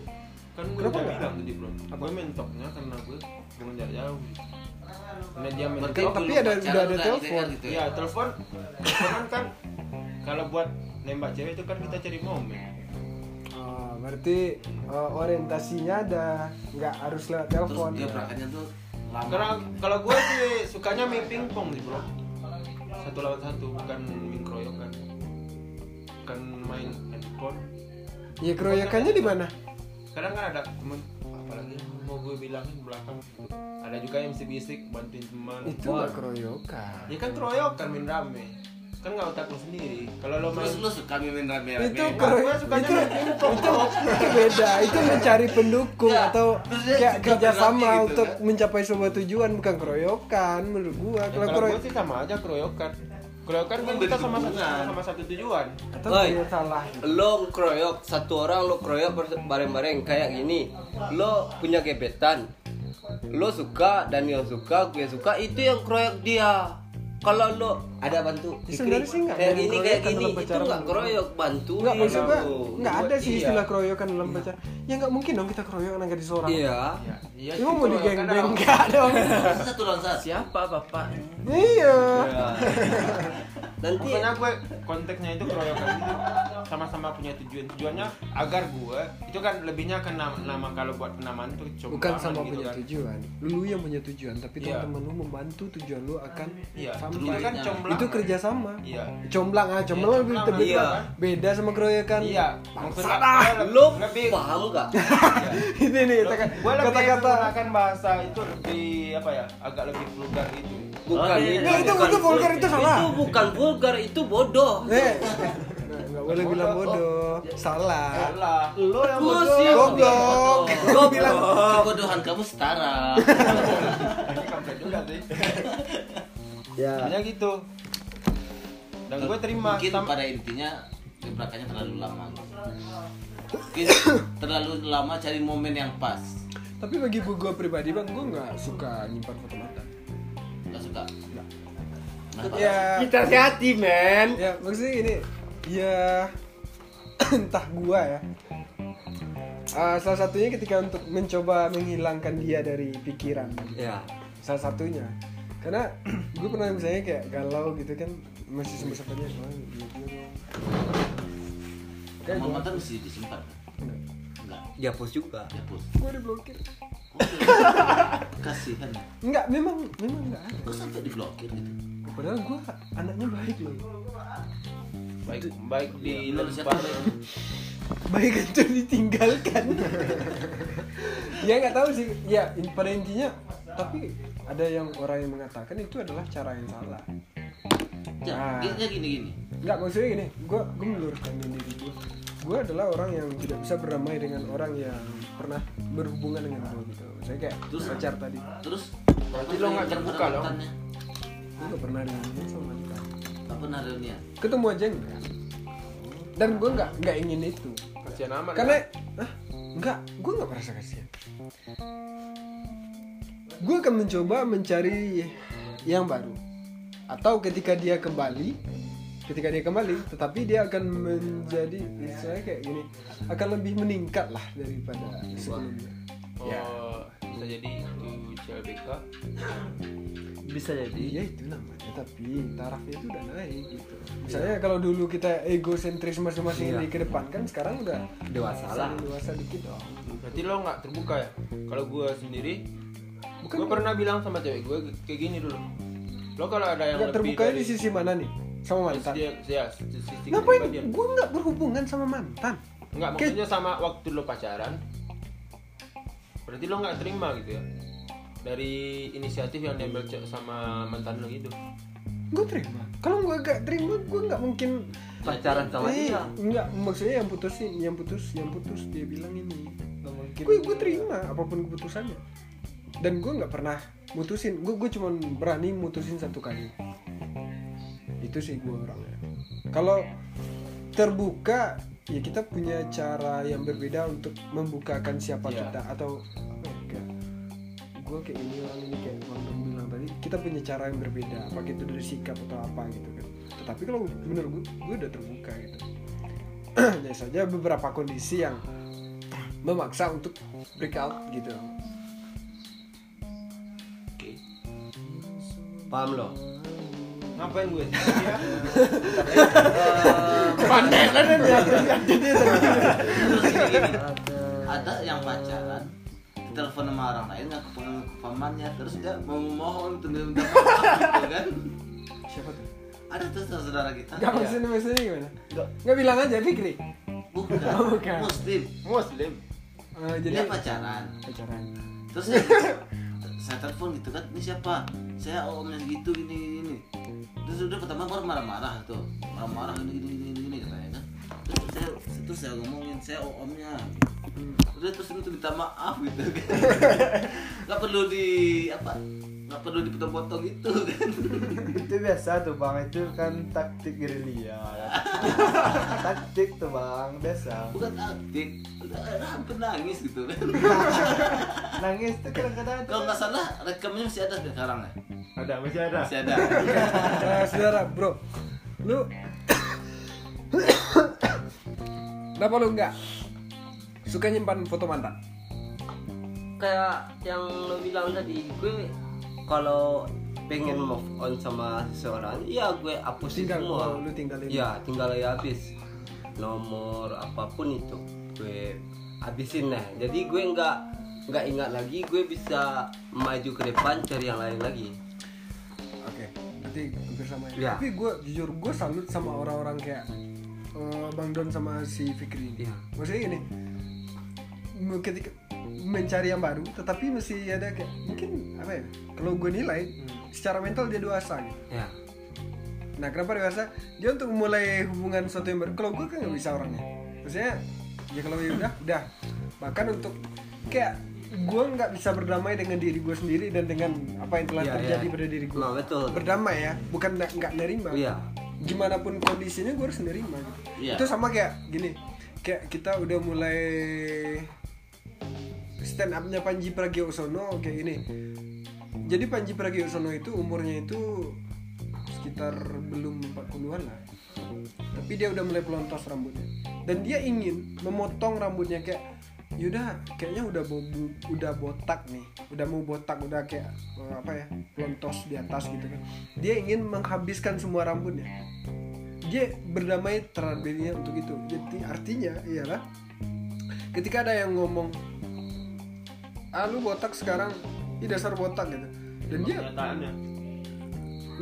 kan gue Kenapa udah nggak? bilang tadi bro gue mentoknya karena gue dengan jarak jauh gitu. karena dia Berarti mentok tapi ya- belum ada- pacaran, udah ada udah telepon. LDR gitu ya? iya telepon teleponan kan kalau buat nembak cewek itu kan kita cari momen ah, berarti eh, orientasinya ada nggak harus lewat Terus telepon dia berangkatnya tuh lama. karena kalau gue sih sukanya main pingpong sih bro satu lawan satu bukan main keroyokan bukan main handphone ya keroyakannya di mana kadang kan ada temen apalagi yang mau gue bilangin belakang gitu. ada juga yang mesti bisik bantuin teman itu Wah, nggak keroyokan ya kan keroyokan main rame kan nggak otak lu sendiri kalau lo main Terus lu suka main Ya, rame-rame. itu Gue keroy sukanya itu main pingpong bro. itu beda itu mencari pendukung Ya, atau terus dia juga kayak berlatih kerjasama gitu, untuk kan? mencapai sebuah tujuan bukan keroyokan menurut gua Ya, kalau kalau keroy gue sih sama aja keroyokan keroyokan kan kita sama satu sama satu tujuan atau Oi. gua salah lo keroyok satu orang lo keroyok ber- bareng-bareng kayak gini lo punya gebetan lo suka dan yang suka gue suka itu yang keroyok dia kalau lo ada bantu Ya, sebenarnya sih nggak kayak ada gini yang kayak keroyokan gini dalam itu pacaran. nggak keroyok bantu nggak maksud gua nggak ada sih Iya. istilah keroyokan dalam pacaran ya nggak mungkin dong kita keroyokan angkat di seorang iya iya Emang mau keroyokan digeng-geng ada- nggak dong Terus satu lawan satu. siapa bapak iya nanti Pokoknya gue konteksnya itu keroyokan itu sama-sama punya tujuan. Tujuannya agar gue itu kan lebihnya ke nama, nama kalau buat penamaan itu coba bukan sama punya tujuan lu yang punya tujuan tapi gitu kan. Iya. teman-teman lu membantu tujuan lu akan Iya, sampai kan comblang. itu kerjasama Iya. comblang ah comblang lebih comblang, tebet iya. lah. beda sama keroyokan Iya, maksudnya gue le- lo lebih paham nggak ini nih Lo- tekan- gue lebih kata-kata menggunakan bahasa itu lebih apa ya agak lebih vulgar gitu. bukan Oh, iya, iya. Nah, itu itu vulgar itu salah. itu bukan vulgar itu bodoh Eh, nggak boleh bilang bodoh, salah. Salah. Lo yang Lo bodoh. sih Eh, yang Goblok. Lo Lo bilang Kebodohan kamu setara. Ini kampret juga sih. ya. Hanya gitu. Dan gue terima. Mungkin Tam- pada intinya gebrakannya terlalu lama. Mungkin terlalu lama cari momen yang pas. Tapi bagi gue pribadi bang, gue nggak suka nyimpan foto mantan. Gak suka. Kenapa? Iya. Ya, kita hati men ya maksudnya gini, ya entah gua ya. Ah, salah satunya ketika untuk mencoba menghilangkan dia dari pikiran. ya salah satunya karena gue pernah misalnya kayak galau gitu kan masih sempat sempatnya oh, iya, iya, iya. kayak Momen gue mantan mesti disimpan. Enggak, dihapus ya juga dihapus. gue diblokir Kasihan ya. enggak memang memang enggak ada Kok sampai diblokir gitu? padahal gue anaknya baik loh baik baik Iya, di Menurut siapa? lempar. baik untuk ditinggalkan ya nggak tahu sih ya in- pada intinya tapi ada yang orang yang mengatakan itu adalah cara yang salah Ya, Ah. intinya gini-gini. Enggak maksudnya gini, gue gue meluruskan diri gue. Gue adalah orang yang tidak bisa berdamai dengan orang yang pernah berhubungan dengan gue gitu. Saya kayak Terus? pacar tadi, Terus Berarti lo nggak terbuka, lo? gue gak pernah reunian sama mantan. Gak pernah reunian. Ketemu aja enggak. Dan gue nggak nggak ingin itu. Kasihan amat. Karena, ah, enggak, gue nggak merasa kasihan. Gue akan mencoba mencari yang baru. Atau ketika dia kembali, ketika dia kembali, tetapi dia akan menjadi, misalnya kayak gini, akan lebih meningkat lah daripada sebelumnya. Ya. Oh, bisa jadi itu CLBK. Bisa jadi. Iya itu namanya, tapi tarafnya itu udah naik gitu. Misalnya kalau dulu kita egosentris masing-masing di ke depan kan, sekarang udah dewasa lah saling dewasa dikit dong. Berarti lo nggak terbuka ya? Kalau gue sendiri, Bukan gue pernah bilang sama cewek gue kayak gini dulu. Lo kalau ada yang nggak lebih terbukanya dari di sisi mana nih sama mantan? dia, ya, sisi sisi Ngapain? kepribadian. Gue nggak berhubungan sama mantan. Nggak Ke- maksudnya sama waktu lo pacaran. Berarti lo nggak terima gitu ya? Dari inisiatif yang diambil ce- sama mantan lo gitu. gue terima kalau gue gak terima gue nggak mungkin ya. pacaran sama Iya. eh, dia nggak maksudnya yang putusin yang putus yang putus dia bilang ini Nggak mungkin. gue gue terima apapun keputusannya dan gue nggak pernah mutusin gue gue cuman berani mutusin satu kali itu sih gue orangnya kalau terbuka ya kita punya cara yang berbeda untuk membukakan siapa kita atau gue kayak ini orang ini kayak Bang Dom bilang tadi kita punya cara yang berbeda apa gitu dari sikap atau apa gitu kan tetapi kalau bener gue gue udah terbuka gitu ya saja beberapa kondisi yang memaksa untuk break out gitu paham lo ngapain gue Terus gini, gini. ada yang pacaran telepon sama orang lain nggak kepengen pamannya terus dia mau mohon untuk minta maaf gitu kan siapa tuh ada tuh saudara kita Gak Iya. maksudnya maksudnya gimana? Gak bilang aja Fikri Oh, bukan, Bukan. muslim muslim Eh, dia Jadi pacaran pacaran terus saya, saya telepon gitu kan ini siapa saya omnya gitu gini gini, gini terus udah pertama baru marah-marah tuh marah-marah gini gini gini, gini gini katanya kan terus saya terus saya ngomongin saya omnya udah terus itu minta maaf gitu kan nggak perlu di apa nggak perlu dipotong-potong gitu kan itu biasa tuh bang itu kan taktik gerilya taktik tuh bang biasa bukan aktif udah udah hampir nangis gitu kan nangis tuh kadang-kadang kalau nggak salah rekamnya masih ada sekarang ya Ada, masih ada. masih ada Eh, Saudara bro Lu Kenapa lu enggak? Suka nyimpan foto mantan? kayak yang lo bilang tadi gue kalau pengen Oh. move on sama seseorang iya gue hapusin Tinggal, semua oh, lu tinggalin. iya tinggal ya habis nomor apapun itu gue habisin lah jadi gue nggak nggak ingat lagi gue bisa maju ke depan cari yang lain lagi Oke, berarti hampir sama ya. Iya. Tapi gue jujur gue salut sama orang-orang kayak eh, Bang Don sama si Fikri. ini. Iya. Maksudnya gini, m- ketika mencari yang baru, tetapi masih ada kayak mungkin apa ya? Kalau gue nilai, Hmm. secara mental dia dewasa gitu. ya Nah kenapa dewasa? Dia untuk mulai hubungan suatu yang baru. Kalau gue kan nggak bisa orangnya. Maksudnya ya kalau ya udah udah. Bahkan untuk kayak gue nggak bisa berdamai dengan diri gue sendiri dan dengan apa yang telah Iya, terjadi iya. pada diri gue. Nah, betul. Berdamai ya, bukan nggak nggak nerima. Iya. Gimana pun kondisinya gue harus nerima. gitu. Iya. Itu sama kayak gini, kayak kita udah mulai stand upnya Panji Pragiwaksono kayak ini. Jadi Panji Pragiwaksono itu umurnya itu sekitar belum 40-an lah. Tapi dia udah mulai pelontos rambutnya. Dan dia ingin memotong rambutnya kayak yaudah kayaknya udah bobu, udah botak nih. Udah mau botak, udah kayak eh, apa ya? pelontos di atas gitu kan. Dia ingin menghabiskan semua rambutnya. Dia berdamai terhadap dirinya untuk itu. Jadi artinya ialah ketika ada yang ngomong ah lu botak sekarang ini dasar botak gitu dan dia kenyataannya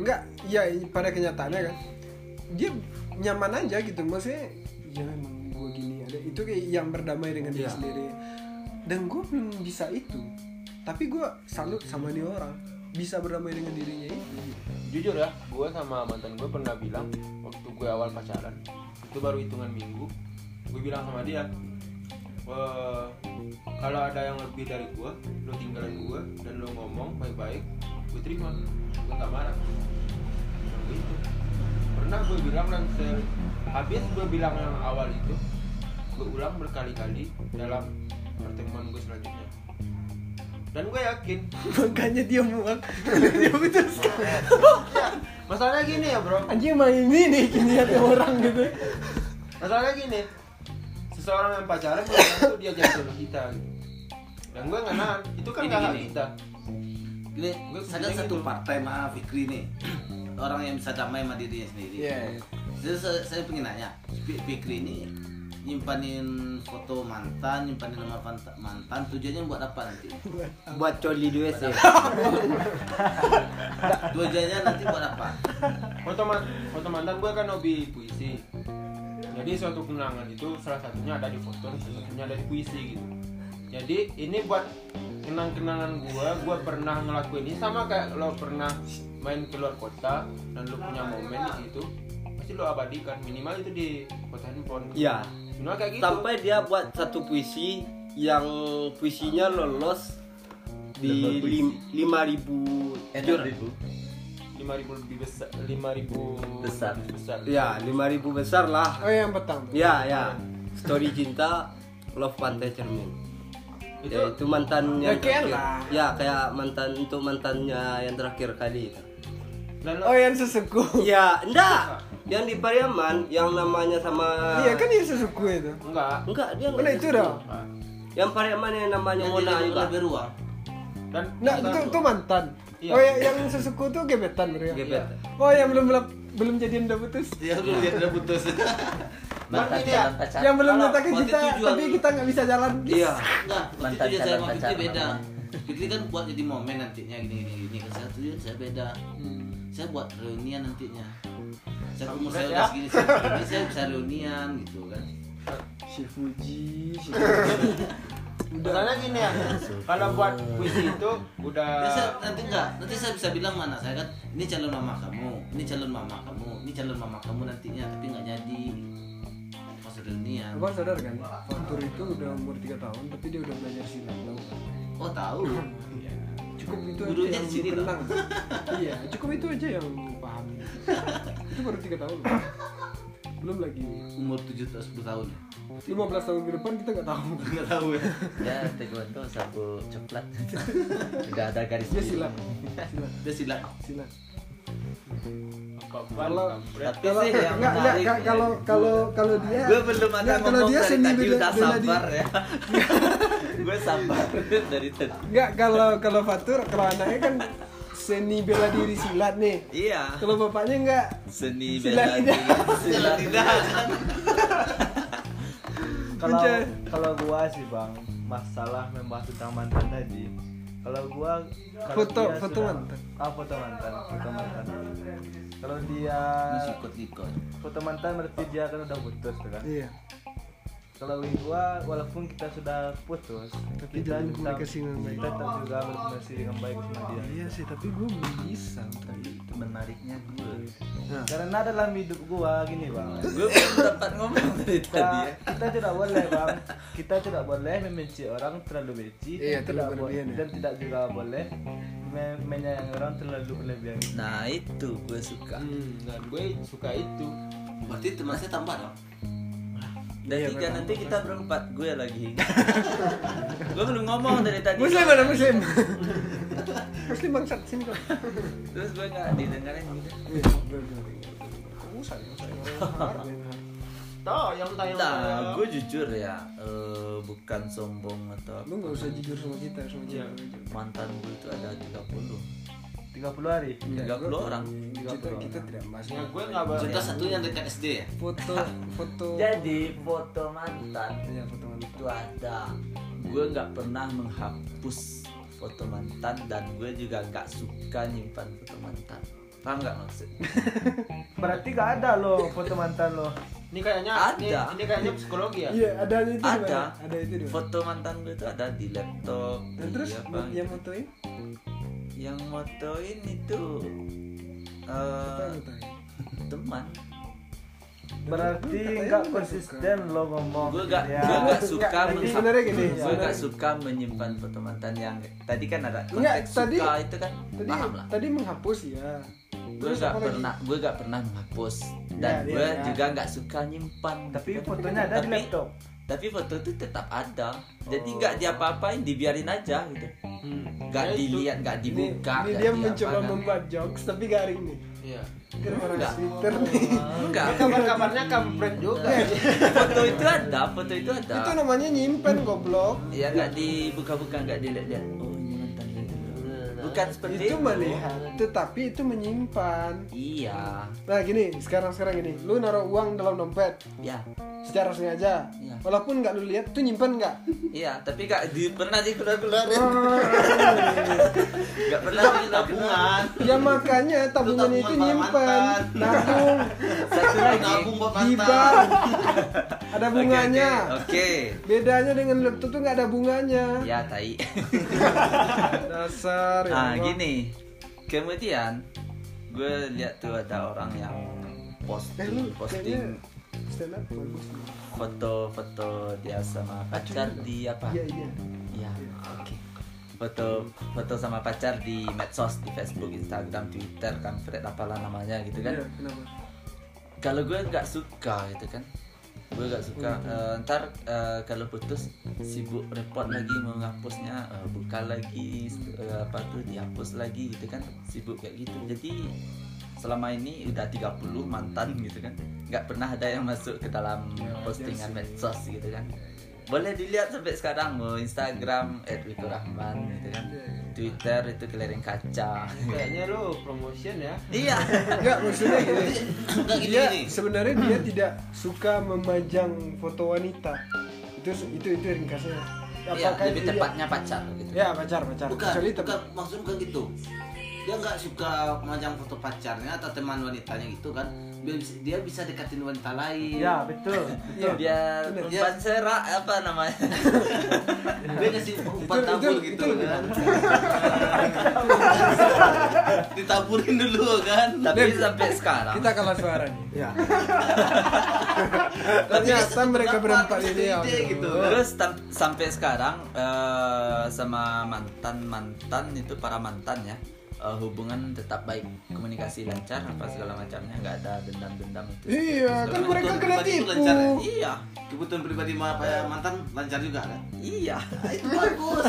enggak ya pada kenyataannya kan dia nyaman aja gitu maksudnya ya memang gue gini ada itu kayak yang berdamai dengan diri Iya. sendiri dan gue belum bisa itu tapi gue salut sama dia orang bisa berdamai dengan dirinya itu jujur ya gue sama mantan gue pernah bilang waktu gue awal pacaran itu baru hitungan minggu gue bilang sama dia "Eh, kalau ada yang lebih dari gue lo tinggalin gue dan lo ngomong baik-baik gue terima gue gak marah Bilang gitu pernah gue bilang dan se- habis gue bilang yang awal itu gue ulang berkali-kali dalam pertemuan gue selanjutnya dan gue yakin makanya dia muak dia putus masalahnya gini ya bro anjing emang ini nih niatnya orang gitu masalahnya gini seseorang yang pacaran belum tentu dia jadi jodoh kita gitu dan gue nggak nahan itu kan Gini, kakak gini. kita Gini, Gue saya kan kepikiran satu gitu. partai sama Fikri nih Orang yang bisa damai sama dirinya sendiri Iya. Jadi saya, saya pengen nanya Fi- Fikri ini nyimpanin foto mantan, nyimpanin nama manta- mantan Tujuannya buat apa nanti? buat coli duit sih Tujuannya nanti buat apa? foto, man- foto mantan gue kan hobi puisi jadi suatu kenangan itu salah satunya ada di foto salah satunya ada di puisi gitu jadi ini buat kenang-kenangan gue gue pernah ngelakuin ini sama kayak lo pernah main keluar kota dan lu punya momen di situ pasti lu abadikan minimal itu di kota handphone Iya. minimal kayak gitu Sampai dia buat satu puisi yang puisinya lolos di lim- 5000 jur. lima ribu lebih besar lima ribu Besar. Iya. besar Ya, 5000 besar lah. Oh yang petang. tuh. Ya, ya. Story cinta Love Pantai Cermin. Itu- Ya, itu mantan yang Oke terakhir. lah. Ya, kayak mantan untuk mantannya yang terakhir kali itu. dan lu- Oh yang seseku. Ya, enggak. Yang di Pariaman yang namanya sama Iya kan yang seseku itu. enggak Enggak, dia enggak Mana itu dah? Yang Pariaman yang namanya Mona juga. beruang. dan Nah itu, itu mantan. Iya. Oh yang, yang seseku tuh Iya. gebetan mereka. Gebetan. Oh yang belum belum belum jadian udah putus. Dia belum dia udah putus. mantan calon pacar Yang belum Kalau datangin waktu kita, itu jual- tapi kita nggak bisa jalan. Iya. Enggak, Mantan itu dia saya calon sama pacar, Fitri beda. namanya. Fitri kan buat jadi momen nantinya gini gini gini. Kalau saya tuh dia- saya beda. Hmm. Saya buat reunian nantinya. Saya umur saya ya. udah segini, saya segini, saya bisa reunian gitu kan. Si Fuji. si- Soalnya gini ya, kalau buat puisi itu Nanti Ya, saya, udah nanti enggak, nanti saya bisa bilang mana saya kan ini calon mama kamu, ini calon mama kamu, ini calon mama kamu nantinya tapi nggak jadi. Pas reunian. Abang sadar kan, Fatur itu udah umur 3 tahun, tapi dia udah belajar silat. tau. Oh tahu. Cukup itu Gurunya aja yang di sini, lu kenang. iya, cukup itu aja yang lu pahami. itu baru 3 tahun. loh. Belum lagi Umur 7 atau 10 tahun. 15 tahun ke depan kita nggak tahu. Enggak tahu ya. ya taekwondo sabu coklat udah ada garis Dia Iya, biru. silat. Silat. Dia silat. Silat. kalau Kalau Tapi kalau sih yang nggak nggak menarik nggak, ya, kalau kalau kalau dia gue belum ada nggak, kalau ngomong dia dari seni tadi bela- udah bela diri. sabar ya gue sabar dari tadi Enggak, kalau kalau Fatur kalau anaknya kan seni bela diri silat nih. iya Kalau bapaknya enggak seni silat bela tidak. diri silat lidah kalau Udah. kalau gua sih bang masalah membahas tentang mantan tadi kalau gua kalau Foto- dia foto sudah- mantan. ah foto mantan foto mantan kalau dia Ikut-ikut. foto mantan berarti dia kan udah putus tuh kan Iya. kalau bagi gua walaupun kita sudah putus Tapi kita jalin tetap- komunikasi dengan baik. kita tetap juga berkomunikasi dengan baik sama dia Iya sih, tapi gue belum bisa untuk itu menariknya gue Nah. karena dalam hidup gua gini bang gue belum dapat ngomong dari Iya. tadi ya. kita, kita tidak boleh bang kita tidak boleh membenci orang terlalu benci Iya, dan tidak terlalu boleh berlebihan ya. dan tidak juga boleh me- menyayangi orang terlalu berlebihan nah itu gue suka hmm, dan gue suka itu Berarti teman saya tambah dong. dan Iya, tiga nanti kita berempat gue lagi gue belum ngomong dari tadi Muslim mana Muslim? Muslim bangsat sini kok. terus gue nggak didengarin gitu Iya, toh yang tanya nah gue jujur ya eh, bukan sombong atau Lu nggak usah jujur sama kita sama Iya. cewek. mantan gue itu ada 30 30 hari 30 orang Kita kita tidak bahas ya gue nggak bahas Contoh satu yang dekat SD ya. foto foto. jadi foto mantan Iya foto mana? itu ada gue nggak pernah menghapus foto mantan dan gue juga nggak suka nyimpan foto mantan paham nggak maksud berarti gak ada loh foto mantan lo ini kayaknya Ada. ini, ini kayaknya psikologi ya Iya ada itu. di mana? Ada. Ada itu di. mana? foto Iya, mantan gue itu ada di laptop Dan di Nah, terus apa yang fotoin? yang motoin itu eh, teman berarti Katanya nggak lu nggak konsisten lo ngomong gue gak ya. gue nggak suka Oh, iya. Nah, Jadi menghap- sebenarnya gini, gue sebenarnya- nggak suka menyimpan foto mantan yang tadi kan ada konteks Nggak, tadi- suka itu kan Tadi paham lah tadi menghapus ya. gue Terus gak apa lagi? pernah gue gak pernah menghapus Ya, dan dia gue ya. juga gak suka nyimpan tapi Gitu kan. fotonya ada di Tapi- laptop tapi foto itu tetap ada jadi Oh. nggak diapa-apain dibiarin aja gitu nggak Ya, itu. dilihat nggak dibuka Hmm. Ini, nggak dia diapa, mencoba nggak- membuat jokes tapi garing nih. iya Kira orang Enggak. Twitter nih. nggak kabar kabarnya kamu friend juga foto itu ada foto itu ada Iya. Itu namanya nyimpen goblok. ya nggak dibuka-buka nggak dilihat-lihat oh ini mantan gue dulu. bukan seperti Itu melihat, tetapi itu menyimpan. iya Nah gini, sekarang-sekarang gini, lu naruh uang dalam dompet ya secara sengaja, Iya. walaupun nggak lu lihat, tuh nyimpen nggak? iya tapi nggak di, pernah dikeluar-keluarin Oh. nggak pernah tabungan ya makanya tabungan Lu tabungan itu para nyimpen, mantan. nabung, satu lagi Nabung buat di mantan. bank, ada Oke, bunganya. oke, gitu ya. oke Bedanya dengan laptop tuh nggak ada bunganya. ya tai Dasar. ya nah Ah, Allah. gini kemudian gue lihat tuh ada orang yang Eh, posting lu posting kayaknya stand up bagus nih. Ah. foto-foto dia sama pacar di apa? Ah, Iya, iya. Kan? Iya, oke. Foto foto sama pacar di medsos, di Facebook, Instagram, Twitter, kan Fred apalah namanya gitu kan. Iya, kenapa? Kalau gue nggak suka gitu kan. Gue nggak suka. Eh, ntar eh, kalau putus sibuk repot lagi mau ngapusnya, eh, buka lagi eh, apa tuh dihapus lagi gitu kan. Sibuk kayak gitu. Jadi selama ini udah 30 mantan gitu kan. nggak pernah ada yang masuk ke dalam postingan medsos gitu kan boleh dilihat sampai sekarang mau Instagram @wikurahman gitu kan Twitter itu keliling kaca Kayaknya Ya, lu promotion ya. iya Enggak, maksudnya gini. Enggak gini Dia gini. sebenarnya dia tidak suka memajang foto wanita. Itu itu itu ringkasnya. Iya, lebih dia- tepatnya pacar gitu Ya, pacar, pacar. Bukan, Kecuali tem- bukan maksudnya bukan gitu. Dia nggak suka memajang foto pacarnya atau teman wanitanya gitu kan. Hmm. Dia bisa, dia bisa dekatin wanita lain. Ya betul. Iya. biar Bener. umpan serak apa namanya Dia kasih umpan Itu- itu- tabur itu gitu lebih kan. Ditaburin dulu kan. tapi sampai sekarang Kita kalah suara nih. Iya. Ya. Ternyata mereka berempat Dapat ini ya. ide gitu. terus tam- sampai sekarang eh, sama mantan mantan itu para mantan ya eh, hubungan tetap baik komunikasi lancar apa segala macamnya nggak ada dendam dendam itu Iya, kan mereka Kebutuhan kena pribadi itu tipu. lancar ya? iya Kebutuhan pribadi ma- eh, mantan lancar juga kan. iya Nah, itu bagus.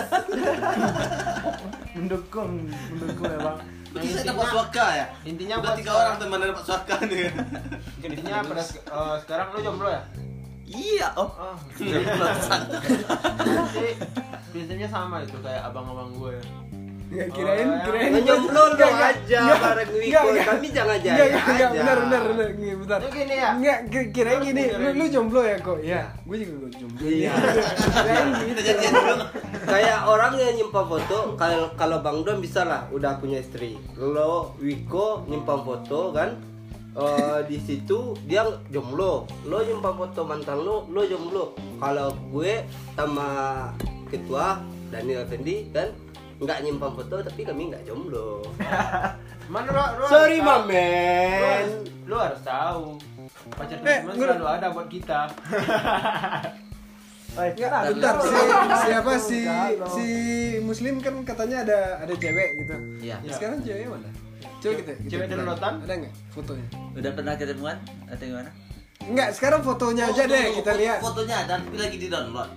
Mendukung, mendukung ya bang. Berarti saya dapat suaka ya. Intinya Udah buat tiga orang teman dapat suaka nih. Intinya pada se- eh, sekarang lu jomblo ya? iya oh Oh. Keceplosan. Jadi prinsipnya sama itu kayak abang-abang gue ya. Ya, kirain Oh, kirain. Nyoblon Enggak, dong enggak, aja enggak, bareng enggak, Wiko. enggak. Kami jangan jaya Enggak, enggak, enggak, aja. benar, benar, benar, Nggak, bentar. Lu gini ya? Enggak, ki- kirain gini, lu, lu jomblo ya kok? Iya, Iya. gue juga gua jomblo. Iya. Kirain gitu. Kayak orang yang nyimpan foto, kalau kalau Bang Don bisa lah, udah punya istri. Lo Wiko nyimpan foto kan? Eh, di situ dia jomblo. Lo nyimpan foto mantan lo, lo jomblo. Kalau gue sama ketua Daniel Fendi kan nggak nyimpan foto tapi kami nggak jomblo. Mana lu, lu harus Sorry tahu. Lu mamen. harus, lu harus tahu. Pacar Eh, teman gue- selalu ada buat kita. Baik. Enggak, bentar. Si, siapa si si muslim kan katanya ada ada cewek gitu. Iya. Sekarang ceweknya mana? Coba kita. kita Cewek tanya. downloadan? Ada enggak fotonya? udah pernah ketemuan atau gimana Enggak, sekarang fotonya Oh, aja deh Tunggu, kita fo- lihat. Fotonya ada tapi lagi di download.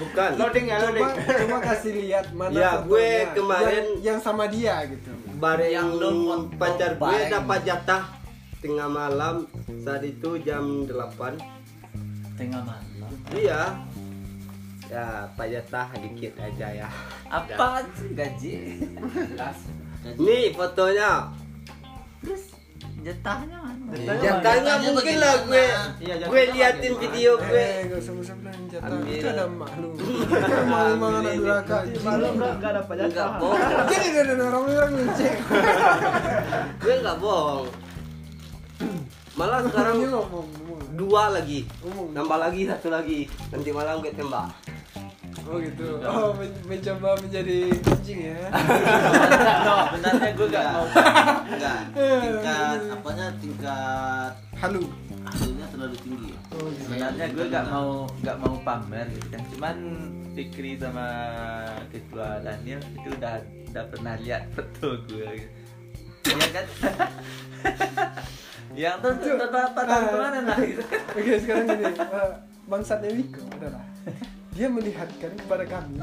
Bukan. Loading ya, Coba loading. coba kasih lihat mana Ya, fotonya. gue kemarin- yang, yang sama dia gitu. bareng Yang lu foto pacar gue bareng. dapat jatah tengah malam saat itu jam 8 tengah malam iya ya pak jatah dikit aja ya apa sih gaji jelas nih fotonya jatahnya mana jatahnya Jatahnya mungkin lah bagaimana? gue Iya, jatahnya gue liatin bagaimana? video Iya, gue Eh, gak usah usah bilang jatah. Ambil. Itu ada malu. Malu malu anak durhaka. Malu bro, nggak ada Enggak pajak. bohong. Jadi ada orang-orang ngecek. gue nggak bohong malah sekarang Ini ngomong. ngomong. dua lagi Ngomong. nambah lagi satu lagi nanti malam gue tembak Oh gitu. Oh, men- mencoba menjadi kucing ya. sebenarnya gue gak mau Enggak. Tingkat apanya tingkat Halu. hasilnya terlalu tinggi ya. Oh, gitu. sebenarnya gue gak mau gak mau pamer gitu kan cuman Fikri sama ketua Daniel itu udah udah pernah lihat foto gue gitu. Iya kan yang tuh tuh apa tahun kemarin lah gitu Ah. Oke sekarang gini eh, Bangsatnya Wiko adalah Dia melihatkan kepada kami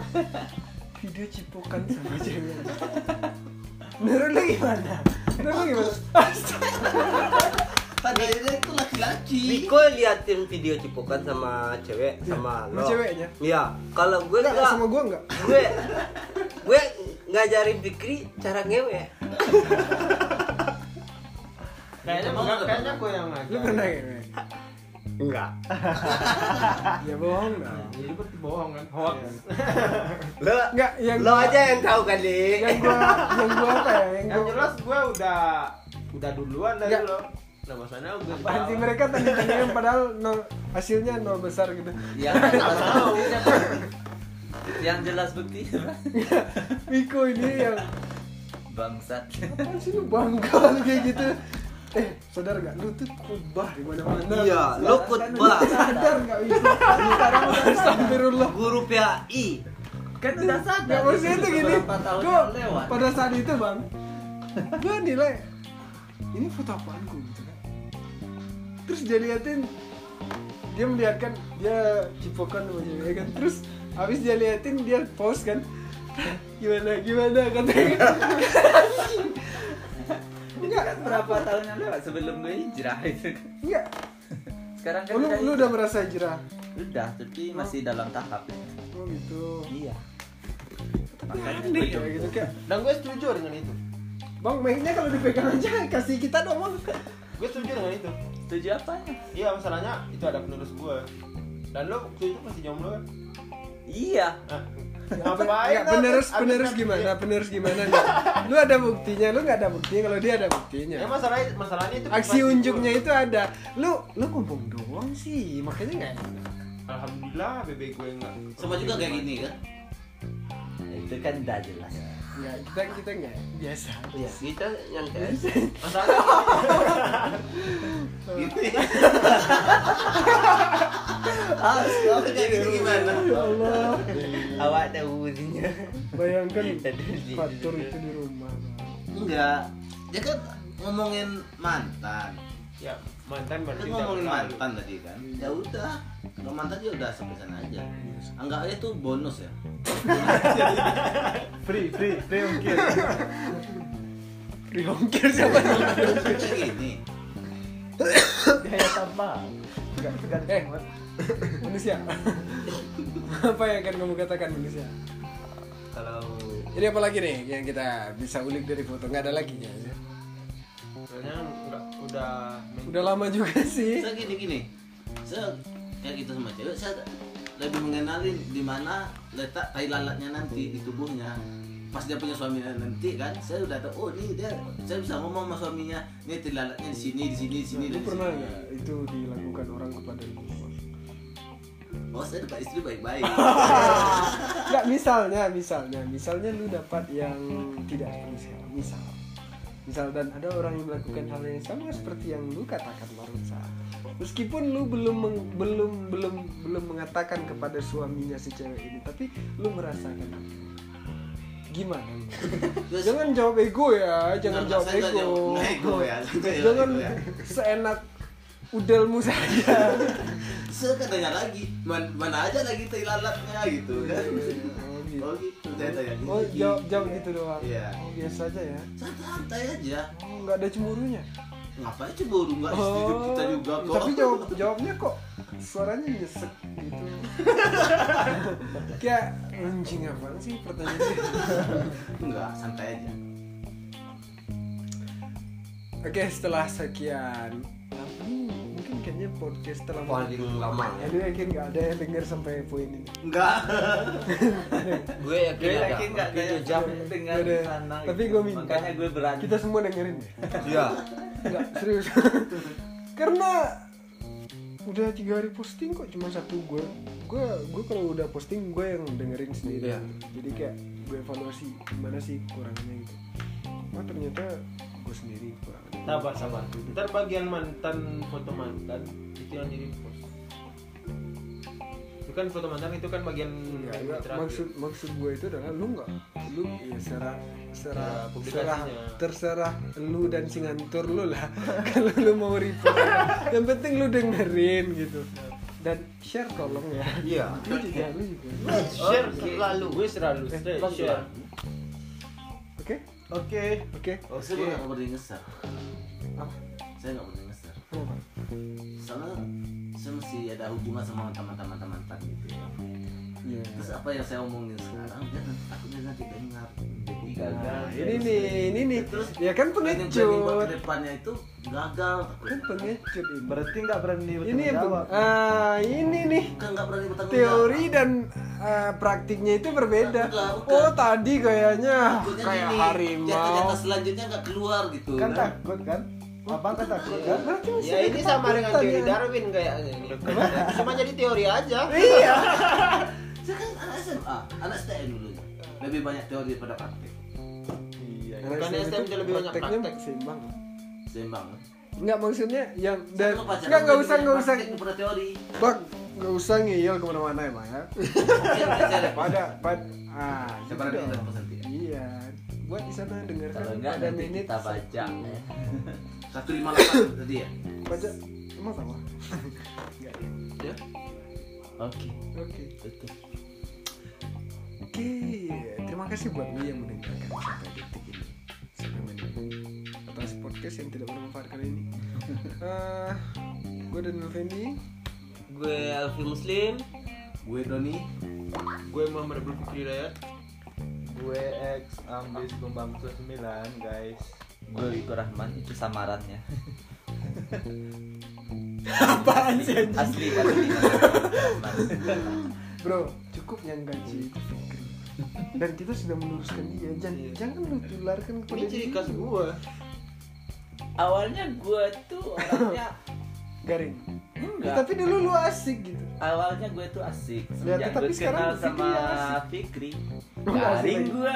Video cipokan sama cewek Menurut lo gimana? Menurut lo gimana? Pada akhirnya itu laki-laki. Wiko liatin video cipokan sama cewek sama Sama lo ceweknya? iya kalau gue Enggak, nggak sama gue enggak gue gue ngajarin Fikri cara ngewe Kayaknya Emang bukan, lu kayaknya gue yang Lo ngajak. pernah ya? kayak enggak Ya bohong lah Jadi berarti bohong kan? Hoax. lo Enggak, yang lo gua- aja yang tahu kan, kali Yang gue Yang gue apa ya? Yang Ya, Yang gue jelas gue udah udah duluan dari Nggak. lo. Nah, maksudnya gue Apaan sih mereka tanding-tandingan padahal nol- hasilnya nol besar gitu yang jelas yang jelas bukti Wiko ini yang bangsat Apaan sih lu bangga lu kayak gitu? Eh, sadar gak? Lu tuh khutbah di mana-mana. Iya, lu khutbah. Sadar gak bisa. Lu Sekarang udah astagfirullah. Guru PAI. kan udah sadar Gak maksudnya itu gini. beberapa tahun Gua yang lewat pada saat itu, Bang. Gua nilai ini foto apaanku gitu kan. Terus dia liatin dia melihatkan dia cipokan sama cewek kan. Terus habis dia liatin dia post kan. Gimana gimana katanya. itu kan berapa tahun yang lewat sebelum gue hijrah itu kan Enggak, sekarang kan lu, udah lu udah merasa jerah. udah tapi masih dalam tahap Oh gitu. iya Makanya gitu, gitu kayak Dan gue setuju dengan itu. Bang, mainnya kalau dipegang aja kasih kita dong, Bang. Gue setuju dengan itu. setuju apanya Iya, masalahnya itu ada penerus gue. Dan lo waktu itu masih jomblo kan? iya Nah, Ya, Ngapain? penerus Abis- penerus abis- gimana? Penerus gimana nih? Lu ada buktinya, lu nggak ada buktinya kalau dia ada buktinya. Ya masalahnya masalahnya itu gitu. Aksi privasi unjuknya gua. itu ada. Lu lu ngomong doang sih, makanya nggak. enak. Alhamdulillah bebek gue enggak. Sama juga kayak gini kan? Nah, itu kan udah jelas Nggak, kita kita nggak biasa. Iya. Kita yang kayak Masalahnya Kalau kayak gini gimana? Ya Allah, awak ada uzinya bayangkan Iya. Tadi- faktor itu di rumah. Enggak. Dia kan ngomongin mantan. ya Kita mantan berarti udah ngomongin berlalu. mantan tadi kan. Ya udah. Kalau mantan ya udah sampai sana aja. Anggap aja tuh bonus ya. Free, free, free mungkin. Rilongkir siapa? Kayak gini. kayak sama Eh, manusia. Apa yang akan kamu katakan manusia? kalau Jadi apa lagi nih yang kita bisa ulik dari foto? Nggak ada lagi ya? Soalnya udah udah Udah lama juga sih. Saya gini gini. Saya kayak gitu sama cewek. Saya lebih mengenali di mana letak tai lalatnya nanti di tubuhnya. Pas dia punya suami nanti kan, saya udah tahu. Oh ini dia. Saya bisa ngomong sama suaminya. Ini tai lalatnya di sini, di sini, di sini. dan Lu di pernah sini." nggak itu dilakukan orang kepada lu? Oh saya dapat istri baik-baik. Nggak misalnya, misalnya, misalnya lu dapat yang tidak seperti sekarang. Misal, misal dan ada orang yang melakukan hal yang sama seperti yang lu katakan barusan. Meskipun lu belum meng- belum belum belum mengatakan kepada suaminya si cewek ini, tapi lu merasakan apa? gimana? lu? Terus- jangan jawab ego ya, jangan Nggak, jawab saya nggak jawab- nggak ego ya. Saya nggak jawab jangan ego ya. seenak udelmu saja Saya katanya lagi, man- mana aja lagi tai lalatnya gitu kan. Oh, gitu. Oh gitu, saya tanya oh gini. jawab jawab gitu doang Iya. oh biasa aja ya Santai aja. oh, nggak ada cemburunya Ya, Ngapain cemburu nggak istri kita juga kok. Oh, tapi jawab jawabnya kok suaranya nyesek gitu kayak anjing apa sih pertanyaannya Enggak, santai aja. oke setelah sekian Hmm, mungkin kayaknya podcast telah paling lama ya. Aduh yakin nggak ada yang denger sampai poin ini Enggak. Gue yakin gue ada. yakin nggak kayak jam dengan Nggak ada. sana Tapi gitu. gue minta. makanya gue berani kita semua dengerin ya Iya. Enggak, serius. Karena udah tiga hari posting kok cuma satu gue. Gue gue kalau udah posting gue yang dengerin sendiri. Iya. Jadi kayak gue evaluasi gimana sih kurangnya gitu. Wah ternyata gue sendiri kurang. sabar sabar. Ntar bagian mantan foto mantan itu yang jadi post. Itu kan foto mantan itu kan bagian Enggak, yang Iya, enggak. terakhir. maksud maksud gue itu adalah lu nggak lu ya serah serah serah Ya, publikasinya. terserah lu dan singantur lu lah kalau lu mau report yang penting lu dengerin gitu dan share tolong ya Iya. lu juga lu juga share Eh, selalu. Gue selalu share. share. Oke, Oke. oke. Saya nggak pernah ngeser. Apa? Saya nggak pernah ngeser. Kenapa? Soalnya saya masih ada hubungan sama teman-teman mantan gitu ya. Iya. Terus apa yang saya omongin sekarang, dia nanti takutnya nanti dengar. Iya. Jadi gagal. Nah, ini nih, ini nih. Terus ya kan Planning-planning buat ya? pengecut. kedepannya itu gagal. Kan pengecut ini. Berarti nggak berani Ini bertanggung yang jawab. ah ini nih. Kan nggak berani bertanggung Teori dan eh, praktiknya itu berbeda. Bukan, bukan. Oh, tadi kayaknya Takutnya kayak gini, Nyata-nyata harimau. selanjutnya nggak keluar gitu. kan Nah, takut kan abang kan takut kan Berarti masih Ya ada ini sama dengan ketakutan teori ya. Darwin kayaknya ini. Cuma jadi teori aja. Iya. Saya kan anak SMA, anak STM dulu. Lebih banyak teori daripada praktik. Iya, Bukan STM dia lebih banyak prakteknya praktek. kan? seimbang. seimbang Enggak maksudnya yang dan Sama pacaran enggak enggak lebih usah enggak banyak usah praktek daripada teori bak enggak usah ngeyel kemana-mana emang ya. pada pada ah gitu Sebenarnya dong. kita pesan dia. Iya. Buat di sana Kalau dengarkan enggak pada nanti minit kita baca. ya. satu lima delapan tadi ya baca emang sama. Enggak. Ya? Oke. Oke. Betul. Oke, terima kasih buat lo yang mendengarkan sampai detik ini. Sampai menit atas podcast yang tidak bermanfaat kali ini. Eh, gue dan Fendi. Gue Alfi Muslim. gue Doni Gue Muhammad Abdul Fikri Dayat. Gue ex ambis Gombang 9 guys. Gue Riko Rahman itu samarannya. Apaan sih? anjing? Asli asli. Bro, cukup yang gaji itu Fikri. Dan kita sudah meluruskan dia. Jangan jangan lu tularkan kepada Ini ciri dia. khas gue. Awalnya gue tuh orangnya Garing. enggak. Tapi dulu lu asik gitu. awalnya gue tuh asik Lihat, semenjak tapi gue Ya, sekarang kenal Fikri asik. sama Fikri Lu asik garing lagi. gue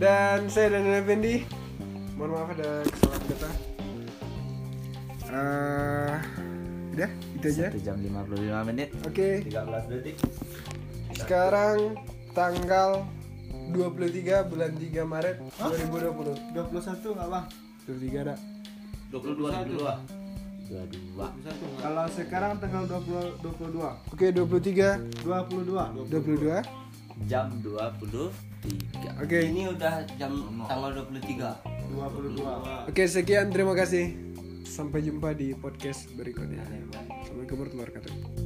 Dan saya dan Fendi. Mohon maaf ada kesalahan kata. Eh, udah itu aja. satu jam 55 menit Oke. 13 detik Sekarang tanggal 23 bulan 3 Maret 21 2020. nggak bang? 23 ada. 22 22 22 Kalau sekarang tanggal 20, 22 Oke, 23 22 22. jam 23 Oke. Ini udah jam tanggal 22 23. Oke, sekian terima kasih. Sampai jumpa di podcast berikutnya. Assalamualaikum warahmatullahi wabarakatuh.